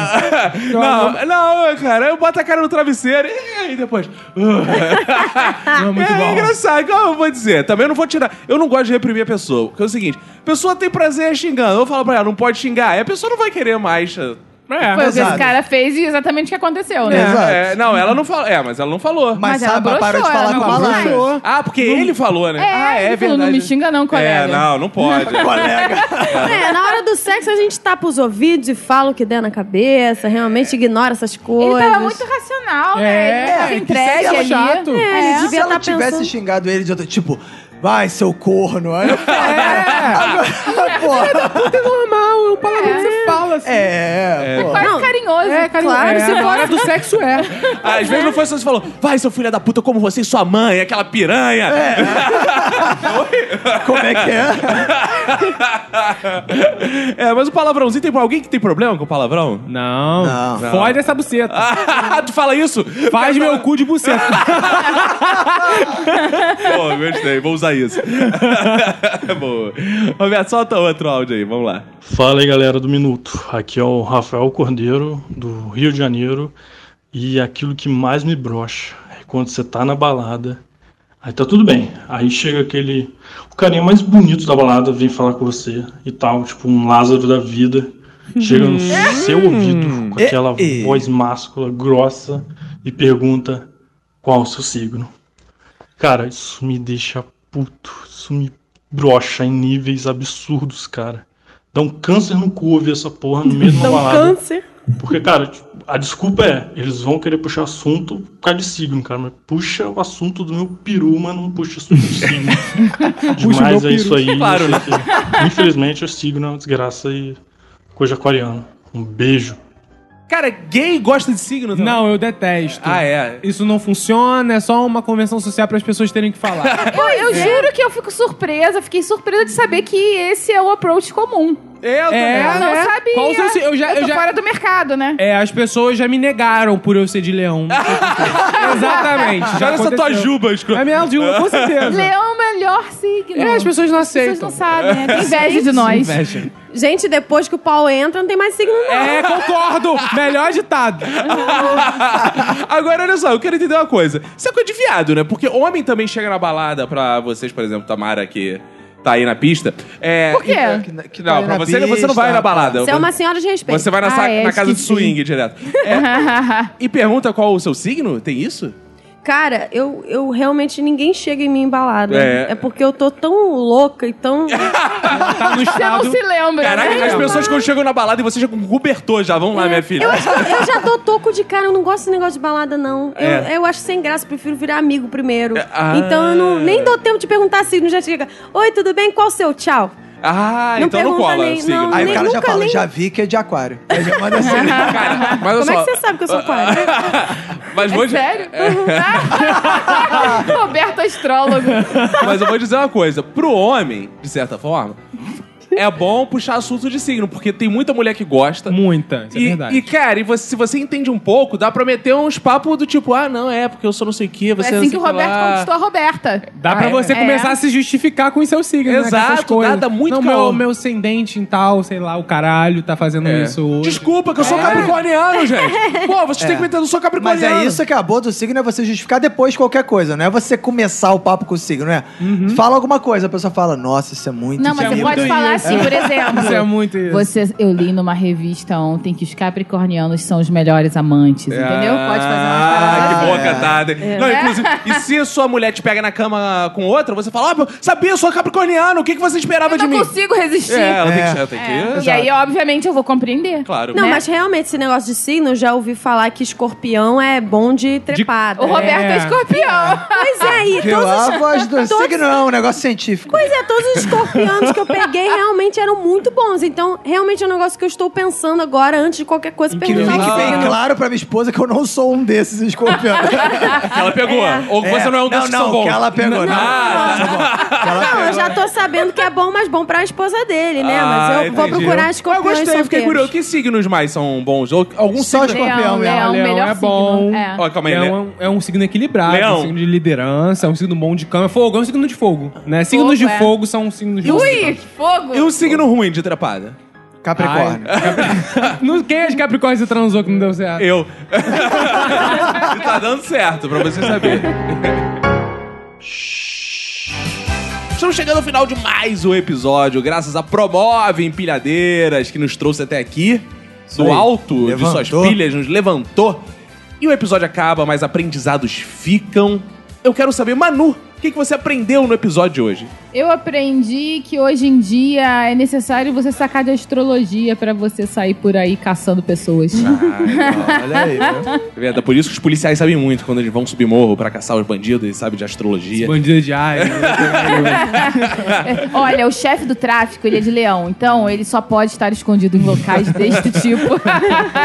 A: Não, não, cara, eu boto a cara no travesseiro e aí depois.
C: muito
A: é,
C: bom.
A: engraçado, como eu vou dizer? Também eu não vou tirar. Eu não gosto de reprimir a pessoa. Porque é o seguinte: a pessoa tem prazer xingando. Eu falo pra ela, não pode xingar. Aí a pessoa não vai querer mais eh,
C: É.
D: Foi o que esse
B: exato.
D: cara fez e exatamente o que aconteceu, né?
B: Exato.
A: É, não, ela não falou. É, mas ela não falou.
B: Mas,
D: Mas ela
B: sabe,
D: broxou,
B: parou Ah, de
D: ela
B: falar
D: não
B: com a
D: falou
B: Malaya.
C: Broxou.
A: Ah, porque ele falou, né? ah, é
D: ele falou,
A: verdade.
D: não me xinga não,
A: É,
D: colega.
A: não, não pode.
B: Colega.
E: É, na hora do sexo a gente tapa os ouvidos e fala o que der na cabeça, realmente ignora essas coisas.
D: Ele tava Então, é muito racional, né? Ele tava
C: É,
D: se
C: que isso
D: entregue
C: é
D: ali.
C: chato.
E: É, ele
B: Se
E: devia
B: ela
E: estar
B: tivesse
E: pensando.
B: xingado ele de outro tipo, vai, seu corno. Aí eu falo, agora, porra.
C: É normal, é um palavrão que você fala, assim.
B: É, pô.
D: Quase
E: Não.
D: carinhoso.
C: É, cara,
E: Claro,
C: é,
E: se
C: na
E: for-
C: hora do sexo é.
A: Às vezes não foi só você falou, vai, seu filho da puta, como você e sua mãe, aquela piranha.
B: Como é que é?
A: É, mas o palavrãozinho tem alguém que tem problema com o palavrão?
C: Não,
B: Não.
C: fode essa buceta.
A: Ah, tu fala isso?
C: Faz meu cu de buceta.
A: Pô, gostei, vou usar isso. Boa. Roberto, solta outro áudio aí, vamos lá.
J: Fala aí galera do Minuto, aqui é o Rafael Cordeiro do Rio de Janeiro e aquilo que mais me brocha é quando você tá na balada, aí tá tudo bem, aí chega aquele, o carinha mais bonito da balada vem falar com você e tal, tipo um Lázaro da vida, chega no seu ouvido com aquela
B: É, é.
J: voz máscula, grossa e pergunta qual o seu signo. Cara, isso me deixa puto, isso me brocha em níveis absurdos, cara. Dá um câncer no cu ouvir essa porra no meio de
C: um
J: uma balada. Porque, cara, tipo, a desculpa é, eles vão querer puxar assunto por causa de signo, cara. Mas puxa o assunto do meu peru, mas não puxa assunto do signo.
C: Puxa o
J: Demais
C: meu
J: é
C: peru. né?
J: isso aí.
A: Claro,
J: não sei que- Infelizmente, o signo é uma desgraça e coisa aquariana. Um beijo.
A: Cara, gay gosta de signo também?
C: Não, eu detesto.
A: Ah, é.
C: Isso não funciona, é só uma convenção social para as pessoas terem que falar.
D: Eu, eu juro que eu fico surpresa, fiquei surpresa de saber que esse é o approach comum.
A: Eu
C: É,
D: eu não
C: né?
D: sabia.
C: Qual o seu si- eu já-
D: tô
C: eu já-
D: fora do mercado, né?
C: É, as pessoas já me negaram por eu ser de leão. Exatamente. já
A: Olha essa tua
C: aconteceu.
A: juba, escuro.
C: É minha ajuda, com certeza.
D: Leão é o melhor signo.
C: É, as pessoas não
D: As pessoas
C: aceitam.
D: não sabem, né? Tem inveja de nós.
C: Inveja.
E: Gente, depois que o pau entra, não tem mais signo não.
C: É, concordo. Melhor ditado.
A: Agora, olha só, eu quero entender uma coisa. Isso é coisa de viado, né? Porque homem também chega na balada pra vocês, por exemplo, Tamara, que tá aí na pista. É,
D: Por quê?
A: e-
B: Que- que tá
A: não,
B: aí
A: pra
B: na
A: você, você não vai
B: pista,
A: na balada.
E: Você é uma senhora de respeito.
A: Você vai na, sa-
D: Ah, é,
A: na casa de
D: esqueci.
A: swing direto. É, e pergunta qual o seu signo? Tem isso?
E: Cara, eu, eu realmente ninguém chega em mim embalada.
A: É.
E: É. porque eu tô tão louca e tão.
C: Tá no
D: Você não
C: estado.
D: se lembra, né?
A: Caraca, as pessoas quando chegam na balada e você já com um cobertor já. Vamos lá, minha filha.
E: Eu, acho- eu já dou toco de cara, eu não gosto desse negócio de balada, não. Eu,
A: É.
E: eu acho sem graça, eu prefiro virar amigo primeiro.
A: ah.
E: Então eu não, nem dou tempo de perguntar signo, já chega. Oi, tudo bem? Qual o seu? Tchau.
A: Ah,
E: Não
A: então não
E: pergunta
A: cola
E: nem-
A: o signo.
E: não,
B: Aí
E: nem-
B: o cara já
E: nunca
B: fala,
E: nem-
B: já vi que é de aquário. Aí já manda assim.
A: Cara, mas olha
E: Como é
A: só, ah,
E: que você sabe que eu sou aquário?
A: Mas É.
D: É
A: vou, di-
D: sério? Roberto Astrólogo.
A: mas eu vou dizer uma coisa. Pro homem, de certa forma, é bom puxar assunto de signo, porque tem muita mulher que gosta.
C: Muita, isso é
A: e,
C: verdade.
A: e, cara, e você- se você entende um pouco, dá pra meter uns papos do tipo, ah, não, é, porque eu sou não sei o quê, você
D: é
A: não
D: assim
A: sei
D: que o
A: que
D: Roberto
A: lá.
D: conquistou a Roberta.
C: Dá pra
A: Ah, é?
C: você
D: É.
C: começar a se justificar com os seus signos, né? Com essas
A: Exato,
C: coisas.
A: dá- dá muito
C: Não,
A: caô.
C: meu, meu ascendente em tal, sei lá, o caralho tá fazendo
A: É.
C: isso hoje. É.
A: Desculpa, que eu sou capricorniano, gente. Pô, vocês têm que meter, eu sou
B: É. Mas
A: capricorniano.
B: é isso que é a boa do signo, é você justificar depois qualquer coisa. Não é você começar o papo com o signo, né?
A: Uhum.
B: Fala alguma coisa, a pessoa fala, nossa, isso é muito
D: Não, mas
B: signo."
D: você pode falar assim, por exemplo.
C: Isso é muito isso.
D: Você, eu li numa revista ontem que os capricornianos são os melhores amantes,
A: É.
D: entendeu? Pode fazer uma
A: Ah, que
D: parada. É.
A: boa cantada. hein? Não, inclusive, e se sua mulher te pega na cama com outra, você fala, ah, sabia, eu sou capricorniano, o que, que você esperava
D: Eu
A: de mim?
D: não consigo resistir.
A: É, ela tem que...
B: É.
A: ela tem que-
D: É. E
A: Exato.
D: aí, obviamente, eu vou compreender.
A: Claro.
E: Não,
D: Né?
E: mas realmente esse negócio de signo, eu já ouvi falar que escorpião é bom de trepada.
D: O Roberto é,
C: É.
D: escorpião.
E: Pois é, e
B: Viu?
E: todos os-
B: A voz do signo é um negócio científico.
E: Pois é, todos os escorpianos que eu peguei realmente eram muito bons. Então, realmente é um negócio que eu estou pensando agora, antes de qualquer coisa,
B: Que
E: perguntar
B: fique
E: o
B: bem
E: signo.
B: claro pra minha esposa que eu não sou um desses escorpiões.
A: Ela pegou. Ou você não é um desses que
B: não,
A: são bons.
B: que ela pegou. tá? Não,
A: Ah,
B: não, não, não, que ela
E: Não, eu
B: pegou.
E: já tô sabendo que é bom, mas bom pra esposa dele, né?
A: Ah,
E: mas eu vou
A: entendi.
E: procurar
A: Eu
E: escorpiões
A: gostei, fiquei
E: solteiros.
A: curioso. Que signos mais são bons? Ou algum
B: Só
A: signo... é
B: escorpião.
D: Leão,
B: mesmo.
A: Então
D: leão,
C: Leão
D: melhor
C: é
D: signo.
C: bom.
D: É.
A: Ó, calma aí,
C: Leão é
A: né?
C: um, é um signo equilibrado,
A: Leão.
C: um signo de liderança, é um signo bom de cama. Fogo é um signo de fogo, né? Signos de
D: é.
C: fogo são signos de
D: Ui, que fogo.
A: E um signo ruim de trapada?
B: Capricórnio.
C: Não, quem é de Capricórnio que transou que não deu certo?
A: Eu. e tá dando certo, pra você saber. Estamos chegando ao final de mais um episódio, graças a Promove Empilhadeiras, que nos trouxe até aqui. do
B: Aí,
A: alto de
B: levantou.
A: suas pilhas, nos levantou. E o episódio acaba, mas aprendizados ficam. Eu quero saber, Manu, o que, que você aprendeu no episódio de hoje?
D: Eu aprendi que hoje em dia é necessário você sacar de astrologia pra você sair por aí caçando pessoas.
B: Olha aí, né?
A: É verdade, por isso que os policiais sabem muito quando eles vão subir morro pra caçar os bandidos, eles sabem de astrologia.
C: Bandido de ar.
D: né? É, Olha, o chefe do tráfico, ele é de leão, então ele só pode estar escondido em locais deste tipo.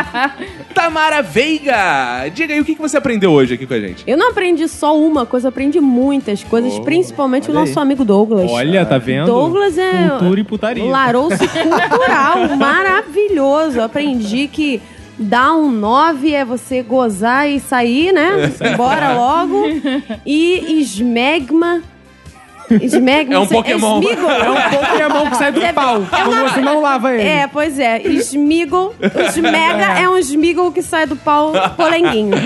A: Tamara Veiga! Diga aí o que, que você aprendeu hoje aqui com a gente.
E: Eu não aprendi só uma coisa, eu aprendi muitas coisas, principalmente o
B: Oh, olha
E: nosso
B: aí.
E: amigo Douglas.
C: Olha, tá vendo?
E: Douglas é
C: Cultura e putaria.
E: larou-se cultural, maravilhoso. Eu aprendi que dar um 9 é você gozar e sair,
C: É,
E: né? Bora logo. E esmegma. Esmegma.
A: É um
E: não sei,
A: Pokémon.
E: Smigol.
C: É um Pokémon que sai do
E: É-
C: pau. Quando você não lava ele.
E: É, pois é. Smigol. Smega é um Smigol que sai do pau polenguinho.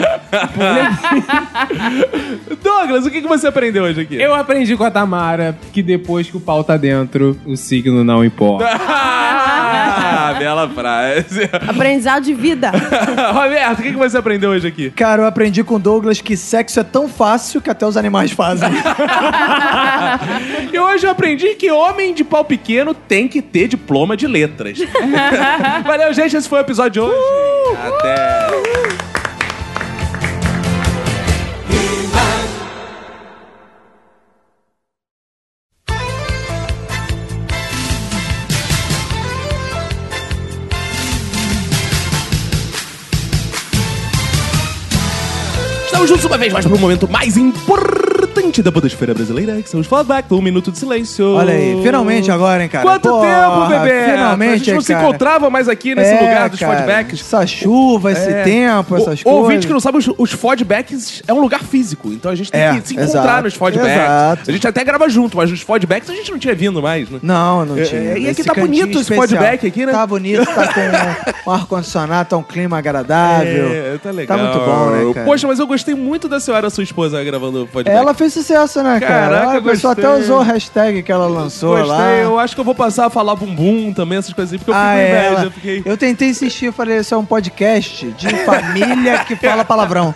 A: Douglas, o que, que você aprendeu hoje aqui?
C: Eu aprendi com a Tamara que depois que o pau tá dentro, o signo não importa.
A: Ah, bela frase.
E: Aprendizado de vida.
A: Roberto, o que, que você aprendeu hoje aqui?
B: Cara, eu aprendi com o Douglas que sexo é tão fácil que até os animais fazem.
A: E hoje eu aprendi que homem de pau pequeno tem que ter diploma de letras. Valeu, gente. Esse foi o episódio de hoje.
D: Uh!
A: Até. Estamos juntos uma vez mais para o momento mais importante da podosfera brasileira, que são os flashbacks, um minuto de silêncio.
B: Olha aí, finalmente agora, hein, cara?
A: Quanto
B: Porra,
A: tempo, bebê?
B: Finalmente,
A: A gente não
B: hein,
A: se
B: cara?
A: encontrava mais aqui nesse
B: É,
A: lugar dos
B: cara,
A: feedbacks.
B: Essa chuva, esse
A: É.
B: tempo, essas
A: o,
B: coisas.
A: Ouvinte que não sabe, os, os feedbacks é um lugar físico. Então a gente tem
B: É,
A: que se encontrar
B: exato,
A: nos feedbacks.
B: exato.
A: A gente até grava junto, mas nos feedbacks a gente não tinha vindo mais, né?
B: Não, não
A: É,
B: tinha.
A: é, e
B: Esse
A: aqui tá
B: cantinho
A: bonito esse
B: especial.
A: feedback aqui, né?
B: Tá bonito, tá com um ar-condicionado, tá um clima agradável.
A: É, tá legal.
B: Tá muito bom, né, cara?
A: Poxa, mas eu gostei muito da senhora, sua esposa, gravando o podcast.
B: Ela fez sucesso, né, cara?
A: Caraca,
B: a pessoa
A: gostei.
B: até usou a hashtag que ela lançou
A: Gostei,
B: lá.
A: eu acho que eu vou passar a falar bumbum também, essas coisas assim, porque eu fico
B: Ah,
A: com
B: é,
A: inveja.
B: ela-
A: Eu fiquei...
B: Eu tentei insistir, eu falei, isso é um podcast de família que fala palavrão.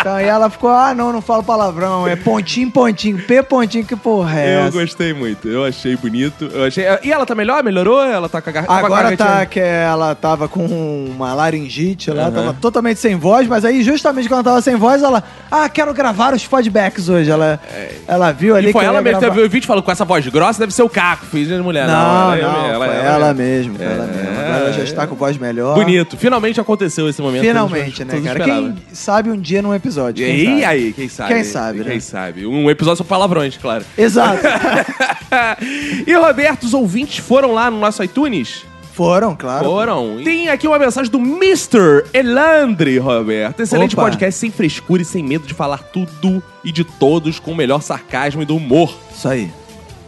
B: Então, aí ela ficou, ah, não, não falo palavrão, é pontinho, pontinho, P pontinho, que porra é
A: Eu
B: essa?
A: gostei muito, eu achei bonito. Eu achei... E ela tá melhor? Melhorou? Ela tá com a gar... com a
B: Agora
A: gargantinha-
B: tá que ela tava com uma laringite, ela tava totalmente sem voz, mas aí justamente quando ela tava sem voz, ela, ah, quero gravar os feedbacks hoje. Ela, ela viu ali
A: É. E foi
B: que eu
A: ela
B: ia
A: mesmo que
B: gravar.
A: viu o vídeo e falou: com essa voz grossa deve ser o Caco, fiz de mulher.
B: Não, não,
A: era eu mesmo, É.
B: foi ela, mesmo, foi ela mesmo. Agora ela já está com voz melhor.
A: Bonito, finalmente aconteceu esse momento.
B: Finalmente, né,
A: Todos
B: cara?
A: esperavam.
B: Quem sabe um dia num episódio.
A: E
B: quem
A: aí,
B: sabe?
A: aí, quem sabe?
B: Quem sabe, né?
A: Quem sabe? Um episódio só palavrões, claro.
B: Exato.
A: e Roberto, os ouvintes foram lá no nosso iTunes?
B: Foram, claro.
A: Foram. Tem aqui uma mensagem do Mr. Elandre, Roberto. Excelente
B: Opa.
A: podcast, sem frescura e sem medo de falar tudo e de todos com o melhor sarcasmo e do humor.
B: Isso aí.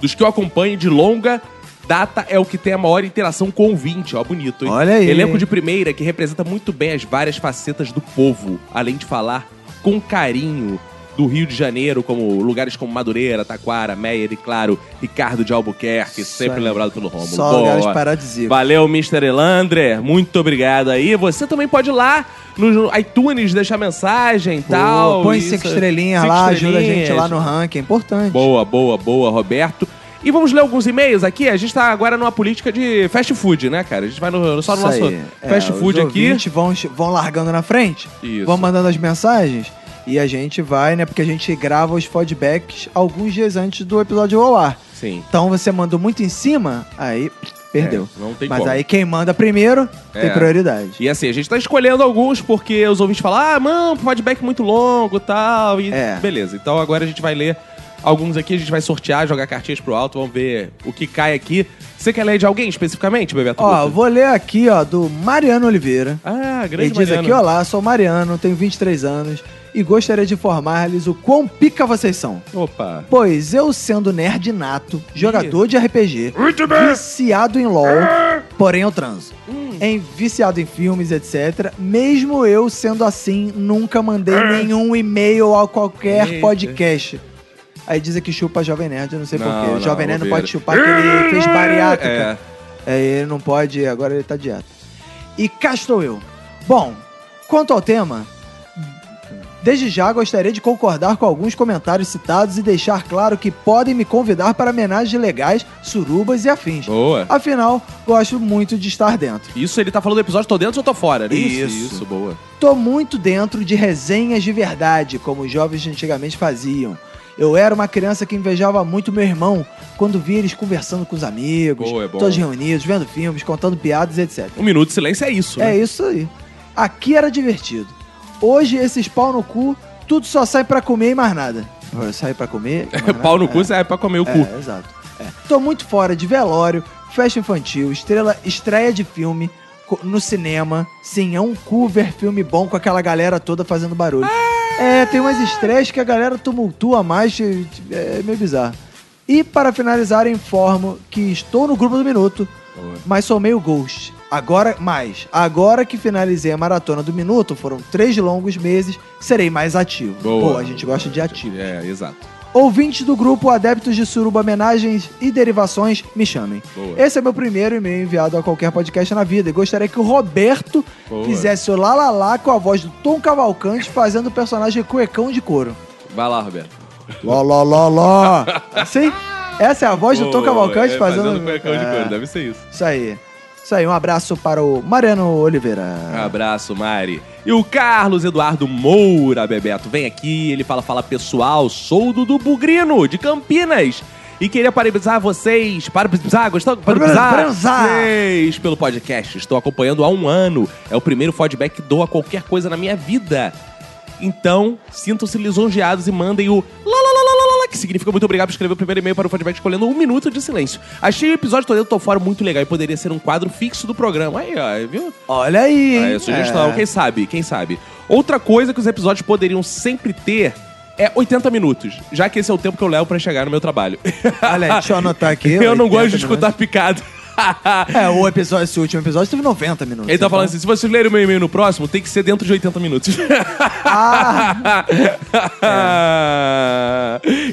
A: dos que eu acompanho de longa data é o que tem a maior interação com o ouvinte. Ó, bonito, hein?
B: Olha aí.
A: Elenco de primeira que representa muito bem as várias facetas do povo, além de falar com carinho do Rio de Janeiro, como lugares como Madureira, Taquara, Meyer e, claro, Ricardo de Albuquerque,
B: Isso
A: sempre
B: aí.
A: lembrado pelo Rômulo.
B: Só
A: Boa.
B: lugares paradisíacos.
A: Valeu, Mr. Elandre. Muito obrigado aí. Você também pode ir lá no iTunes deixar mensagem e tal.
B: Boa, Põe
A: Isso.
B: cinco estrelinhas
A: Cinco
B: lá, ajuda a
A: estrelinhas.
B: gente lá no ranking, é importante.
A: Boa, boa, boa, Roberto. E vamos ler alguns e-mails aqui. A gente tá agora numa política de fast food, né, cara? A gente vai no- só no
B: Isso
A: nosso
B: aí. É,
A: fast food
B: os
A: aqui.
B: ouvintes Vão, vão largando na frente,
A: Isso.
B: vão mandando as mensagens e a gente vai, né? Porque a gente grava os feedbacks alguns dias antes do episódio ao ar.
A: Sim.
B: Então você mandou muito em cima, aí perdeu.
A: É, não tem
B: Mas
A: como.
B: aí quem manda primeiro
A: É.
B: tem prioridade.
A: E assim, a gente tá escolhendo alguns porque os ouvintes falam, ah, mano, feedback muito longo e tal. E
B: É.
A: beleza. Então agora a gente vai ler alguns aqui, a gente vai sortear, jogar cartinhas pro alto, vamos ver o que cai aqui. Você quer ler de alguém especificamente, Bebeto?
B: Ó, eu vou ler aqui, ó, do Mariano Oliveira.
A: Ah,
B: Ele
A: grande
B: diz
A: Mariana.
B: aqui, olá, sou Mariano, tenho 23 anos e gostaria de informar-lhes o quão pica vocês são.
A: Opa.
B: Pois eu, sendo nerd nato, jogador de RPG, viciado em LOL,
A: É.
B: porém eu transo.
A: Hum.
B: Em viciado em filmes, etc. Mesmo eu sendo assim, nunca mandei nenhum e-mail a qualquer
A: É. Eita.
B: podcast. Aí diz aqui chupa Jovem Nerd, eu não sei
A: Não, não,
B: porquê. Jovem Nerd não
A: bobeira.
B: pode chupar porque ele fez bariátrica.
A: É.
B: É, ele não pode, agora ele tá dieta. E cá estou eu. Bom, quanto ao tema, desde já gostaria de concordar com alguns comentários citados e deixar claro que podem me convidar para homenagens legais, surubas e afins.
A: Boa.
B: Afinal, gosto muito de estar dentro.
A: Isso, ele tá falando do episódio, tô dentro ou tô fora? né?
B: Isso.
A: Isso, boa.
B: Tô muito dentro de resenhas de verdade, como os jovens antigamente faziam. Eu era uma criança que invejava muito meu irmão quando via eles conversando com os amigos,
A: Boa, é bom.
B: todos reunidos, vendo filmes, contando piadas, etc.
A: Um minuto de silêncio é isso, né?
B: É isso aí. Aqui era divertido. Hoje, esses pau no cu, tudo só sai pra comer e mais nada. Sai pra comer. mais nada.
A: Pau no cu, é pra comer o cu.
B: É, exato. É. Tô muito fora de velório, festa infantil, estrela, estreia de filme co- no cinema. Sim, é um cu ver filme bom com aquela galera toda fazendo barulho. É, tem umas estreias que a galera tumultua mais, é, é meio bizarro. E para finalizar, informo que estou no grupo do Minuto, mas sou meio ghost. Agora, mais, agora que finalizei a maratona do Minuto, foram três longos meses, serei mais ativo.
A: Boa.
B: Pô, a gente gosta de ativo.
A: É, exato.
B: Ouvintes do grupo Adeptos de Suruba Homenagens e Derivações, me chamem.
A: Boa.
B: Esse é meu primeiro e-mail enviado a qualquer podcast na vida e gostaria que o Roberto
A: Boa.
B: fizesse o lalalá com a voz do Tom Cavalcante fazendo o personagem cuecão de couro.
A: Vai lá, Roberto.
B: Lá, lá, lá, lá. Assim? Essa é a voz do Tom
A: Boa,
B: Cavalcante
A: é,
B: fazendo...
A: cuecão de
B: É,
A: couro, deve ser isso.
B: Isso aí. Isso aí, um abraço para o Mariano
A: Um
B: Oliveira.
A: abraço, Mari. E o Carlos Eduardo Moura, Bebeto, vem aqui, ele fala, fala pessoal, sou do do Bugrino, de Campinas. E queria parabenizar vocês, parabenizar, Ah, gostou?
B: Parabenizar.
A: Parabenizar vocês pelo podcast. Estou acompanhando há um ano. É o primeiro feedback que dou a qualquer coisa na minha vida. Então, sintam-se lisonjeados e mandem o lá, lá, lá, lá, lá, lá, lá, que significa muito obrigado por escrever o primeiro e-mail para o feedback escolhendo um minuto de silêncio. Achei o episódio todo tô fora muito legal e poderia ser um quadro fixo do programa. Aí, ó, viu?
B: Olha aí, hein?
A: É, sugestão,
B: É.
A: quem sabe, quem sabe. Outra coisa que os episódios poderiam sempre ter é 80 minutos, já que esse é o tempo que eu levo pra chegar no meu trabalho.
B: Olha aí, deixa eu né? anotar aqui.
A: Eu, não
B: 80
A: gosto de
B: minutos.
A: escutar picado.
B: É, o episódio, esse último episódio teve 90 minutos.
A: Ele tá
B: então-
A: falando assim, se vocês lerem meu e-mail no próximo, tem que ser dentro de 80 minutos.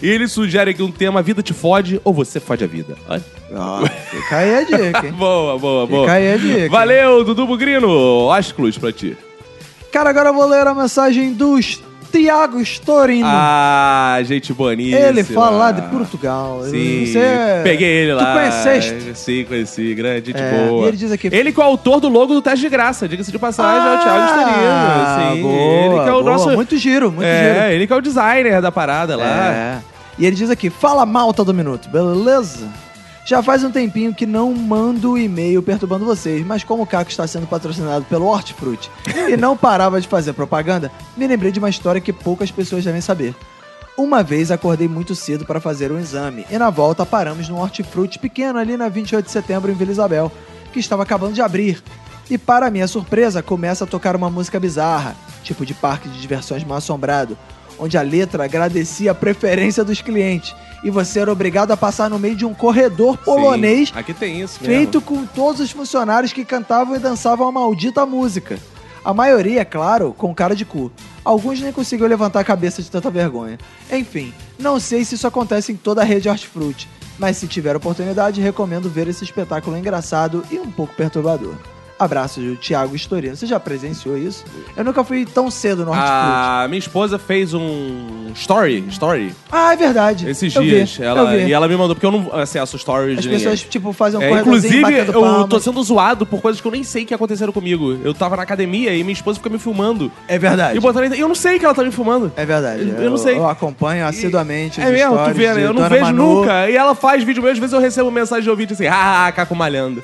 A: E ele sugere aqui um tema, vida te fode ou você fode a vida. Olha.
B: Ó, Ah, fica aí a dica, hein?
A: Boa, boa, boa.
B: Fica aí a dica.
A: Valeu, Dudu Bugrino. Ósculos pra ti.
B: Cara, agora eu vou ler a mensagem do S- Tiago Storino.
A: Ah, gente bonita.
B: ele fala lá de Portugal.
A: Sim,
B: Você- é-
A: peguei ele lá.
B: Tu conheceste?
A: Sim, conheci. Grande, gente
B: É,
A: boa.
B: e ele diz aqui-
A: Ele que é o autor do logo do teste de graça. Diga-se de passagem, é o Thiago
B: Ah,
A: Storino. Sim,
B: boa,
A: ele que é o
B: boa.
A: nosso...
B: Muito giro, muito
A: é,
B: giro.
A: ele que é o designer da parada lá.
B: É. E ele diz aqui, fala malta do minuto, beleza? Já faz um tempinho que não mando e-mail perturbando vocês, mas como o Caco está sendo patrocinado pelo Hortifruti e não parava de fazer propaganda, me lembrei de uma história que poucas pessoas devem saber. Uma vez acordei muito cedo para fazer um exame e na volta paramos num hortifruti pequeno ali na 28 de setembro em Vila Isabel, que estava acabando de abrir. E para minha surpresa, começa a tocar uma música bizarra, tipo de parque de diversões mal assombrado, onde a letra agradecia a preferência dos clientes e você era obrigado a passar no meio de um corredor polonês
A: Sim, Aqui tem isso mesmo.
B: feito com todos os funcionários que cantavam e dançavam a maldita música. A maioria, é claro, com cara de cu. Alguns nem conseguiam levantar a cabeça de tanta vergonha. Enfim, não sei se isso acontece em toda a rede Hortifruti, mas se tiver oportunidade, recomendo ver esse espetáculo engraçado e um pouco perturbador. Abraço do Thiago Storino. Você já presenciou isso? Eu nunca fui tão cedo no Hortifruti. Ah,
A: A minha esposa fez um story, story,
B: é verdade.
A: esses
B: Eu vi,
A: dias. ela,
B: eu vi.
A: E ela me mandou, porque eu não acesso stories
B: As
A: de ninguém.
B: pessoas, tipo, fazem um
A: É,
B: corredorzinho
A: inclusive,
B: batendo
A: eu tô
B: palmas.
A: sendo zoado por coisas que eu nem sei que aconteceram comigo. Eu tava na academia e minha esposa fica me filmando.
B: É verdade.
A: E botando... na- e Eu não sei que ela tá me filmando.
B: É verdade.
A: Eu não sei.
B: Eu acompanho assiduamente
A: É
B: os
A: mesmo, tu
B: stories
A: vê,
B: de
A: né? Eu não
B: Dona
A: vejo
B: Manu.
A: nunca. E ela faz vídeo meu, às vezes eu recebo mensagem de ouvinte assim, ah, Caco malhando.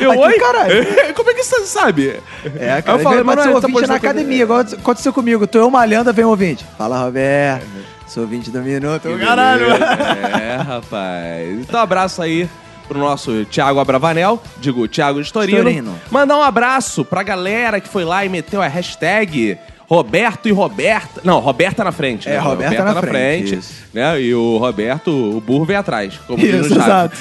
A: eu,
B: Ai, que
A: oi?
B: caralho.
A: Como é que você sabe?
B: É,
A: Aí
B: cara,
A: eu falei,
B: mas
A: mano,
B: sou
A: ele
B: ouvinte
A: tá
B: na
A: postando coisa-
B: academia, igual aconteceu comigo. Tô eu malhando, vem o ouvinte. Fala, Roberto. Sou ouvinte do Minuto. É, né? Caralho.
A: É, rapaz. Então, abraço aí pro nosso Thiago Abravanel, digo, Thiago Storino.
B: Storino.
A: Mandar um abraço pra galera que foi lá e meteu a hashtag Roberto e Roberta. Não, Roberta na frente. né?
B: É, Roberta na frente, isso.
A: né? E o Roberto, o burro vem atrás. Como diz
B: Isso,
A: no Chaves.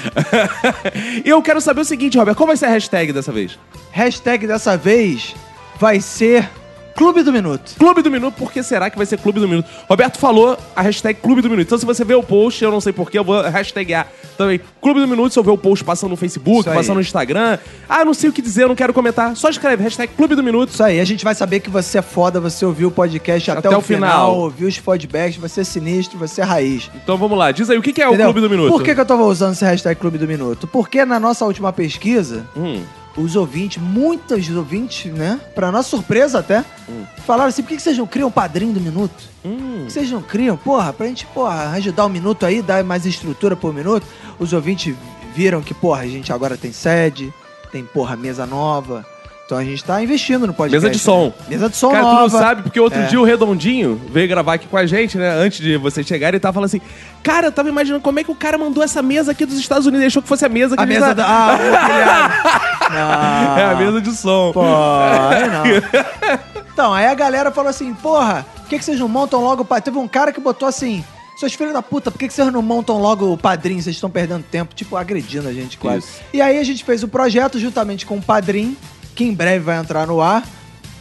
A: e eu quero saber o seguinte, Roberto, qual vai ser a hashtag dessa vez?
B: Hashtag dessa vez vai ser Clube do Minuto.
A: Clube do Minuto, por que será que vai ser Clube do Minuto? Roberto falou a hashtag Clube do Minuto. Então, se você vê o post, eu não sei porquê, eu vou hashtagar também. Clube do Minuto, se eu ver o post passando no Facebook,
B: Isso aí.
A: passando no Instagram. Ah, não sei o que dizer, eu não quero comentar. Só escreve hashtag Clube do Minuto.
B: Isso aí, a gente vai saber que você é foda, você ouviu o podcast até, o final, ouviu os feedbacks, você é sinistro, você é raiz.
A: Então vamos lá, diz aí, o que que é
B: Entendeu?
A: o Clube do Minuto?
B: Por que, que eu tava usando esse hashtag Clube do Minuto? Porque na nossa última pesquisa,
E: Hum,
B: os ouvintes, muitos ouvintes, né? Pra nossa surpresa até,
E: hum.
B: falaram assim: por que, que vocês não criam um padrinho do minuto? Por que vocês não criam? Porra, pra gente, porra, ajudar o minuto aí, dar mais estrutura pro minuto. Os ouvintes viram que, porra, a gente agora tem sede, tem, porra, mesa nova. Então a gente tá investindo no podcast.
A: Mesa de som.
B: né? Mesa de som
A: Cara,
B: nova.
A: tu não sabe, porque outro
B: É.
A: dia o Redondinho veio gravar aqui com a gente, né? Antes de vocês chegarem, ele tava falando assim: Cara, eu tava imaginando como é que o cara mandou essa mesa aqui dos Estados Unidos, achou que fosse a mesa que
B: A
A: eles
B: mesa
A: a-
B: da... Ah, ô, Guilherme. Ah.
A: É a mesa de som.
B: Pô, aí não. Então, aí a galera falou assim, porra, por que, que vocês não montam logo o padrinho? Teve um cara que botou assim, seus filhos da puta, por que, que vocês não montam logo o padrinho? Vocês estão perdendo tempo, tipo, agredindo a gente quase. E aí a gente fez o projeto juntamente com o padrinho, que em breve vai entrar no ar,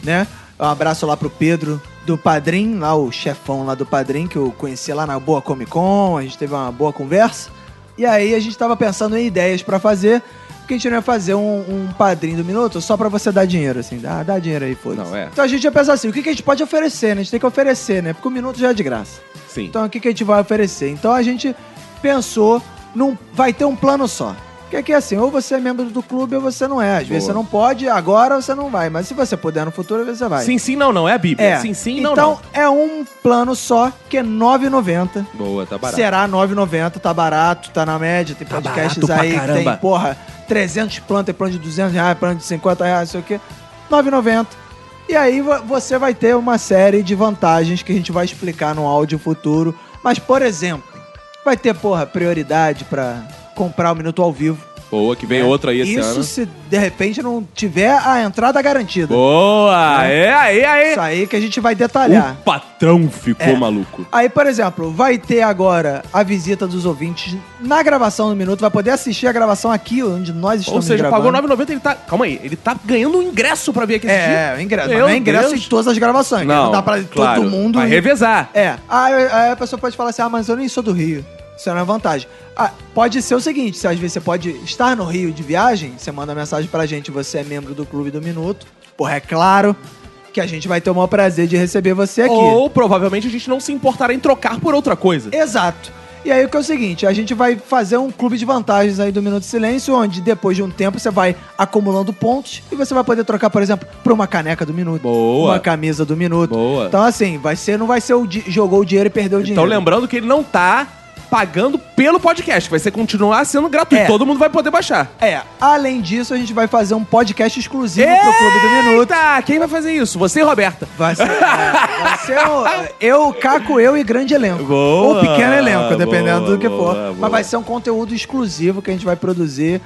B: né? Um abraço lá pro Pedro do Padrim, lá o chefão lá do Padrim, que eu conheci lá na Boa Comic Con, a gente teve uma boa conversa. E aí a gente tava pensando em ideias pra fazer, porque a gente não ia fazer um, um padrinho do minuto só pra você dar dinheiro, assim, dá, dá dinheiro aí, foda-se.
A: Não, é.
B: Então a gente ia pensar assim, o que, que a gente pode oferecer, né? A gente tem que oferecer, né? Porque o minuto já é de graça.
A: Sim.
B: Então o que, que a gente vai oferecer? Então a gente pensou, num, vai ter um plano só. Que é que é assim, ou você é membro do clube ou você não é. Às vezes você
A: Boa.
B: não pode, agora você não vai. Mas se você puder no futuro, você vai.
A: Sim, sim, não, não. É a Bíblia.
B: É.
A: Sim, sim, não,
B: então é um plano só que é 9,90.
A: não. Boa, tá barato.
B: Será 9,90, tá barato, tá na média, tem podcasts
A: barato pra
B: aí que tem,
A: caramba.
B: porra, 300 planos, tem plano de 200 reais, plano de 50 reais, não sei o quê, 9,90. E aí vo- você vai ter uma série de vantagens que a gente vai explicar no áudio futuro, mas, por exemplo, vai ter, porra, prioridade pra comprar o Minuto ao Vivo.
A: Boa, que vem outro aí esse
B: Isso
A: ano.
B: se, de repente, não tiver a entrada garantida. Né?
A: Boa! É, aí, aí.
B: Isso aí que a gente vai detalhar.
A: O patrão ficou
B: É.
A: maluco.
B: Aí, por exemplo, vai ter agora a visita dos ouvintes na gravação do Minuto. Vai poder assistir a gravação aqui, onde nós
A: Ou
B: estamos
A: seja,
B: gravando.
A: pagou 9,90 ele tá. Calma aí, ele tá ganhando um ingresso pra vir aqui assistir.
B: É, o ingresso. Mas
A: Meu
B: não é ingresso
A: Deus.
B: em todas as gravações. né? dá pra
A: claro,
B: todo mundo.
A: Vai
B: ir.
A: revezar.
B: É. Aí, aí a pessoa pode falar assim: ah, mas eu nem sou do Rio. Isso não é vantagem. Ah, pode ser o seguinte: se às vezes você pode estar no Rio de viagem, você manda mensagem pra gente, você é membro do Clube do Minuto. Porra, é claro que a gente vai ter o maior prazer de receber você aqui.
A: Ou provavelmente a gente não se importará em trocar por outra coisa.
B: Exato. E aí o que é o seguinte, a gente vai fazer um clube de vantagens aí do Minuto de Silêncio, onde depois de um tempo você vai acumulando pontos e você vai poder trocar, por exemplo, por uma caneca do Minuto.
A: Boa.
B: Uma camisa do Minuto.
A: Boa.
B: Então assim, vai ser, não vai ser o di- jogou o dinheiro e perdeu o
A: Então
B: dinheiro.
A: lembrando que ele não tá pagando pelo podcast, vai ser continuar sendo gratuito.
B: É.
A: Todo mundo vai poder baixar.
B: É, além disso, a gente vai fazer um podcast exclusivo pro Clube do Minuto.
A: Eita, quem vai fazer isso? Você e Roberta.
B: Vai ser, é, vai ser o- eu, Caco, eu e grande elenco.
A: Boa,
B: Ou pequeno elenco, dependendo
A: boa,
B: do que for.
A: boa, boa.
B: Mas vai ser um conteúdo exclusivo que a gente vai produzir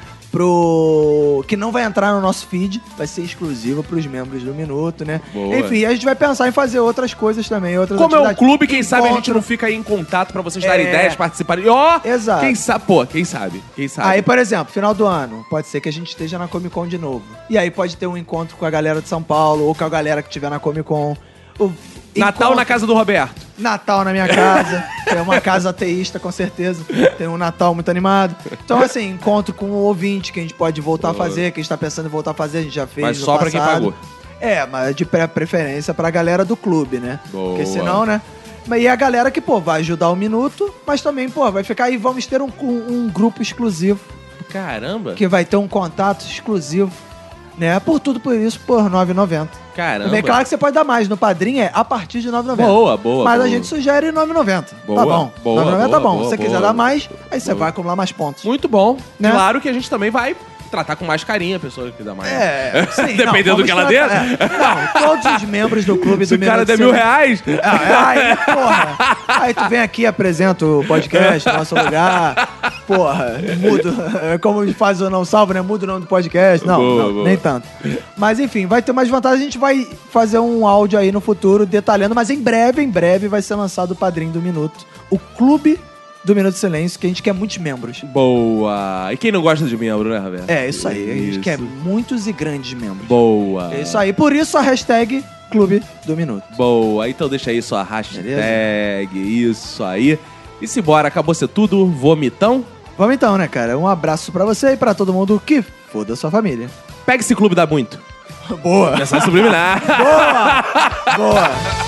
B: pro. que não vai entrar no nosso feed, vai ser exclusivo pros membros do Minuto, né?
A: Boa.
B: Enfim, a gente vai pensar em fazer outras coisas também, outras
A: Como é um
B: atividades.
A: clube, quem sabe a gente
B: Encontro.
A: não fica aí em contato pra vocês darem
B: É.
A: ideias, participarem. E ó,
B: Exato.
A: quem sabe, pô, quem sabe? Quem sabe?
B: Aí, por exemplo, final do ano, pode ser que a gente esteja na Comic Con de novo. E aí pode ter um encontro com a galera de São Paulo ou com a galera que estiver na Comic Con. O
A: Natal
B: encontro-
A: na casa do Roberto.
B: Natal na minha casa. é uma casa ateísta, com certeza. Tem um Natal muito animado. Então, assim, encontro com o ouvinte que a gente pode voltar a fazer, que a gente tá pensando em voltar a fazer, a gente já fez.
A: Mas
B: no
A: só pra quem
B: passado.
A: pagou.
B: É, mas de pre- preferência pra galera do clube, né?
A: Boa.
B: Porque senão, né? Mas e a galera que, pô, vai ajudar o minuto, mas também, pô, vai ficar aí, vamos ter um, um- um grupo exclusivo,
A: Caramba.
B: que vai ter um contato exclusivo, né? Por tudo por isso, por R$ 9,90.
A: Caramba.
B: Também, é claro que você pode dar mais, no padrinho é a partir de R$ 9,90.
A: Boa, boa.
B: Mas
A: boa.
B: a gente sugere 9,90.
A: Boa,
B: Tá bom.
A: boa,
B: 9,90 tá
A: boa,
B: bom.
A: boa,
B: Se você quiser
A: boa.
B: dar mais, aí você
A: Boa.
B: vai acumular mais pontos.
A: Muito bom.
B: Né?
A: Claro que a gente também vai tratar com mais carinho a pessoa que dá mais.
B: É, sim.
A: Dependendo
B: não,
A: do que ela
B: vamos
A: der.
B: tratar- é. Não, todos os membros do clube
A: Se
B: do
A: o cara
B: Minuto
A: der
B: de
A: mil
B: Silêncio-
A: reais,
B: Ah, é, aí, porra. Aí tu vem aqui, apresenta o podcast, nosso lugar. Porra, mudo. É Como faz o não salvo, né? Muda o nome do podcast. Não,
A: Boa,
B: não,
A: boa.
B: nem tanto. Mas enfim, vai ter mais vantagens. A gente vai fazer um áudio aí no futuro detalhando, mas em breve, em breve, vai ser lançado o padrinho do Minuto. O Clube do Minuto de Silêncio, que a gente quer muitos membros.
A: Boa. E quem não gosta de membro, né, Roberto?
B: É, isso aí. A gente É
A: Isso.
B: quer muitos e grandes membros.
A: Boa.
B: É isso aí. Por isso a hashtag Clube do Minuto.
A: Boa, então deixa aí sua hashtag, isso aí. E se bora, acabou ser tudo, vomitão?
B: Vamos então, né, cara? Um abraço pra você e pra todo mundo que foda sua família.
A: Pega esse clube, dá muito.
B: Boa!
A: Mensagem subliminar.
B: Boa!